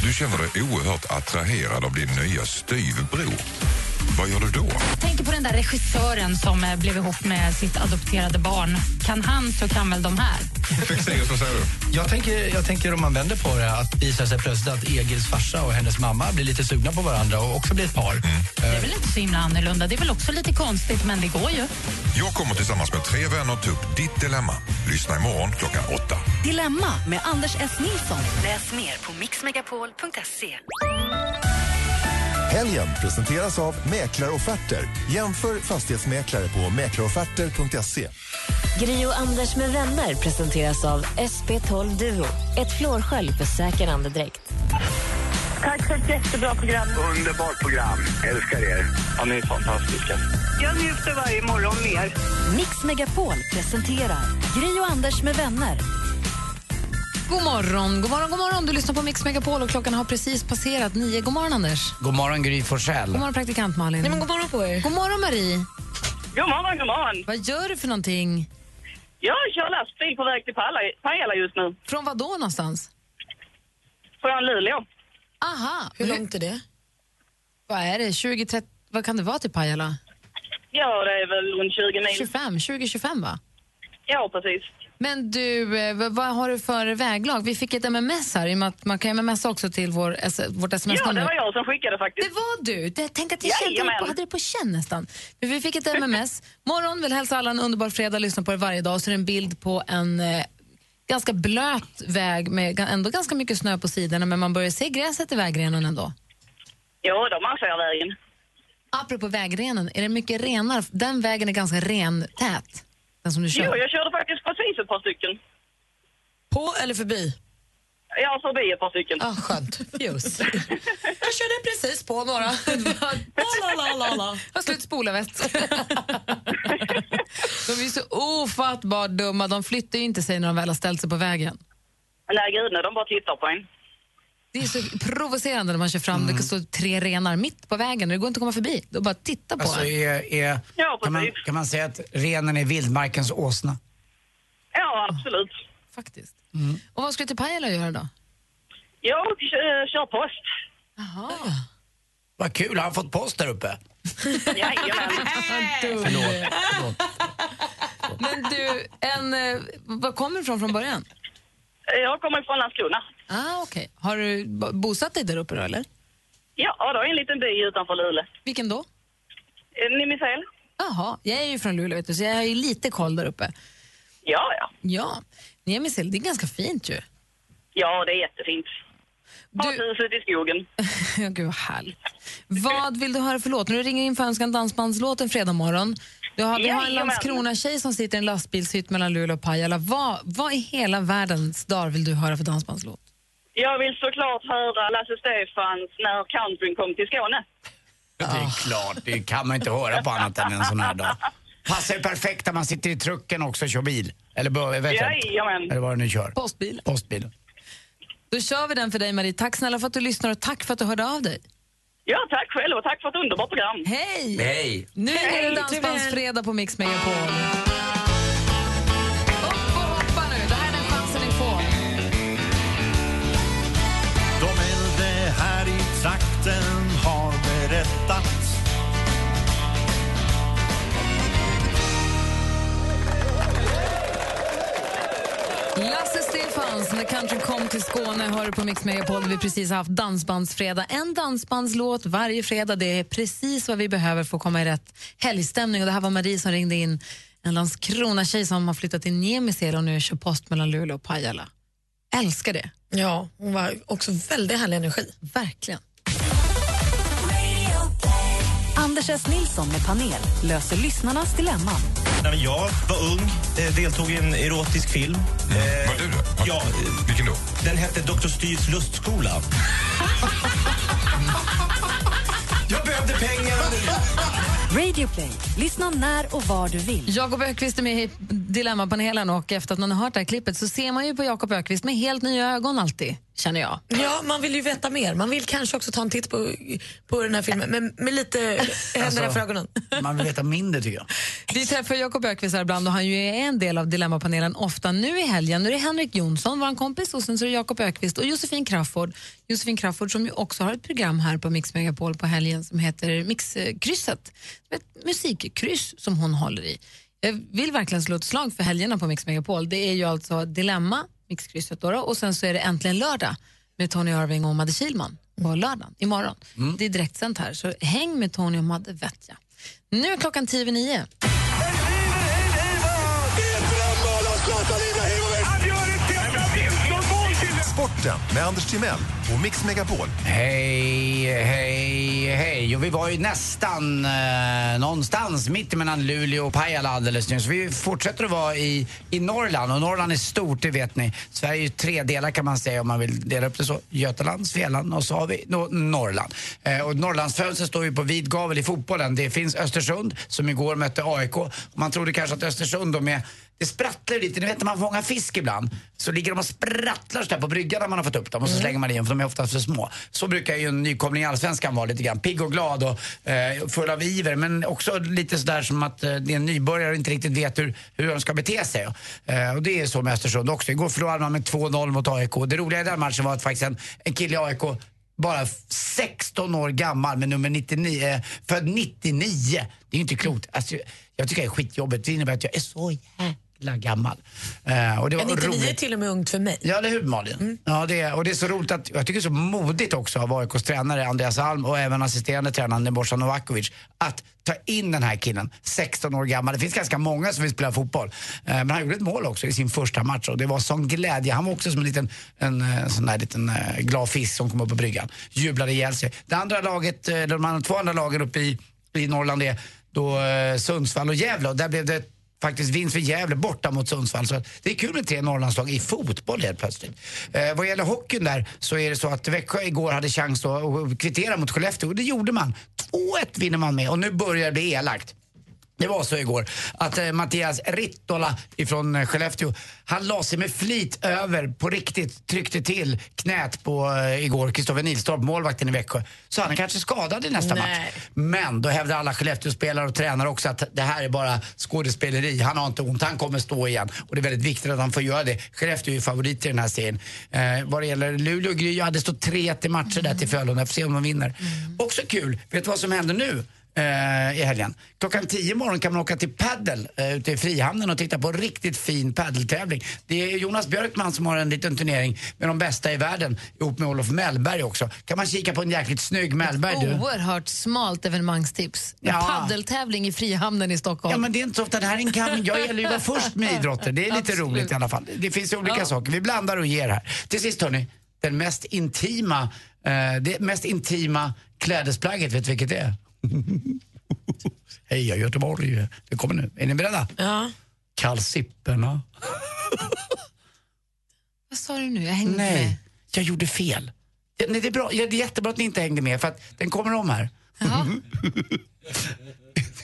S6: Du känner dig oerhört attraherad av din nya styvbror. Vad gör du då?
S17: Tänk på den där regissören som eh, blev ihop med sitt adopterade barn. Kan han så kan väl de här.
S26: Jag tänker, jag tänker om man vänder på det, att det visar sig plötsligt att Egils farsa och hennes mamma blir lite sugna på varandra och också blir ett par.
S13: Mm.
S26: Eh,
S17: Det är väl inte så himla annorlunda. Det är väl också lite konstigt, men det går ju.
S6: Jag kommer tillsammans med tre vänner ta upp ditt dilemma. Lyssna imorgon klockan åtta.
S1: Dilemma med Anders S. Nilsson. Läs mer på mixmegapol.se.
S12: Helgen presenteras av Mäklarofferter. Jämför fastighetsmäklare på mäklarofferter.se.
S1: Gri och Anders med vänner presenteras av SP12 Duo. Ett flårskölj för säker andedräkt.
S8: Tack för ett jättebra program.
S7: Underbart program. Älskar er. Ja, ni är fantastiska.
S8: Jag njuter varje morgon mer.
S1: Mix Megapol presenterar Gri och Anders med vänner.
S2: God morgon, god morgon, god morgon. Du lyssnar på Mix Megapol och klockan har precis passerat nio. God morgon, Anders.
S3: God morgon, Gry
S2: God
S3: Forssell.
S2: morgon, praktikant Malin.
S4: Nej, men god morgon på er.
S2: God morgon, Marie.
S8: God morgon, god morgon.
S2: Vad gör du för någonting?
S8: Jag kör lastbil på väg till Pala- Pajala just nu.
S2: Från vad då någonstans?
S8: Från Luleå.
S2: Aha.
S8: Hur
S2: långt är det? Vad är det? 20, 30, vad kan det vara till Pajala?
S8: Ja, det är väl runt 20 mil.
S2: 25, 20-25 va?
S8: Ja, precis.
S2: Men du, eh, vad, vad har du för väglag? Vi fick ett MMS här, i och med att man kan MMS också till vår, S- vårt sms
S8: Ja, det var jag som skickade faktiskt.
S2: Det var du! Det, tänk att jag kände det på, hade det på känn nästan. Men vi fick ett MMS. Morgon vill hälsa alla en underbar fredag, lyssna på det varje dag. Så är det en bild på en eh, ganska blöt väg med ga- ändå ganska mycket snö på sidorna men man börjar se gräset i vägrenen ändå.
S8: Jo, då man ser vägen.
S2: Apropå vägrenen, är det mycket renar? Den vägen är ganska rentät, den som du kör.
S8: Jo, jag körde faktiskt precis ett par stycken.
S4: På eller förbi?
S8: Ja, förbi ett par stycken.
S4: Ah, skönt. Fjus. jag körde precis på några. la, la, la, la.
S2: Jag har slut spolarväst. de är ju så ofattbart dumma. De flyttar ju inte sig när de väl har ställt sig på vägen.
S8: Nej, gud nej, de bara tittar på en.
S2: Det är så provocerande när man kör fram.
S3: Mm.
S2: Det står tre renar mitt på vägen och det går inte att komma förbi. Då bara titta på
S3: Alltså,
S2: en.
S3: är, är, kan, man, kan man säga att renen är vildmarkens åsna?
S8: Ja, absolut.
S2: Faktiskt.
S3: Mm.
S2: Och vad ska du till Pajala göra då?
S8: Jag eh, kör post.
S3: Vad kul, har han fått post där uppe?
S8: Jajamän.
S3: Förlåt.
S2: Men du, en, eh, var kommer du ifrån från början?
S8: Jag kommer från Landskrona.
S2: Ah, okej. Har du bo- bosatt dig där uppe då eller?
S8: Ja, då är en liten by utanför Luleå.
S2: Vilken då?
S8: Eh, Nimisel?
S2: Jaha, jag är ju från Luleå vet du, så jag har ju lite koll där uppe.
S8: Ja, ja.
S2: Ja, Niemisil, det är ganska fint ju.
S8: Ja, det är jättefint. Har ett hus ute i skogen.
S2: Ja, Gud, vad härligt. Vad vill du höra för låt? När du ringer in för önskan dansbandslåt en fredag morgon. Du har, vi har en
S8: Jajamän.
S2: Landskrona-tjej som sitter i en lastbilshytt mellan Luleå och Pajala. Vad, vad i hela världens dar vill du höra för dansbandslåt?
S8: Jag vill såklart höra Lasse Stefans När countryn kom till Skåne.
S3: Det är klart, det kan man inte höra på annat än en sån här dag. Passar ju perfekt när man sitter i trucken också och kör bil. Eller bör, vet jag inte.
S8: Jajamän.
S3: Eller vad du nu kör.
S2: Postbil.
S3: Postbil.
S2: Då kör vi den för dig Marie. Tack snälla för att du lyssnar och tack för att du hörde av dig.
S27: Ja, tack själv och tack för ett underbart program.
S2: Hej!
S3: Hej!
S2: Nu är det
S27: Hej,
S2: Dansbandsfredag på Mix Megapol. Upp och hoppa nu, det här är den chansen ni får.
S5: De äldre här i trakten har berättat
S2: Lasse Stefans, när country kom till Skåne, hör du på Mix Megapol där vi precis har haft Dansbandsfredag. En dansbandslåt varje fredag, det är precis vad vi behöver för att komma i rätt helgstämning. Och det här var Marie som ringde in, en Landskrona-tjej som har flyttat till Niemiseela och nu kör post mellan Luleå och Pajala. Älskar det.
S4: Ja, hon var också väldigt härlig energi.
S2: Verkligen.
S1: Anders S. Nilsson med panel löser lyssnarnas dilemman.
S8: Nej, men jag var ung, eh, deltog i en erotisk film.
S7: Eh,
S8: var du det? Ja. Vilken då? Den hette Dr. Styrs lustskola. jag behövde pengar.
S1: Radio Play. Lyssna när och var du vill.
S2: Jakob Ökvist är med i Dilemmapanelen och efter att man har hört det här klippet så ser man ju på Jakob Ökvist med helt nya ögon alltid, känner jag.
S4: Ja, man vill ju veta mer. Man vill kanske också ta en titt på, på den här filmen, men med lite händerna
S2: Alltså,
S4: för ögonen.
S3: Man vill veta mindre tycker jag.
S2: Vi träffar Jakob Ökvist här ibland och han ju är en del av Dilemmapanelen ofta. Nu i helgen nu är det Henrik Jonsson, vår kompis, och sen så är det Jakob Ökvist och Josefin Crafoord. Josefin Crafoord som ju också har ett program här på Mix Megapol på helgen som heter Mixkrysset. Ett musikkryss som hon håller i. Jag vill verkligen slå ett slag för helgerna på Mix Megapol. Det är ju alltså Dilemma, Mixkrysset då, då, och sen så är det Äntligen lördag med Tony Irving och Madde Kihlman på lördagen, imorgon. Det är direktsänt här, så häng med Tony och Madde vet jag. Nu är klockan tio över nio.
S17: Sporten med Anders Timell och Mix Megapol.
S3: Hej, hej, hej. Och vi var ju nästan eh, någonstans mitt emellan Luleå och Pajala alldeles nyss. Vi fortsätter att vara i, i Norrland och Norrland är stort, det vet ni. Sverige är ju tre delar kan man säga om man vill dela upp det så. Götaland, Svealand och så har vi no Norrland. Eh, och Norrlandsfönstret står ju på vid gavel i fotbollen. Det finns Östersund som igår mötte AIK. Och man trodde kanske att Östersund då med det sprattlar lite, ni vet när man fångar fisk ibland så ligger de och sprattlar så där på bryggan när man har fått upp dem och så slänger man in för de är oftast för små. Så brukar ju en nykomling i Allsvenskan vara lite grann, pigg och glad och eh, full av iver men också lite sådär som att eh, det är en nybörjare och inte riktigt vet hur, hur de ska bete sig. Eh, och det är så med Östersund också. Igår förlorade man med 2-0 mot AIK. Det roliga i den matchen var att faktiskt en, en kille i AIK bara 16 år gammal med nummer 99, eh, född 99. Det är ju inte klokt. Alltså, jag tycker det är skitjobbigt. Det innebär att jag är så jävla gammal. Eh, och det var
S4: Men 99 är
S3: roligt.
S4: till och med ungt för mig.
S3: Ja, eller hur Malin? Ja, det är, och det är så roligt att, jag tycker det är så modigt också av AIKs tränare Andreas Alm och även assisterande tränaren Nebojsa Novakovic att ta in den här killen, 16 år gammal. Det finns ganska många som vill spela fotboll. Eh, Men han gjorde ett mål också i sin första match och det var sån glädje. Han var också som en liten, en, eh, sån där liten eh, glad fisk som kom upp på bryggan. Jublade ihjäl sig. Det andra laget, eh, de andra- två andra lagen uppe i, i Norrland är då eh, Sundsvall och Gävle och där blev det faktiskt vinst för Gävle borta mot Sundsvall. Så att det är kul med tre Norrlandslag i fotboll helt plötsligt. Eh, vad gäller hockeyn där så är det så att Växjö igår hade chans då att eh, kvittera mot Skellefteå och det gjorde man. 2-1 vinner man med och nu börjar det bli elakt. Det var så igår att eh, Mattias Rittola ifrån eh, Skellefteå, han la sig med flit över på riktigt, tryckte till knät på eh, igår Kristoffer Nilstorp, målvakten i Växjö. Så han är kanske skadad i nästa
S4: Nej.
S3: match. Men då hävdar alla Skellefteå-spelare och tränare också att det här är bara skådespeleri. Han har inte ont, han kommer stå igen. Och det är väldigt viktigt att han får göra det. Skellefteå är ju favorit i den här serien. Eh, vad det gäller Luleå och Gry, ja, det står 3-1 i matcher där till Frölunda. Jag får se om de vinner. Också kul, vet du vad som händer nu? eh, i helgen. Klockan 10 i morgon kan man åka till paddel eh, ute i Frihamnen och titta på en riktigt fin paddeltävling. Det är Jonas Björkman som har en liten turnering med de bästa i världen ihop med Olof Mellberg också. Kan man kika på en jäkligt snygg Mellberg du?
S2: Oerhört smalt evenemangstips. En
S3: Ja.
S2: Paddeltävling i Frihamnen i Stockholm.
S3: Ja men det är inte så ofta, det här är en kamp. Jag gäller ju att vara först med idrotter. Det är lite
S2: Absolut.
S3: roligt i alla fall. Det finns ju olika saker. Vi blandar och ger här. Till sist hörni, den mest intima, eh, det mest intima klädesplagget, vet du vilket det är? Hej, jag är Göteborg. Det kommer nu. Är ni beredda?
S4: Ja.
S3: Kalsipperna.
S2: Vad sa du nu? Jag hängde
S3: Nej,
S2: med.
S3: jag gjorde fel. Ja, nej, det, är Mm-hmm. bra. Ja, det är jättebra att ni inte hängde med för att den kommer om här.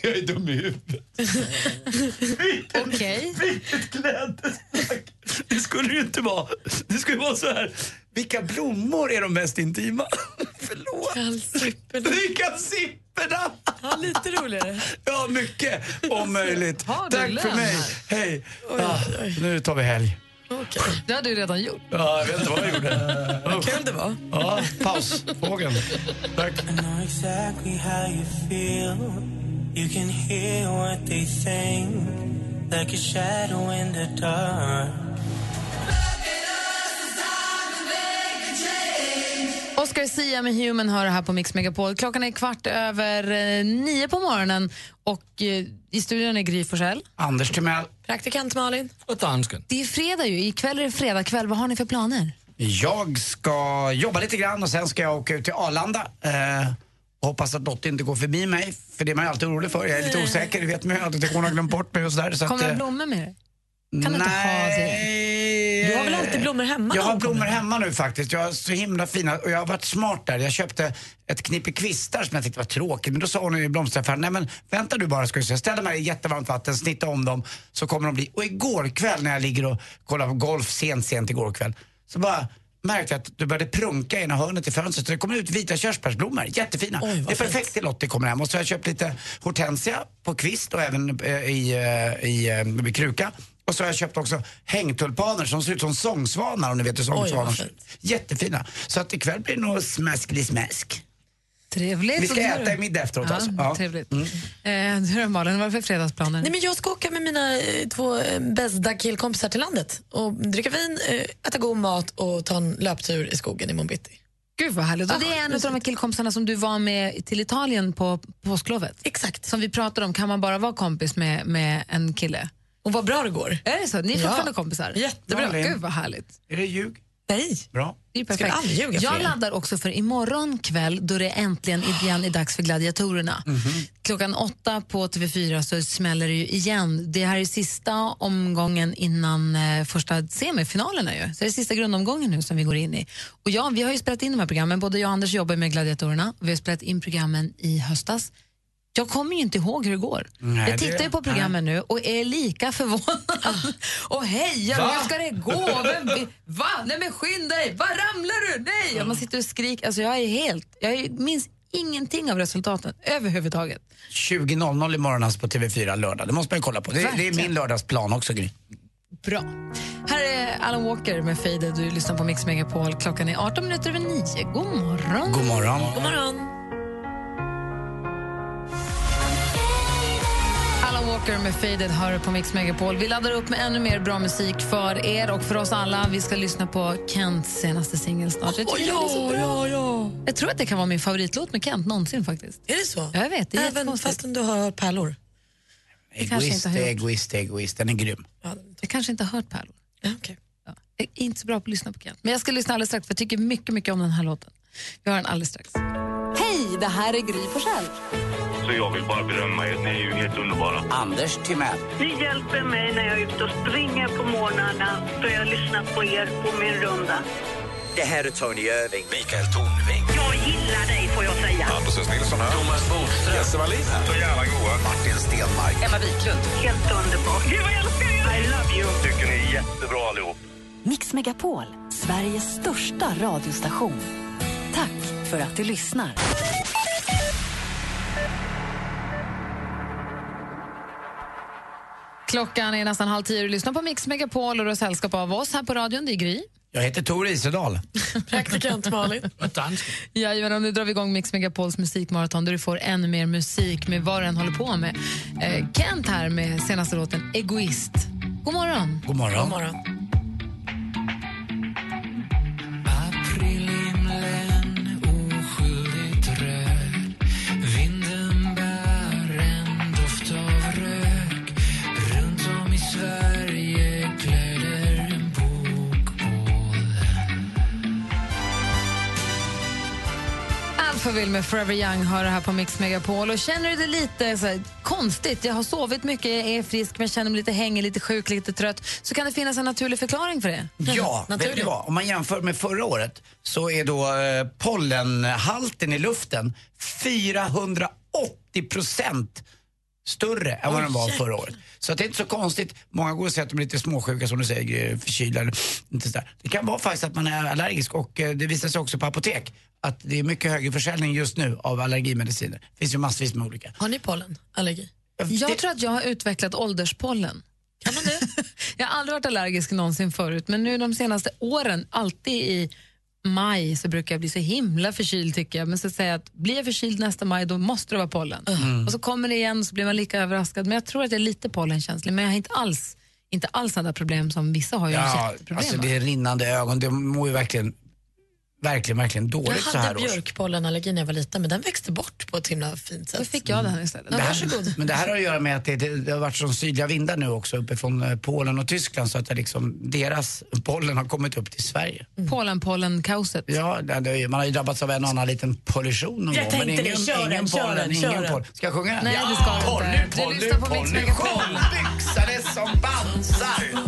S10: jag är dum i huvudet.
S2: Okej.
S10: Vilket klädesplagg! Det skulle det ju inte vara. Det skulle vara så här. Vilka blommor är de mest intima? Förlåt.
S4: Kalsipperna.
S10: Kalsipperna!
S4: Ja, lite roligare.
S10: Ja, mycket om möjligt.
S2: Alltså, har du
S10: Tack för
S2: lön
S10: mig. Hej. Ah, nu tar vi helg.
S2: Det har du redan gjort.
S10: Ja, jag vet inte vad jag gjorde. Usch.
S4: Kan det vara?
S10: Ja, paus. Fågeln. Tack.
S15: I know exactly how you feel. You can hear what they think, like a shadow in the dark.
S2: Oscar Sia med Human hör här på Mix Megapol. Klockan är kvart över eh, nio på morgonen och eh, i studion är Gry Forssell.
S3: Anders Timell.
S4: Praktikant Malin.
S11: Och dansken.
S2: Det är fredag ju. Ikväll är det fredag kväll. Vad har ni för planer?
S3: Jag ska jobba lite grann och sen ska jag åka ut till Arlanda. Eh, hoppas att Lottie inte går förbi mig, för det är man ju alltid orolig för. Jag är lite osäker, det vet man ju. att Hon har glömt bort mig och sådär. Så
S2: Kommer
S3: att,
S2: du ha
S3: eh,
S2: blommor med dig? Kan du inte ha
S3: det?
S2: Du har väl alltid blommor hemma?
S3: eh, Jag har blommor hemma nu faktiskt. Jag har så himla fina och jag har varit smart där. Jag köpte ett knippe kvistar som jag tyckte var tråkigt. Men då sa hon i blomsteraffären, nej men vänta du bara ska du se. Ställ dem här i jättevarmt vatten, snitta om dem så kommer de bli. Och igår kväll när jag ligger och kollar på golf sent, sent igår kväll så bara märkte jag att du började prunka i ena hörnet i fönstret. Så det kommer ut vita körsbärsblommor, jättefina. det är perfekt till Lottie kommer hem. Och så har jag köpt lite hortensia på kvist och även eh, i, eh, i, eh, i kruka. Och så har jag köpt också hängtulpaner som ser ut som sångsvanar om ni vet hur sångsvanar
S2: vad
S3: ser ut. Jättefina. Så att ikväll blir det nog smaskelig-smask.
S2: Trevligt.
S3: Vi ska
S2: Och du-
S3: äta i middag efteråt
S2: ja,
S3: alltså. Ja.
S2: Ja. Trevligt. Eh, du då Malin, vad är det för fredagsplaner?
S4: Nej, men jag ska åka med mina eh, två eh, bästa killkompisar till landet och dricka vin, eh, äta god mat och ta en löptur i skogen imorgon bitti.
S2: Gud vad härligt. Och det är en av de här killkompisarna som du var med till Italien på påsklovet.
S4: Exakt.
S2: Som vi pratade om, kan man bara vara kompis med, med en kille?
S4: Och vad bra det går.
S2: Är det så? Ni är fortfarande kompisar?
S4: Jättebra.
S2: Malin. Gud vad härligt.
S3: Är det ljug?
S4: Nej.
S3: Bra.
S2: Det är ju
S4: Skulle
S2: perfekt.
S4: aldrig ljuga för
S2: jag
S4: er.
S2: laddar också för imorgon kväll då det äntligen igen är dags för gladiatorerna. Klockan åtta på TV4 så smäller det ju igen. Det här är sista omgången innan eh, första semifinalerna. Ju. Så det är sista grundomgången nu som vi går in i. Och ja, vi har ju spelat in de här programmen. Både jag och Anders jobbar med gladiatorerna. Vi har spelat in programmen i höstas. Jag kommer ju inte ihåg hur det går.
S15: Nej,
S2: jag tittar
S15: det-
S2: ju på programmen nu och är lika förvånad. och hejar,
S15: Va?
S2: hur ska det gå? Vem, vi- va? Nej men skynda dig! Va, ramlar du? Nej! Och man sitter och skriker. Alltså jag är helt... Jag minns ingenting av resultaten överhuvudtaget.
S3: 20.00 imorgon alltså på TV4 lördag. Det måste man ju kolla på. Det, det är
S2: Verkligen.
S3: min lördagsplan också Gry.
S2: Bra. Här är Alan Walker med Faded. Du lyssnar på Mix Megapol. Klockan är 18 minuter över 9. God morgon.
S3: God morgon.
S4: God morgon.
S2: Alan Walker med Faded hör på Mix Megapol. Vi laddar upp med ännu mer bra musik för er och för oss alla. Vi ska lyssna på Kents senaste singel snart. Jag tycker den är så bra.
S4: ja.
S2: Jag tror att det kan vara min favoritlåt med Kent någonsin faktiskt.
S4: Är det så?
S2: Jag vet, det är
S4: Även
S2: jättekonstigt.
S4: fastän du har pärlor?
S2: Det kanske
S3: Egoist,
S2: inte har gjort.
S3: egoist, egoist. Den är grym.
S2: Jag kanske inte har hört Pärlor. Ja. Jag är inte så bra på att lyssna på Kent. Men jag ska lyssna alldeles strax för jag tycker mycket, mycket om den här låten. Vi har den alldeles strax. Hej, det här är Gry Forssell.
S14: Så jag vill bara berömma er. Ni är ju helt underbara.
S3: Anders Timell.
S27: Ni hjälper mig när jag är ute och springer på morgnarna för jag lyssnar på er på min runda.
S7: Det här är Tony Irving. Mikael Tornving. Jag gillar dig, får jag säga. Anders S. Nilsson här. Thomas Bodström. Jesse Wallin här. Så jävla goa. Martin Stenmark.
S27: Emma Wiklund. Helt underbart. Gud vad jag älskar er! I love you.
S14: Tycker ni är jättebra allihop.
S1: Mix Megapol, Sveriges största radiostation. Tack för att du lyssnar.
S2: Klockan är nästan halv tio. Du lyssnar på Mix Megapol och du har sällskap av oss här på radion. Det är Gry.
S3: Jag heter Tor Isedal.
S2: Praktikant Malin. Jajamän, nu drar vi igång Mix Megapols musikmaraton där du får ännu mer musik med vad du än håller på med. Eh, Kent här med senaste låten Egoist. God morgon.
S3: God morgon. God
S2: morgon.
S15: Aprilhimlen oskyldigt röd Vinden bär en doft av rök Runt om i Sverige glöder en
S2: Alphaville med Forever Young hör det här på Mix Megapol. Och känner du det lite så här, konstigt, jag har sovit mycket, jag är frisk men känner mig lite hängig, lite sjuk, lite trött, så kan det finnas en naturlig förklaring för det.
S3: Ja,
S4: Mm-hmm.
S3: vet du
S2: Naturlig.
S3: vad? Om man jämför med förra året så är då eh, pollenhalten i luften 480 procent större än vad den var förra året. Så att det är inte så konstigt. Många går och säger att de är lite småsjuka som du säger, eh, förkylda eller inte sådär. Det kan vara faktiskt att man är allergisk och eh, det visar sig också på apotek att det är mycket högre försäljning just nu av allergimediciner. Det finns ju massvis med olika.
S4: Har ni pollenallergi?
S2: Jag tror att jag har utvecklat ålderspollen. Kan man det? jag har aldrig varit allergisk någonsin förut, men nu de senaste åren, alltid i maj så brukar jag bli så himla förkyld tycker jag. Men så säger jag att blir jag förkyld nästa maj då måste det vara pollen.
S4: Mm.
S2: Och så kommer det igen så blir man lika överraskad. Men jag tror att jag är lite pollenkänslig, men jag har inte alls, inte alls sådana problem som vissa har ju
S3: Ja,
S2: jätteproblem
S3: alltså
S2: av.
S3: det är rinnande ögon. Det mår ju verkligen, verkligen, verkligen
S4: Jag
S3: dåligt så här
S4: hade
S3: års.
S4: björkpollenallergi när jag var liten, men den växte bort på ett himla fint sätt. Då
S2: fick jag den istället.
S4: Ja,
S3: Det
S4: varsågod.
S3: här, men det här har att göra med att det, det, det har varit så sydliga vindar nu också uppifrån eh, Polen och Tyskland så att det liksom, deras pollen har kommit upp till Sverige.
S2: Pollen, pollen-kaoset.
S3: Ja, det, det, är ju- man har ju drabbats av en och annan liten kollision någon
S2: Jag
S3: gång.
S2: tänkte det.
S3: ingen,
S2: Kör
S3: ingen
S2: den, kör
S3: pollen,
S2: den,
S3: ingen
S2: kör den.
S3: pollen. Ska jag sjunga den?
S2: Nej, det ska du
S3: pollen,
S2: inte. Du
S3: Pollen,
S2: lyssnar på Mix
S3: pollen,
S2: Megapol.
S3: Byxade som pansar.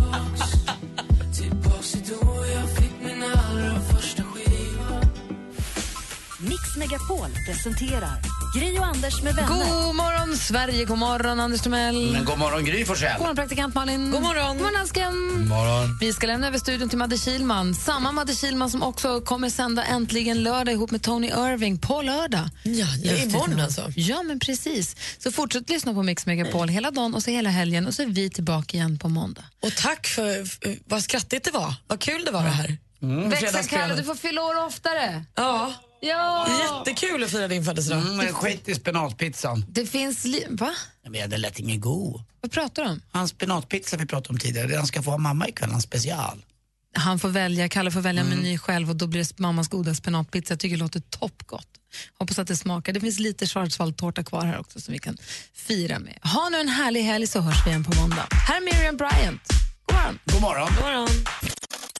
S1: Mix Megapol presenterar Gri och Anders med vänner.
S2: God morgon Sverige, god morgon Anders Timell.
S3: Men god morgon Gry Forssell.
S2: God morgon praktikant Malin.
S4: God morgon.
S2: God morgon Asken. Vi ska lämna över studion till Madde Kilman. Samma Madde Kilman som också kommer sända Äntligen lördag ihop med Tony Irving på lördag.
S4: Ja, ja, imorgon alltså.
S2: Ja, men precis. Så fortsätt lyssna på Mix Megapol hela dagen och så hela helgen och så är vi tillbaka igen på måndag.
S4: Och tack för, för vad skrattigt det var. Vad kul det var det här.
S2: Mm. Växeln Kalle, du får fylla år oftare.
S4: Ja.
S2: Ja.
S4: Jättekul att fira din födelsedag.
S3: Mm, men skit i spenatpizzan.
S2: Det finns... Li- Va?
S3: Men den lät ingen god.
S2: Vad pratar du om?
S3: Hans spenatpizza vi pratade om tidigare, den ska få ha mamma ikväll, hans special.
S2: Han får välja, Kalle får välja meny själv och då blir det mammas goda spenatpizza. Jag tycker det låter toppgott. Hoppas att det smakar. Det finns lite schwarzwaldtårta kvar här också som vi kan fira med. Ha nu en härlig helg så hörs vi igen på måndag. Här är Miriam Bryant. God morgon.
S17: God morgon.
S4: God morgon.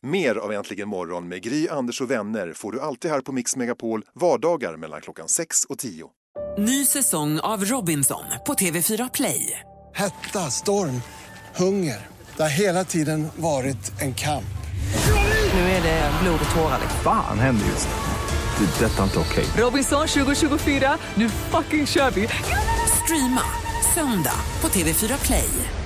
S17: Mer av Äntligen morgon med Gry, Anders och vänner får du alltid här på Mix Megapol vardagar mellan klockan 6 och 10.
S12: Ny säsong av Robinson på TV4 Play.
S18: Hetta, storm, hunger. Det har hela tiden varit en kamp.
S12: Nu är det blod och tårar.
S19: Fan händer just nu. Det. är Detta är inte okej.
S12: Robinson 2024, nu fucking kör vi! Streama söndag på TV4 Play.